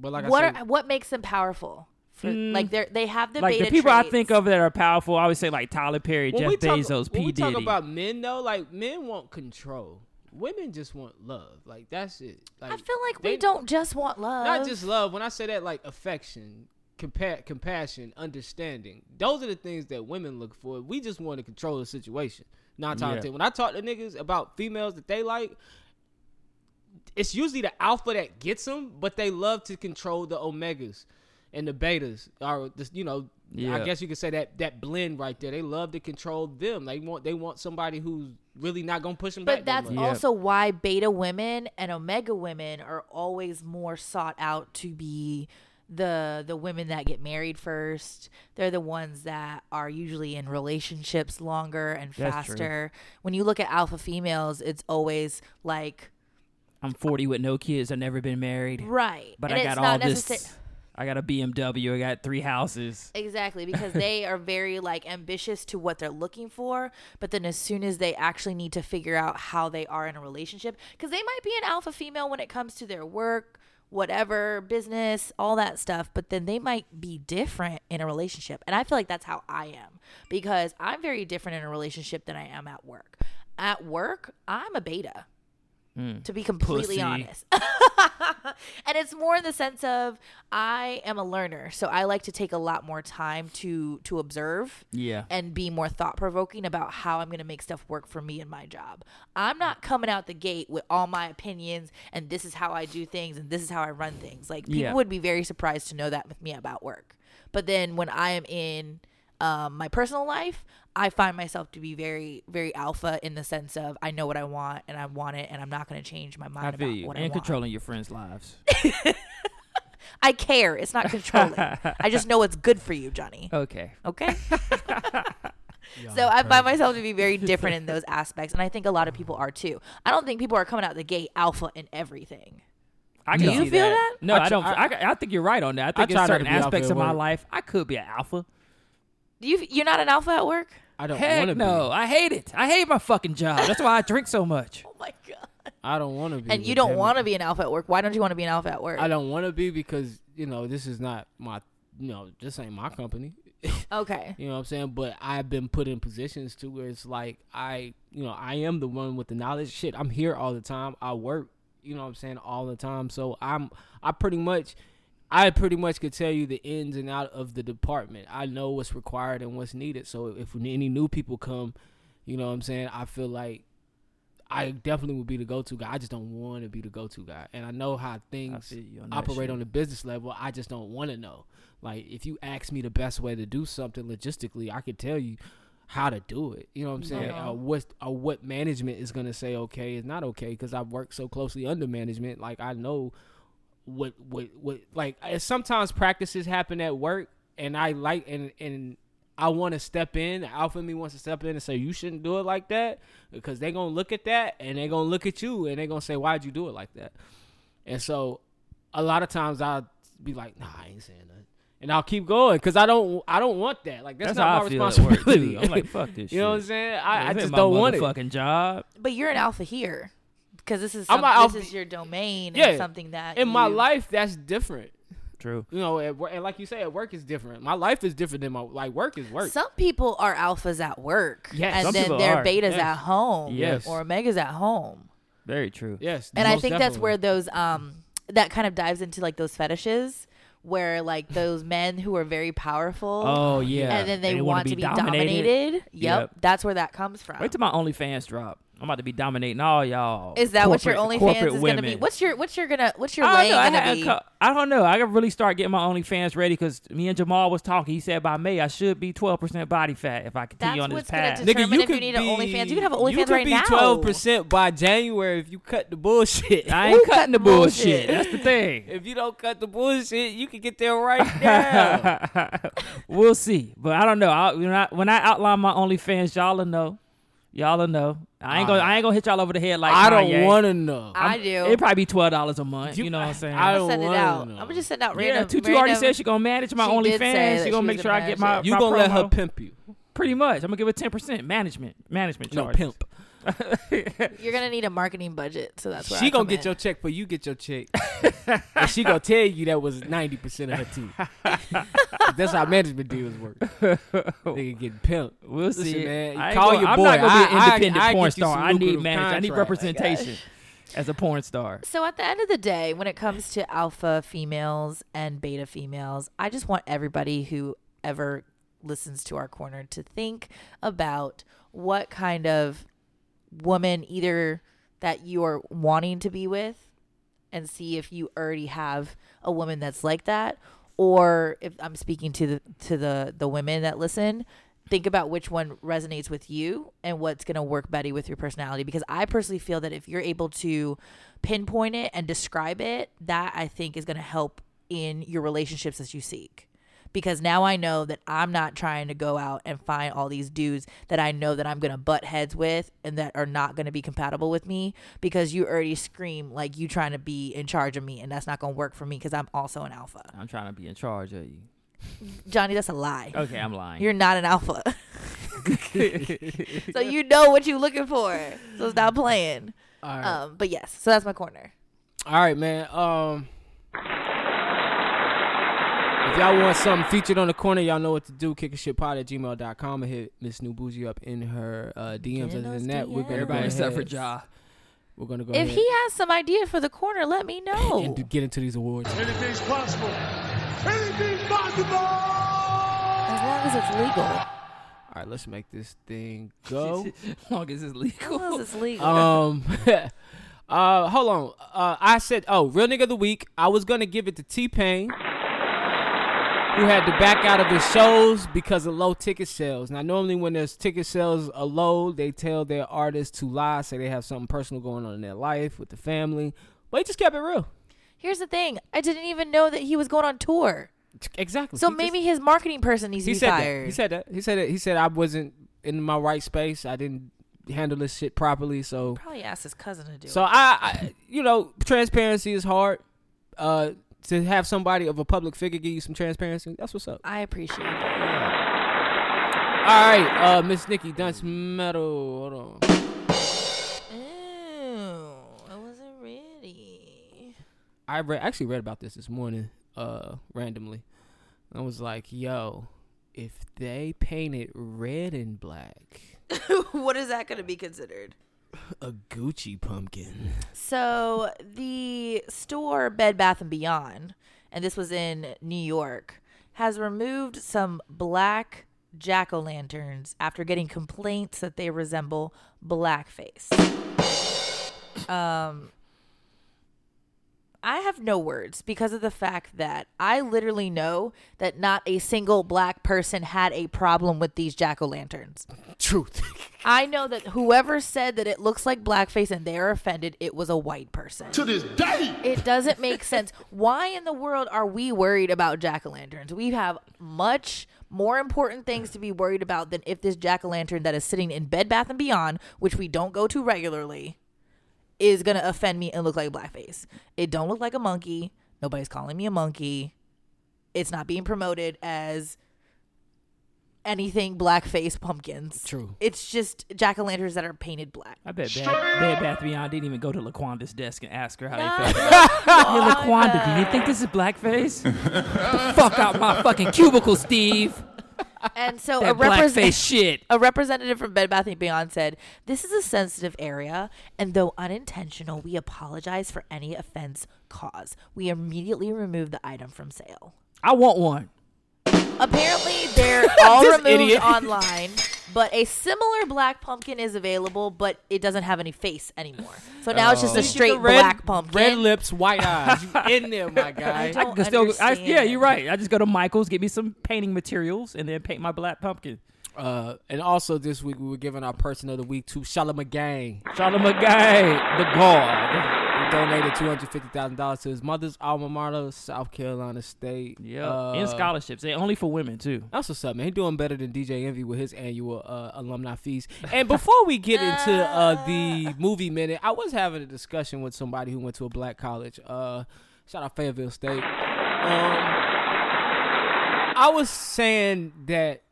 C: But like
E: what
C: I said,
E: are, what makes them powerful? For, Like they are they have the
D: Mm. like
E: beta
D: the people I
E: traits.
D: think of that are powerful, I would say like Tyler Perry,
C: when
D: Jeff
C: we talk,
D: Bezos,
C: when
D: P
C: we
D: Diddy.
C: talk about men though, like men want control. Women just want love. Like that's it. Like,
E: I feel like
C: they-
E: we don't just want love.
C: not just love. When I say that, like affection, compa- compassion, understanding. Those are the things that women look for. We just want to control the situation. Nine times
D: Yeah.
C: ten. When I talk to niggas about females that they like, it's usually the alpha that gets them, but they love to control the omegas and the betas. Or the, you know,
D: Yeah.
C: I guess you could say that that blend right there. They love to control them. They want they want somebody who's really not gonna push them
E: but
C: back.
E: that's
C: no
D: Yeah.
C: more.
E: also why beta women and omega women are always more sought out to be the the women that get married first. They're the ones that are usually in relationships longer and
D: That's true.
E: faster. When you look at alpha females, it's always like
D: I'm 40 with no kids. I've never been married,
E: right,
D: but
E: and
D: I
E: it's
D: got
E: not
D: all this.
E: necessar-
D: I got a BMW. I got three houses.
E: Exactly, because they are very like ambitious to what they're looking for, but then as soon as they actually need to figure out how they are in a relationship, because they might be an alpha female when it comes to their work, whatever business, all that stuff, but then they might be different in a relationship, and I feel like that's how I am because I'm very different in a relationship than I am at work. At work, I'm a beta to be completely
D: Pussy.
E: honest. <laughs> and it's more in the sense of I am a learner, so I like to take a lot more time to to observe
D: Yeah.
E: and be more thought provoking about how I'm going to make stuff work for me and my job. I'm not coming out the gate with all my opinions and this is how I do things and this is how I run things. Like people
D: Yeah.
E: would be very surprised to know that with me about work. But then when I am in um, my personal life, I find myself to be very, very alpha in the sense of I know what I want and I want it and I'm not going to change my mind
D: I feel
E: about
D: you.
E: what I
D: And
E: want.
D: controlling your friends' lives.
E: I care. It's not controlling. I just know what's good for you, Johnny.
D: okay.
E: Okay. so I find myself to be very different in those aspects, and I think a lot of people are too. I don't think people are coming out the gate alpha in everything.
D: I can
E: Do you
D: see
E: feel that?
D: No,
C: I
D: I,
C: tr-
D: don't. I,
C: I-
D: I, think you're right on that. I think
C: I
D: in
C: try not to
D: certain
C: be alpha
D: aspects
C: at
D: of my
C: work.
D: life, I could be an alpha.
E: Do you? You're not an alpha at work?
C: I don't want to
D: Heck no. I hate it. I hate my fucking job. That's why I drink so much.
E: Oh my god!
C: be. I don't want to be.
E: And you
C: with
E: don't
C: them.
E: want to be an alpha at work. Why don't you want to be an alpha at work?
C: I don't want to be because you know this is not my you know this ain't my company.
E: Okay.
C: you know what I'm saying? But I've been put in positions to where it's like I you know I am the one with the knowledge. Shit, I'm here all the time. I work. You know what I'm saying all the time. So I'm I pretty much. I pretty much could tell you the ins and out of the department. I know what's required and what's needed. So if any new people come, you know what I'm saying, I feel like I definitely would be the go-to guy. I just don't want to be the go-to guy, and I know how things
D: feel you on that
C: operate
D: shit.
C: on the business level. I just don't want to know. Like, if you ask me the best way to do something logistically, I could tell you how to do it. You know what I'm saying?
E: Yeah.
C: Or what or what management is gonna say okay is not okay because I've worked so closely under management. Like, I know what what what like I- sometimes practices happen at work and I like and and I want to step in. The alpha in me wants to step in and say you shouldn't do it like that because they're gonna look at that and they're gonna look at you and they're gonna say why'd you do it like that. And so a lot of times I'll be like, nah, I ain't saying nothing. And I'll keep going because I don't, I don't want that. Like that's,
D: That's
C: not
D: how
C: my
D: I feel at work, too.
C: responsibility.
D: I'm like, fuck
C: <laughs>
D: this
C: you know what I'm
D: shit.
C: saying? <laughs> I, I
D: This ain't
C: just
D: my
C: don't want it.
D: Fucking job.
E: But you're an alpha here because this is
C: I'm
E: some,
C: a
E: this
C: alpha-
E: is your domain
C: Yeah.
E: and something that
C: In my
E: you-
C: life, that's different.
D: True.
C: You know, at, wor- and like you say, at work is different. My life is different than my like work is work.
E: Some people are alphas at work,
C: Yes.
E: and
C: Some
E: then
D: people
E: they're
D: are,
E: betas
C: yes.
E: at home,
D: Yes.
E: or omegas at home.
D: Very true.
C: yes,
E: and I
C: most
E: think that's
C: definitely.
E: where those um that kind of dives into like those fetishes where like those men who are very powerful
D: Oh yeah.
E: and then they,
D: wanna
E: want to be dominated. Yep,
D: Yep.
E: that's where that comes from.
D: Wait till my OnlyFans drop. I'm about to be dominating all y'all.
E: is that what your
D: corporate-
E: OnlyFans
D: corporate
E: is going to be?
D: women.
E: What's your what's your gonna what's your
D: I
E: lane
D: don't, know, I,
E: gonna
D: had
E: be?
D: a cou- I don't know. I could really start getting my OnlyFans ready because me and Jamal was talking. He said by May I should be 12% body fat if I continue
E: That's
D: on this
E: what's gonna
D: path.
E: determine if you need an OnlyFans. You can have an OnlyFans right now.
C: You could be twelve percent by January if you cut the bullshit.
D: I ain't
E: Who cut
D: cutting the
E: the bullshit?
D: bullshit. That's the thing.
C: if you don't cut the bullshit, you can get there
D: <laughs>
C: right now.
D: we'll see. But I don't know. I, when, I, when I outline my OnlyFans, y'all will know. Y'all will know. I ain't gonna. I ain't gonna hit y'all over the head like
C: I don't
D: Kanye.
C: want to know.
E: I do.
D: It'd probably be twelve dollars a month. You,
C: You-
D: know what I'm saying?
C: I don't
E: Send it
C: wanna
E: out. I'm
C: know.
E: gonna just send out random.
D: yeah, Tutu already
E: random-
D: said she gonna manage my
E: She did say
D: OnlyFans.
E: that
D: She
E: she
D: gonna
E: was
D: make sure I
E: gonna
D: get my.
E: manage
C: you
D: my
C: gonna let her
D: promo.
C: pimp you?
D: Pretty much. I'm gonna give her ten percent management management
C: No
D: charge.
C: pimp.
E: you're gonna need a marketing budget, so that's where
C: She
E: I
C: gonna
E: come
C: get
E: in.
C: your check, but you get
E: <laughs>
C: your check, and she gonna tell you that was ninety percent of her
E: <laughs>
C: team. That's how management deals work. Nigga getting pimped.
D: We'll
C: Listen,
D: see,
C: man,
D: I ain't
C: call
D: gonna-
C: your
D: I'm
C: boy.
D: not gonna be an
C: I- I-
D: independent
C: I get
D: porn
C: you
D: star.
C: some
D: I need
C: lucrative
D: management. I need
C: contract. <laughs>
D: representation as a porn star.
E: So at the end of the day, when it comes to alpha females and beta females, I just want everybody who ever listens to our corner to think about what kind of woman either that you are wanting to be with and see if you already have a woman that's like that or if I'm speaking to the to the the women that listen think about which one resonates with you and what's going to work better with your personality because I personally feel that if you're able to pinpoint it and describe it that I think is going to help in your relationships that you seek because now I know that I'm not trying to go out and find all these dudes that I know that I'm going to butt heads with and that are not going to be compatible with me because you already scream like you trying to be in charge of me and that's not going to work for me because I'm also an alpha.
D: I'm trying to be in charge of you.
E: Johnny, that's a lie.
D: Okay, I'm lying.
E: You're not an alpha. <laughs> so you know what you're looking for. So stop playing.
C: All right.
E: Um, but yes, so that's my corner.
C: All right, man. Um, if y'all want something featured on the corner, y'all know what to do. Kick a shit pod at gmail.com and hit Miss New Bougie up in her uh, DMs.
E: Get in
C: Other
E: those
C: than that, we're gonna
D: Everybody
C: go
D: except for
C: ahead.
D: Ja.
C: We're gonna go
E: If
C: ahead
E: he has some idea for the corner, let me know.
C: and d- get into these awards.
B: Anything's possible. Anything's possible.
E: As long as it's legal.
C: All right, let's make this thing go.
D: as <laughs> long as it's
E: As long
D: legal.
E: as it's legal.
C: <laughs> um, <laughs> uh, hold on. Uh, I said, oh, real nigga of the week. I was gonna give it to T Pain, who had to back out of his shows because of low ticket sales. Now, normally when there's ticket sales are low, they tell their artists to lie, say they have something personal going on in their life with the family. But he just kept it real.
E: Here's the thing. I didn't even know that he was going on tour.
C: Exactly.
E: So
C: He just-
E: maybe his marketing person needs to
C: he
E: be
C: said
E: fired.
C: that. He said that. He said that. He said I wasn't in my right space. I didn't handle this shit properly. So
E: Probably asked his cousin to do
C: So
E: it.
C: I, I, you know, transparency is hard. Uh, to have somebody of a public figure give you some transparency, that's what's up.
E: I appreciate it.
C: All right, uh, Miss Nikki Dunce Metal. Hold on.
E: Ooh, I wasn't ready.
C: I read, actually read about this this morning, uh, randomly. I was like, yo, if they painted red and black,
E: <laughs> what is that going to be considered?
C: a Gucci pumpkin.
E: So the store Bed Bath and Beyond, and this was in New York, has removed some black jack o' lanterns after getting complaints that they resemble blackface. Um, I have no words because of the fact that I literally know that not a single black person had a problem with these jack o' lanterns.
C: Truth.
E: I know that whoever said that it looks like blackface and they are offended, it was a white person.
A: To this day,
E: It doesn't make sense. Why in the world are we worried about jack o' lanterns? We have much more important things to be worried about than if this jack o' lantern that is sitting in Bed Bath and Beyond, which we don't go to regularly, is gonna offend me and look like blackface. It don't look like a monkey. Nobody's calling me a monkey. It's not being promoted as anything blackface pumpkins.
C: True.
E: It's just jack o' lanterns that are painted black.
D: I bet Bad, Bad Bath Beyond didn't even go to Laquanda's desk and ask her how they <laughs> felt. Hey,
E: Hey,
D: Laquanda, do you think this is blackface? Get the fuck out my fucking cubicle, <laughs> Steve.
E: And so a
D: That
E: representative
D: blackface shit.
E: a representative from Bed Bath & Beyond said, "This is a sensitive area, and though unintentional, we apologize for any offense caused. We immediately remove the item from sale."
D: I want one.
E: Apparently,
D: <laughs>
E: they're all
D: This
E: removed
D: idiot.
E: online, but a similar black pumpkin is available, but it doesn't have any face anymore. So now it's
D: Oh.
E: just a straight black pumpkin.
C: Red lips, white eyes. You in
E: <laughs>
C: there, my guy.
E: don't
D: I still, I, yeah,
E: understand.
D: you're right. I just go to Michael's, get me some painting materials, and then paint my black pumpkin.
C: Uh, and also this week we were giving our person of the week to Shalom Gang.
D: Charlamagne the God.
C: who donated two hundred fifty thousand dollars to his mother's alma mater, South Carolina State.
D: Yeah,
C: Uh,
D: in scholarships, and only for women too.
C: That's what's up, man. He doing better than DJ Envy with his annual uh, alumni fees. And before we get into uh, the movie minute, I was having a discussion with somebody who went to a black college. Uh, shout out Fayetteville State. Um, I was saying that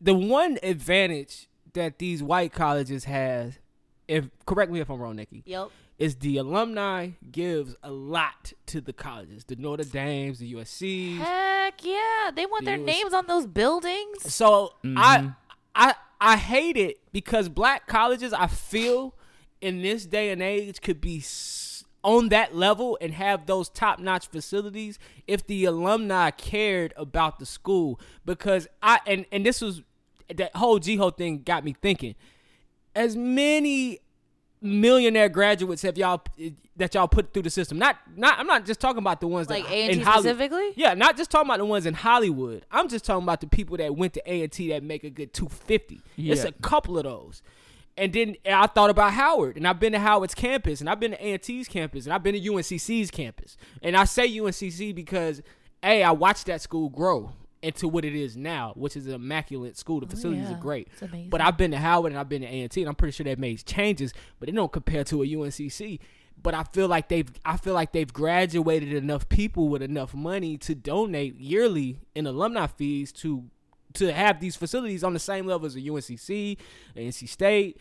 C: the one advantage that these white colleges has, if correct me if I'm wrong, Nikki,
E: Yep.
C: is the alumni gives a lot to the colleges, the Notre Dames, the USCs.
E: Heck yeah, they want their
C: Use-
E: names on those buildings.
C: So I I I hate it because black colleges I feel in this day and age could be s- on that level and have those top notch facilities if the alumni cared about the school because I and and this was that whole Jiho thing got me thinking as many millionaire graduates have y'all that y'all put through the system not not I'm not just talking about the ones
E: Like
C: that in
E: A&T
C: Hollywood.
E: specifically?
C: yeah not just talking about the ones in Hollywood I'm just talking about the people that went to A&T that make a good 250 it's
D: Yeah.
C: a couple of those and then I thought about Howard, and I've been to Howard's campus, and I've been to A&T's campus, and I've been to UNCC's campus. And I say UNCC because, A, I watched that school grow into what it is now, which is an immaculate school. The facilities
E: Oh, yeah.
C: are great.
E: It's amazing.
C: But I've been to Howard, and I've been to A&T, and I'm pretty sure they've made changes, but it don't compare to a UNCC. But I feel like they've I feel like they've graduated enough people with enough money to donate yearly in alumni fees to to have these facilities on the same level as a UNCC, NC State,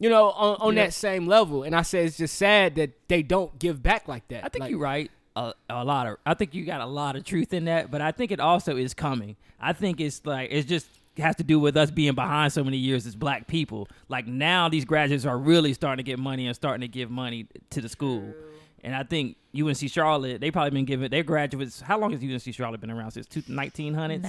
C: you know, on, on that same level. And I say it's just sad that they don't give back like that.
D: I think
C: Like,
D: you're right. A, a lot of, I think you got a lot of truth in that, but I think it also is coming. I think it's like it's just has to do with us being behind so many years as black people. Like now, these graduates are really starting to get money and starting to give money to the school. And I think UNC Charlotte, they probably been giving their graduates. How long has UNC Charlotte been around since? Two, 1900s?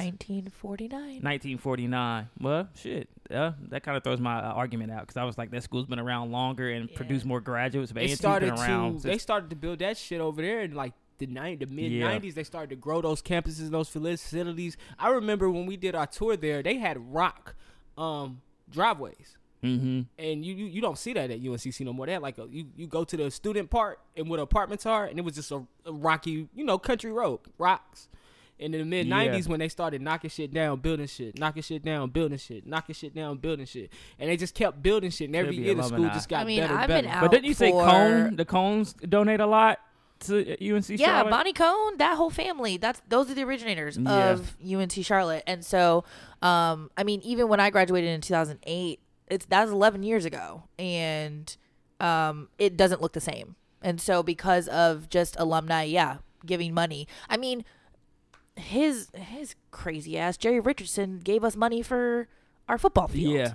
E: 1949.
D: 1949. Well, shit. Yeah, that kind of throws my uh, argument out because I was like, that school's been around longer and produced more graduates. But
C: They
D: A&T's
C: started
D: been around
C: to
D: since
C: they started to build that shit over there in like the nine the mid
D: Yeah.
C: nineties. They started to grow those campuses, those facilities. I remember when we did our tour there, they had rock um, driveways.
D: Mm-hmm.
C: and you, you you don't see that at UNCC no more. They had like a, you you go to the student part and where the apartments are, and it was just a, a rocky you know country road rocks. And in the mid '90s, when they started knocking shit down, building shit, knocking shit down, building shit, knocking shit down, building shit, and they just kept building shit, and every
D: be
C: year the school
D: alumni.
C: just got
E: I mean,
C: better.
E: I've
C: better.
E: been
D: But
E: out
D: didn't you say
E: for-
D: Cone? The Cones donate a lot to uh, UNC
E: Yeah,
D: Charlotte?
E: Bonnie Cone, that whole family. That's those are the originators
D: Yeah.
E: of UNT Charlotte. And so, um, I mean, even when I graduated in 2008, it's that was 11 years ago, and um, it doesn't look the same. And so, because of just alumni, yeah, giving money. I mean, his his crazy ass Jerry Richardson gave us money for our football field
D: Yeah.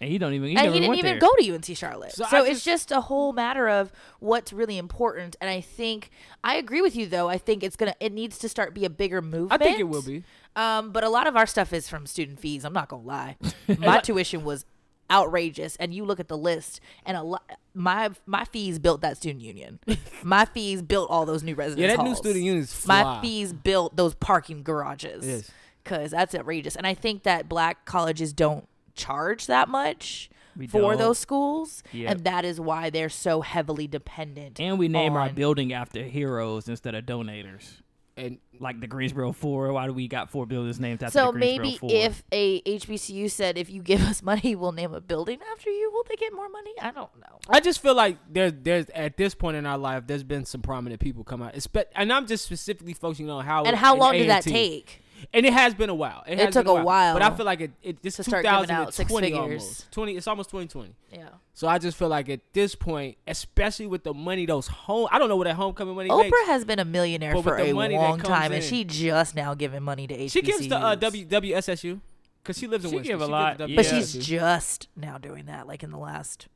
D: And he don't even he
E: and
D: never
E: he didn't
D: went
E: even
D: there.
E: go to UNC Charlotte.
C: So
E: So,
C: I
E: it's just a whole matter of what's really important. And I think I agree with you though. I think it's gonna it needs to start be a bigger movement.
C: I think it will be.
E: Um, but a lot of our stuff is from student
C: <laughs>
E: fees. I'm not gonna lie. My tuition was outrageous, and you look at the list, and a lot my my fees built that student
C: <laughs>
E: union. my fees built all those new residence
C: Yeah, that new
E: halls.
C: student union's fly.
E: My fees built those parking garages.
C: Yes.
E: Cause that's outrageous, and I think that black colleges don't charge that much
D: We
E: for
D: don't.
E: those schools,
D: Yep.
E: and that is why they're so heavily dependent.
D: And we name our
E: on-
D: building after heroes instead of donators.
C: And
D: Like the Greensboro Four. Why do we got four buildings named after
E: So
D: the Greensboro
E: maybe
D: Four?
E: if a HBCU said, "If you give <laughs> us money, we'll name a building after you," will they get more money? I don't know.
C: I just feel like there's there's at this point in our life there's been some prominent people come out, espe- and I'm just specifically focusing on how
E: And how long did that
C: A&T.
E: take?
C: And it has been a while. It, has
E: took
C: been
E: a while
C: but I feel like it. it this
E: to
C: is
E: start giving out six
C: 2020
E: figures.
C: almost. Twenty. It's almost 2020.
E: Yeah.
C: So I just feel like at this point, especially with the money those home, I don't know what that homecoming money
E: Oprah
C: makes.
E: has been a millionaire
C: But with
E: for
C: the
E: a
C: money that
E: long
C: comes
E: time, and
C: in-
E: she just now giving money to HBCUs.
C: She gives to uh, w, WSSU because she lives in
D: She
C: Winston.
D: give a
C: lives
D: lot,
C: at W-
E: but
D: yeah.
E: she's just now doing that, like in the last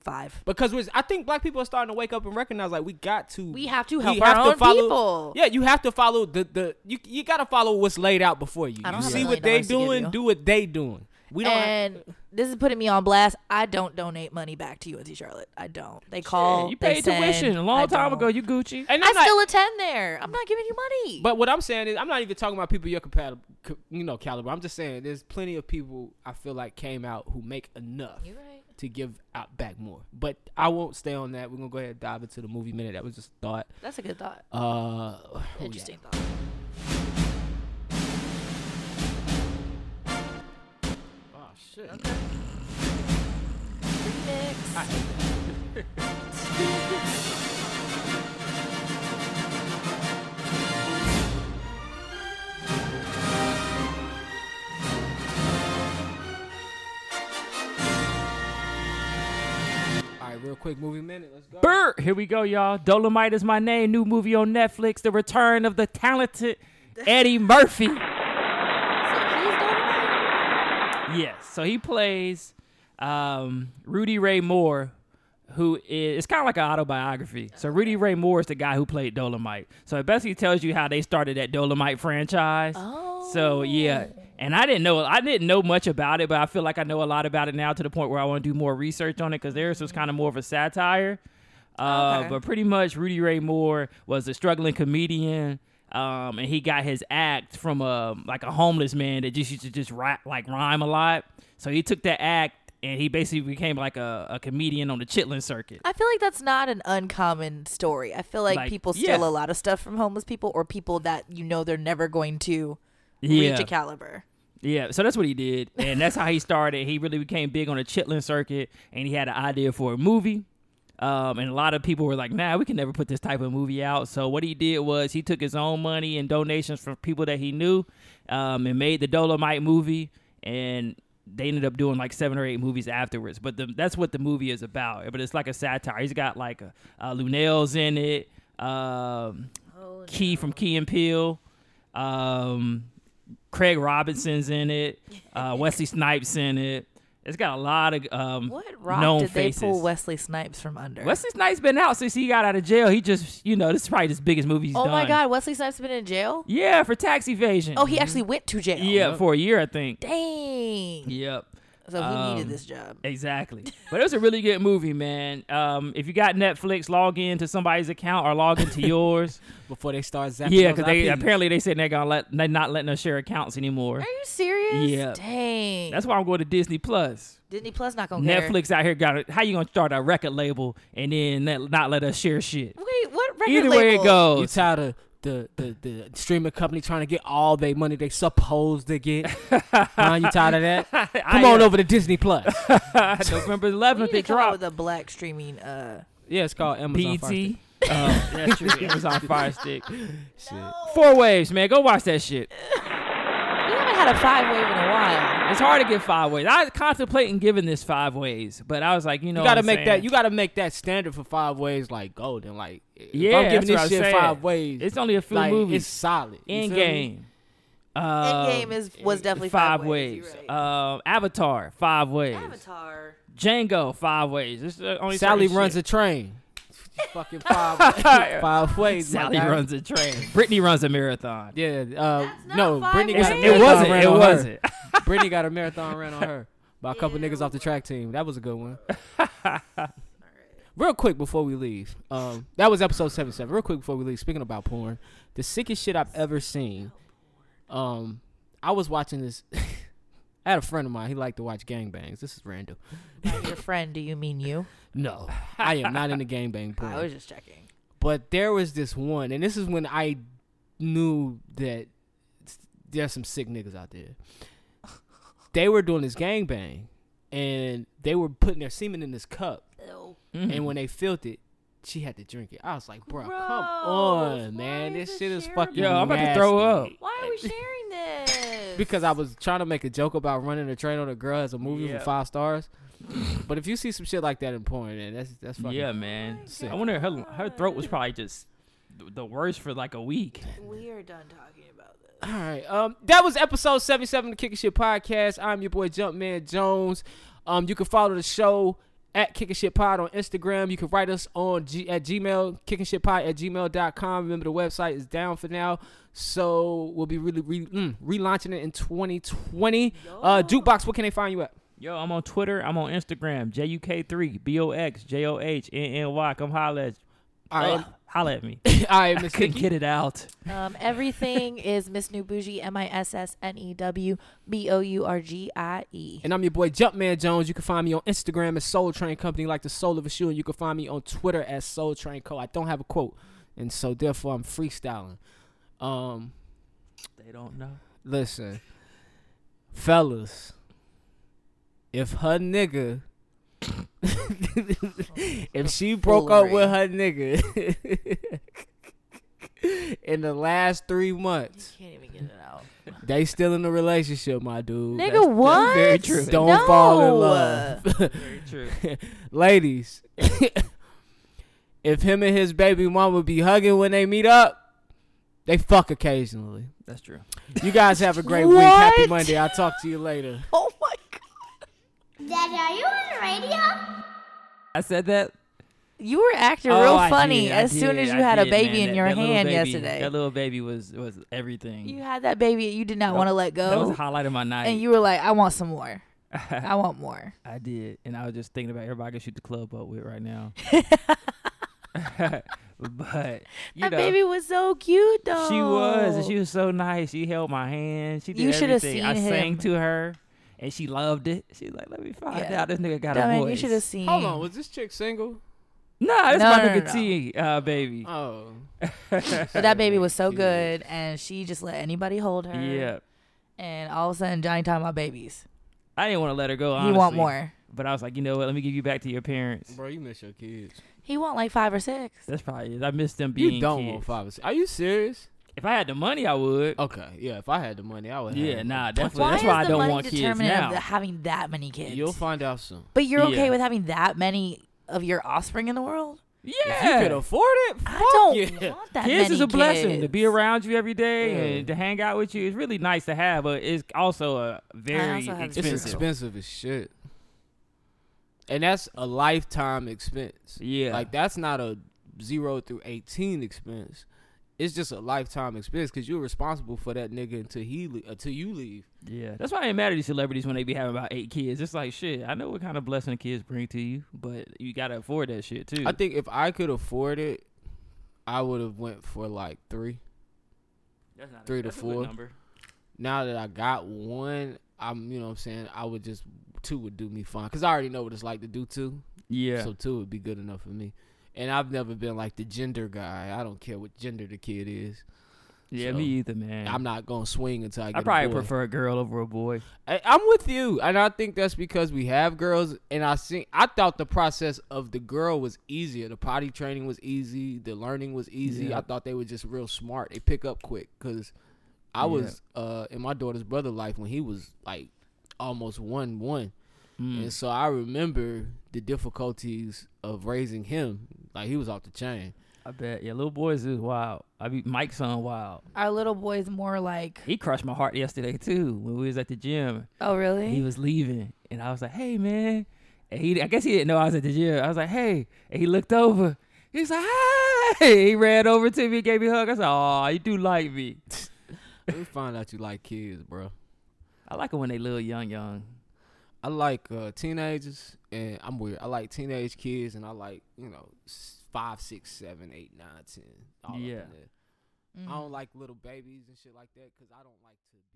E: five.
C: because we're- I think black people are starting to wake up and recognize like we got to
E: We have to
C: we
E: help
C: have
E: our
C: to
E: own
C: follow-
E: people.
C: Yeah, you have to follow the the you you got to follow what's laid out before you.
E: I don't have
C: You
E: a
C: see
E: million
C: what they
E: dollars to give
C: doing,
E: you.
C: do what they doing. We don't. have-
E: and this is putting me on blast. I don't donate money back to UNC Charlotte. I don't. They call.
D: you
E: they
D: paid
E: send,
D: tuition a long
E: I
D: time
E: don't.
D: ago. You Gucci.
C: and
E: I
C: I'm not-
E: still attend there. I'm not giving you money.
C: But what I'm saying is, I'm not even talking about people your compatible, c- you know, caliber. I'm just saying there's plenty of people I feel like came out who make enough
E: You right.
C: to give out back more. But I won't stay on that. We're gonna go ahead and dive into the movie minute. That was just a thought.
E: that's a good thought.
C: Uh, oh, yeah.
E: Interesting thought.
C: Oh shit.
E: Remix.
C: All right, real quick movie minute. Let's go.
D: Bert, here we go, y'all. Dolomite is my name. New movie on Netflix. The return of the talented Eddie Murphy.
E: So he's donate.
D: Yes. So he plays um, Rudy Ray Moore, who is it's kind of like an autobiography. So Rudy Ray Moore is the guy who played Dolomite. So it basically tells you how they started that Dolomite franchise. So yeah. And I didn't know I didn't know much about it, but I feel like I know a lot about it now to the point where I want to do more research on it because theirs was kind of more of a satire. Uh,
E: Okay.
D: But pretty much, Rudy Ray Moore was a struggling comedian, um, and he got his act from a like a homeless man that just used to just rap, like rhyme a lot. So he took that act and he basically became like a, a comedian on the Chitlin circuit.
E: I feel like that's not an uncommon story. I feel like,
D: Like,
E: people steal
D: yeah.
E: a lot of stuff from homeless people or people that you know they're never going to
D: Yeah,
E: reach a caliber.
D: yeah. So that's what he did, and that's how he started. He really became big on the Chitlin circuit, and he had an idea for a movie. Um, and a lot of people were like, nah, we can never put this type of movie out. So what he did was he took his own money and donations from people that he knew um, and made the Dolomite movie. And they ended up doing like seven or eight movies afterwards. But the, that's what the movie is about. But it's like a satire. He's got like a, uh Lunel's in it, um,
E: Oh,
D: Key from Key and Peele, um, Craig Robinson's in it,
E: <laughs>
D: uh, Wesley Snipes in it. It's got a lot of um,
E: What rock
D: known
E: did
D: faces.
E: they pull Wesley Snipes from under?
D: Wesley Snipes been out since he got out of jail. He just, you know, this is probably his biggest movie he's
E: oh
D: done.
E: my God, Wesley Snipes has been in jail?
D: Yeah, for tax evasion.
E: Oh, he actually went to jail.
D: Yeah, for a year, I think.
E: Dang.
D: Yep.
E: So he
D: Um,
E: needed this job.
D: Exactly. But it was a really good movie, man. Um, if you got Netflix, log in to somebody's account or
E: <laughs>
D: log into yours.
C: Before they start zapping.
D: yeah,
C: those
D: because they
C: IPs.
D: apparently they said they're gonna let they're not letting us share accounts anymore.
E: Are you serious?
D: Yeah.
E: Dang.
D: That's why I'm going to Disney Plus.
E: Disney Plus not gonna care.
D: Netflix out here got it. How you gonna start a record label and then let- not let us share shit?
E: Wait, what record
D: Either way it
E: label?
C: You <laughs>
D: goes. <laughs>
C: tired of the, the, the streaming company trying to get all their money they supposed to get? huh, you tired of
D: <laughs>
C: that? Come on
D: am.
C: over to Disney
D: <laughs>
C: Plus.
D: November
E: We
D: 11th
E: need to
D: it
E: come up
D: dropped.
E: with a black streaming. Uh,
C: yeah, it's called Amazon. Fire
D: BET.
C: Stick.
D: <laughs> Oh, that's true. Amazon Fire <laughs> Stick. Four waves, man. Go watch that shit.
E: we haven't had a five wave in a while.
D: It's hard to get five waves. I was contemplating giving this five waves, but I was like, you know,
C: You
D: got
C: gotta
D: to
C: make that. You gotta make that standard for five ways like golden. Like, if
D: Yeah,
C: I'm giving
D: that's
C: this
D: what
C: shit
D: I'm saying.
C: five ways.
D: It's only a few
C: like,
D: movies.
C: It's solid. You feel
D: in
C: me?
D: game. Uh,
E: Endgame is was definitely
D: five,
E: waves.
D: waves. Uh,
E: you're right.
D: Um, Avatar, five ways.
E: Avatar.
D: Django, five ways. This is the only
C: Sally
D: certain
C: runs
D: shit.
C: a
D: <laughs>
C: train. Fucking five, five ways. my
D: Sally
C: guy.
D: runs a train. Brittany runs a marathon.
C: Yeah. Uh,
E: not
C: no,
E: five
C: Brittany got a
E: ways.
D: It
C: marathon
D: wasn't.
C: ran
D: It
C: on her.
D: wasn't.
E: <laughs>
C: Brittany got a marathon ran on her by a couple niggas off the track team. That was a good one. Real quick before we leave, um, that was episode seven seven. Real quick before we leave, speaking about porn, the sickest shit I've ever seen. Um, I was watching this. <laughs> I had a friend of mine. He liked to watch gangbangs. This is Randall.
E: Your friend, do you mean you?
C: No, I am not into gangbang
E: <laughs>
C: porn.
E: I was just checking.
C: But there was this one, and this is when I knew that there's some sick niggas out there. They were doing this gangbang, and they were putting their semen in this cup. And when they filled it, she had to drink it. I was like, bro, come
E: Gross. Why
C: on, man.
E: is
C: This
E: it
C: shit is
E: shareable?
C: fucking.
D: Yo, I'm about to throw up.
C: nasty."
E: Why are we sharing this?
C: Because I was trying to make a joke about running a train on a girl as a movie
D: Yeah.
C: with five stars. but if you see some shit like that in porn, man, that's that's fucking.
D: Yeah, man.
C: Sick.
D: I wonder her her throat was probably just th- the worst for like a week.
E: we are done talking about this.
C: All right. Um, that was episode 77 of the Kicking Shit Podcast. I'm your boy Jumpman Jones. Um, you can follow the show at Kicking Shit Pod on Instagram. You can write us on G- at Gmail, kicking shit pod at gmail.com. Remember, the website is down for now. So we'll be really re- mm, relaunching it in 2020. Uh, Jukebox, what can they find you at?
D: Yo, I'm on Twitter. I'm on Instagram. JUK3 BOX JOHNNY. Come holla at,
C: All right.
D: holla at me.
C: All right, Miss
D: Couldn't <laughs>
C: Nikki.
D: get it out.
E: Um, <laughs> everything is Miss New Bougie, M I S S N E W B O U R G I E.
C: And I'm your boy Jumpman Jones. You can find me on Instagram at Soul Train Company, like the soul of a shoe. And you can find me on Twitter at Soul Train Co. I don't have a quote, and so therefore I'm freestyling. Um,
D: They don't know.
C: listen, fellas, if her nigga, <laughs> if she broke up with her nigga <laughs> in the last three months,
E: Can't even get it out.
C: they still in a relationship, my dude.
E: Nigga,
C: That's-
E: what?
D: very true.
C: Don't
E: No.
C: fall in love. <laughs>
D: Very true.
C: ladies, <laughs> if him and his baby mama be hugging when they meet up, they fuck occasionally.
D: That's true.
C: You guys have a great week. Happy
E: What?
C: Monday. I'll talk to you later.
E: <laughs> Oh my god.
G: Daddy, are you on the radio?
D: I said that.
E: You were acting
D: Oh, I
E: real funny
D: did, I
E: as soon
D: did,
E: as you
D: I
E: had a
D: did,
E: baby
D: man.
E: in
D: That-
E: your
D: that little
E: hand
D: baby-
E: yesterday.
D: That little baby was was everything.
E: you had that baby you did not want to let
D: That was the
E: go.
D: highlight of my night.
E: And you were like, I want some
D: <laughs>
E: more. I want more.
D: I did, and I was just thinking about everybody I could shoot the club up with
E: <laughs>
D: right now. <laughs> but you
E: That
D: know,
E: baby was so cute though.
D: she was, and she was so nice. She held my hand. She did
E: You shoulda
D: everything. I
E: seen
D: sang
E: him.
D: to her, and she loved it. She was like, "Let me find
E: Yeah.
D: out this nigga got a
E: Dumb,
D: voice."
E: you should have seen.
C: Hold on, was this chick single?
D: Nah, that's
E: No,
D: my
E: no, no,
D: nigga
E: no.
D: T, uh, baby.
C: Oh.
E: But that baby was so good, and she just let anybody hold her.
D: yeah,
E: And all of a sudden, Johnny talking about babies.
D: I didn't want to let her go.
E: He
D: Honestly.
E: want more.
D: But I was like, you know what? Let me give you back to your parents.
C: Bro, you miss your kids.
E: He want like five or six.
D: That's probably it. I miss them being
C: you don't
D: kids.
C: want five or six. Are you serious?
D: If I had the money, I would.
C: Okay, yeah, if I had the money, I would have
D: yeah,
C: it.
D: nah, definitely.
E: Oh, why
D: that's
E: is
D: why I
E: the
D: don't
E: money
D: want kids
E: determinant
D: now.
E: of the- having that many kids?
C: You'll find out soon.
E: but you're okay
D: Yeah.
E: with having that many of your offspring in the world?
C: If you
D: Yeah,
C: could afford it, fuck
E: I don't
C: yeah.
E: want that
D: kids
E: many
D: is a blessing to
E: kids.
D: be around you every day
C: Yeah.
D: and to hang out with you. It's really nice to have, but it's also a very
E: also have
D: expensive.
C: It's expensive as shit. And that's a lifetime expense.
D: Yeah.
C: Like that's not a zero through eighteen expense. It's just a lifetime expense because you're responsible for that nigga until he le- until you leave.
D: Yeah, that's why I ain't mad at these celebrities when they be having about eight kids. It's like shit. I know what kind of blessing the kids bring to you, but you gotta afford that shit too.
C: I think if I could afford it, I would have went for like three.
D: that's not
C: three to
D: that's a good
C: four.
D: number.
C: Now that I got one, I'm you know what I'm saying I would just two would do me fine because I already know what it's like to do two.
D: Yeah,
C: So two would be good enough for me. And I've never been like the gender guy. I don't care what gender the kid is.
D: yeah,
C: so-
D: me either, man.
C: I'm not gonna swing until I get.
D: I
C: a
D: probably
C: boy.
D: prefer a girl over a boy.
C: I, I'm with you, and I think that's because we have girls. And I see, I thought the process of the girl was easier. The potty training was easy. The learning was easy.
D: Yeah.
C: I thought they were just real smart. They pick up quick because I
D: Yeah.
C: was uh, in my daughter's brother life when he was like almost one one,
D: Mm.
C: and so I remember the difficulties of raising him. Like he was off the chain.
D: I bet. Yeah, little boys is wild. I be Mike's son wild.
E: Our little boy's more like,
D: He crushed my heart yesterday too when we was at the gym.
E: oh really?
D: he was leaving, and I was like, "Hey, man!" And he, I guess he didn't know I was at the gym. I was like, "Hey!" And he looked over. He's like, "Hey!" <laughs> He ran over to me, gave me a hug. I said, "Oh, you do like me."
C: Let me find out you like kids, bro.
D: I like it when they little young, young.
C: I like uh, teenagers and I'm weird. I like teenage kids, and I like you know s- five, six, seven, eight, nine, ten. All yeah.
D: Yeah.
E: Mm-hmm. Mm.
C: Up in there. I don't like little babies and shit like that because I don't like to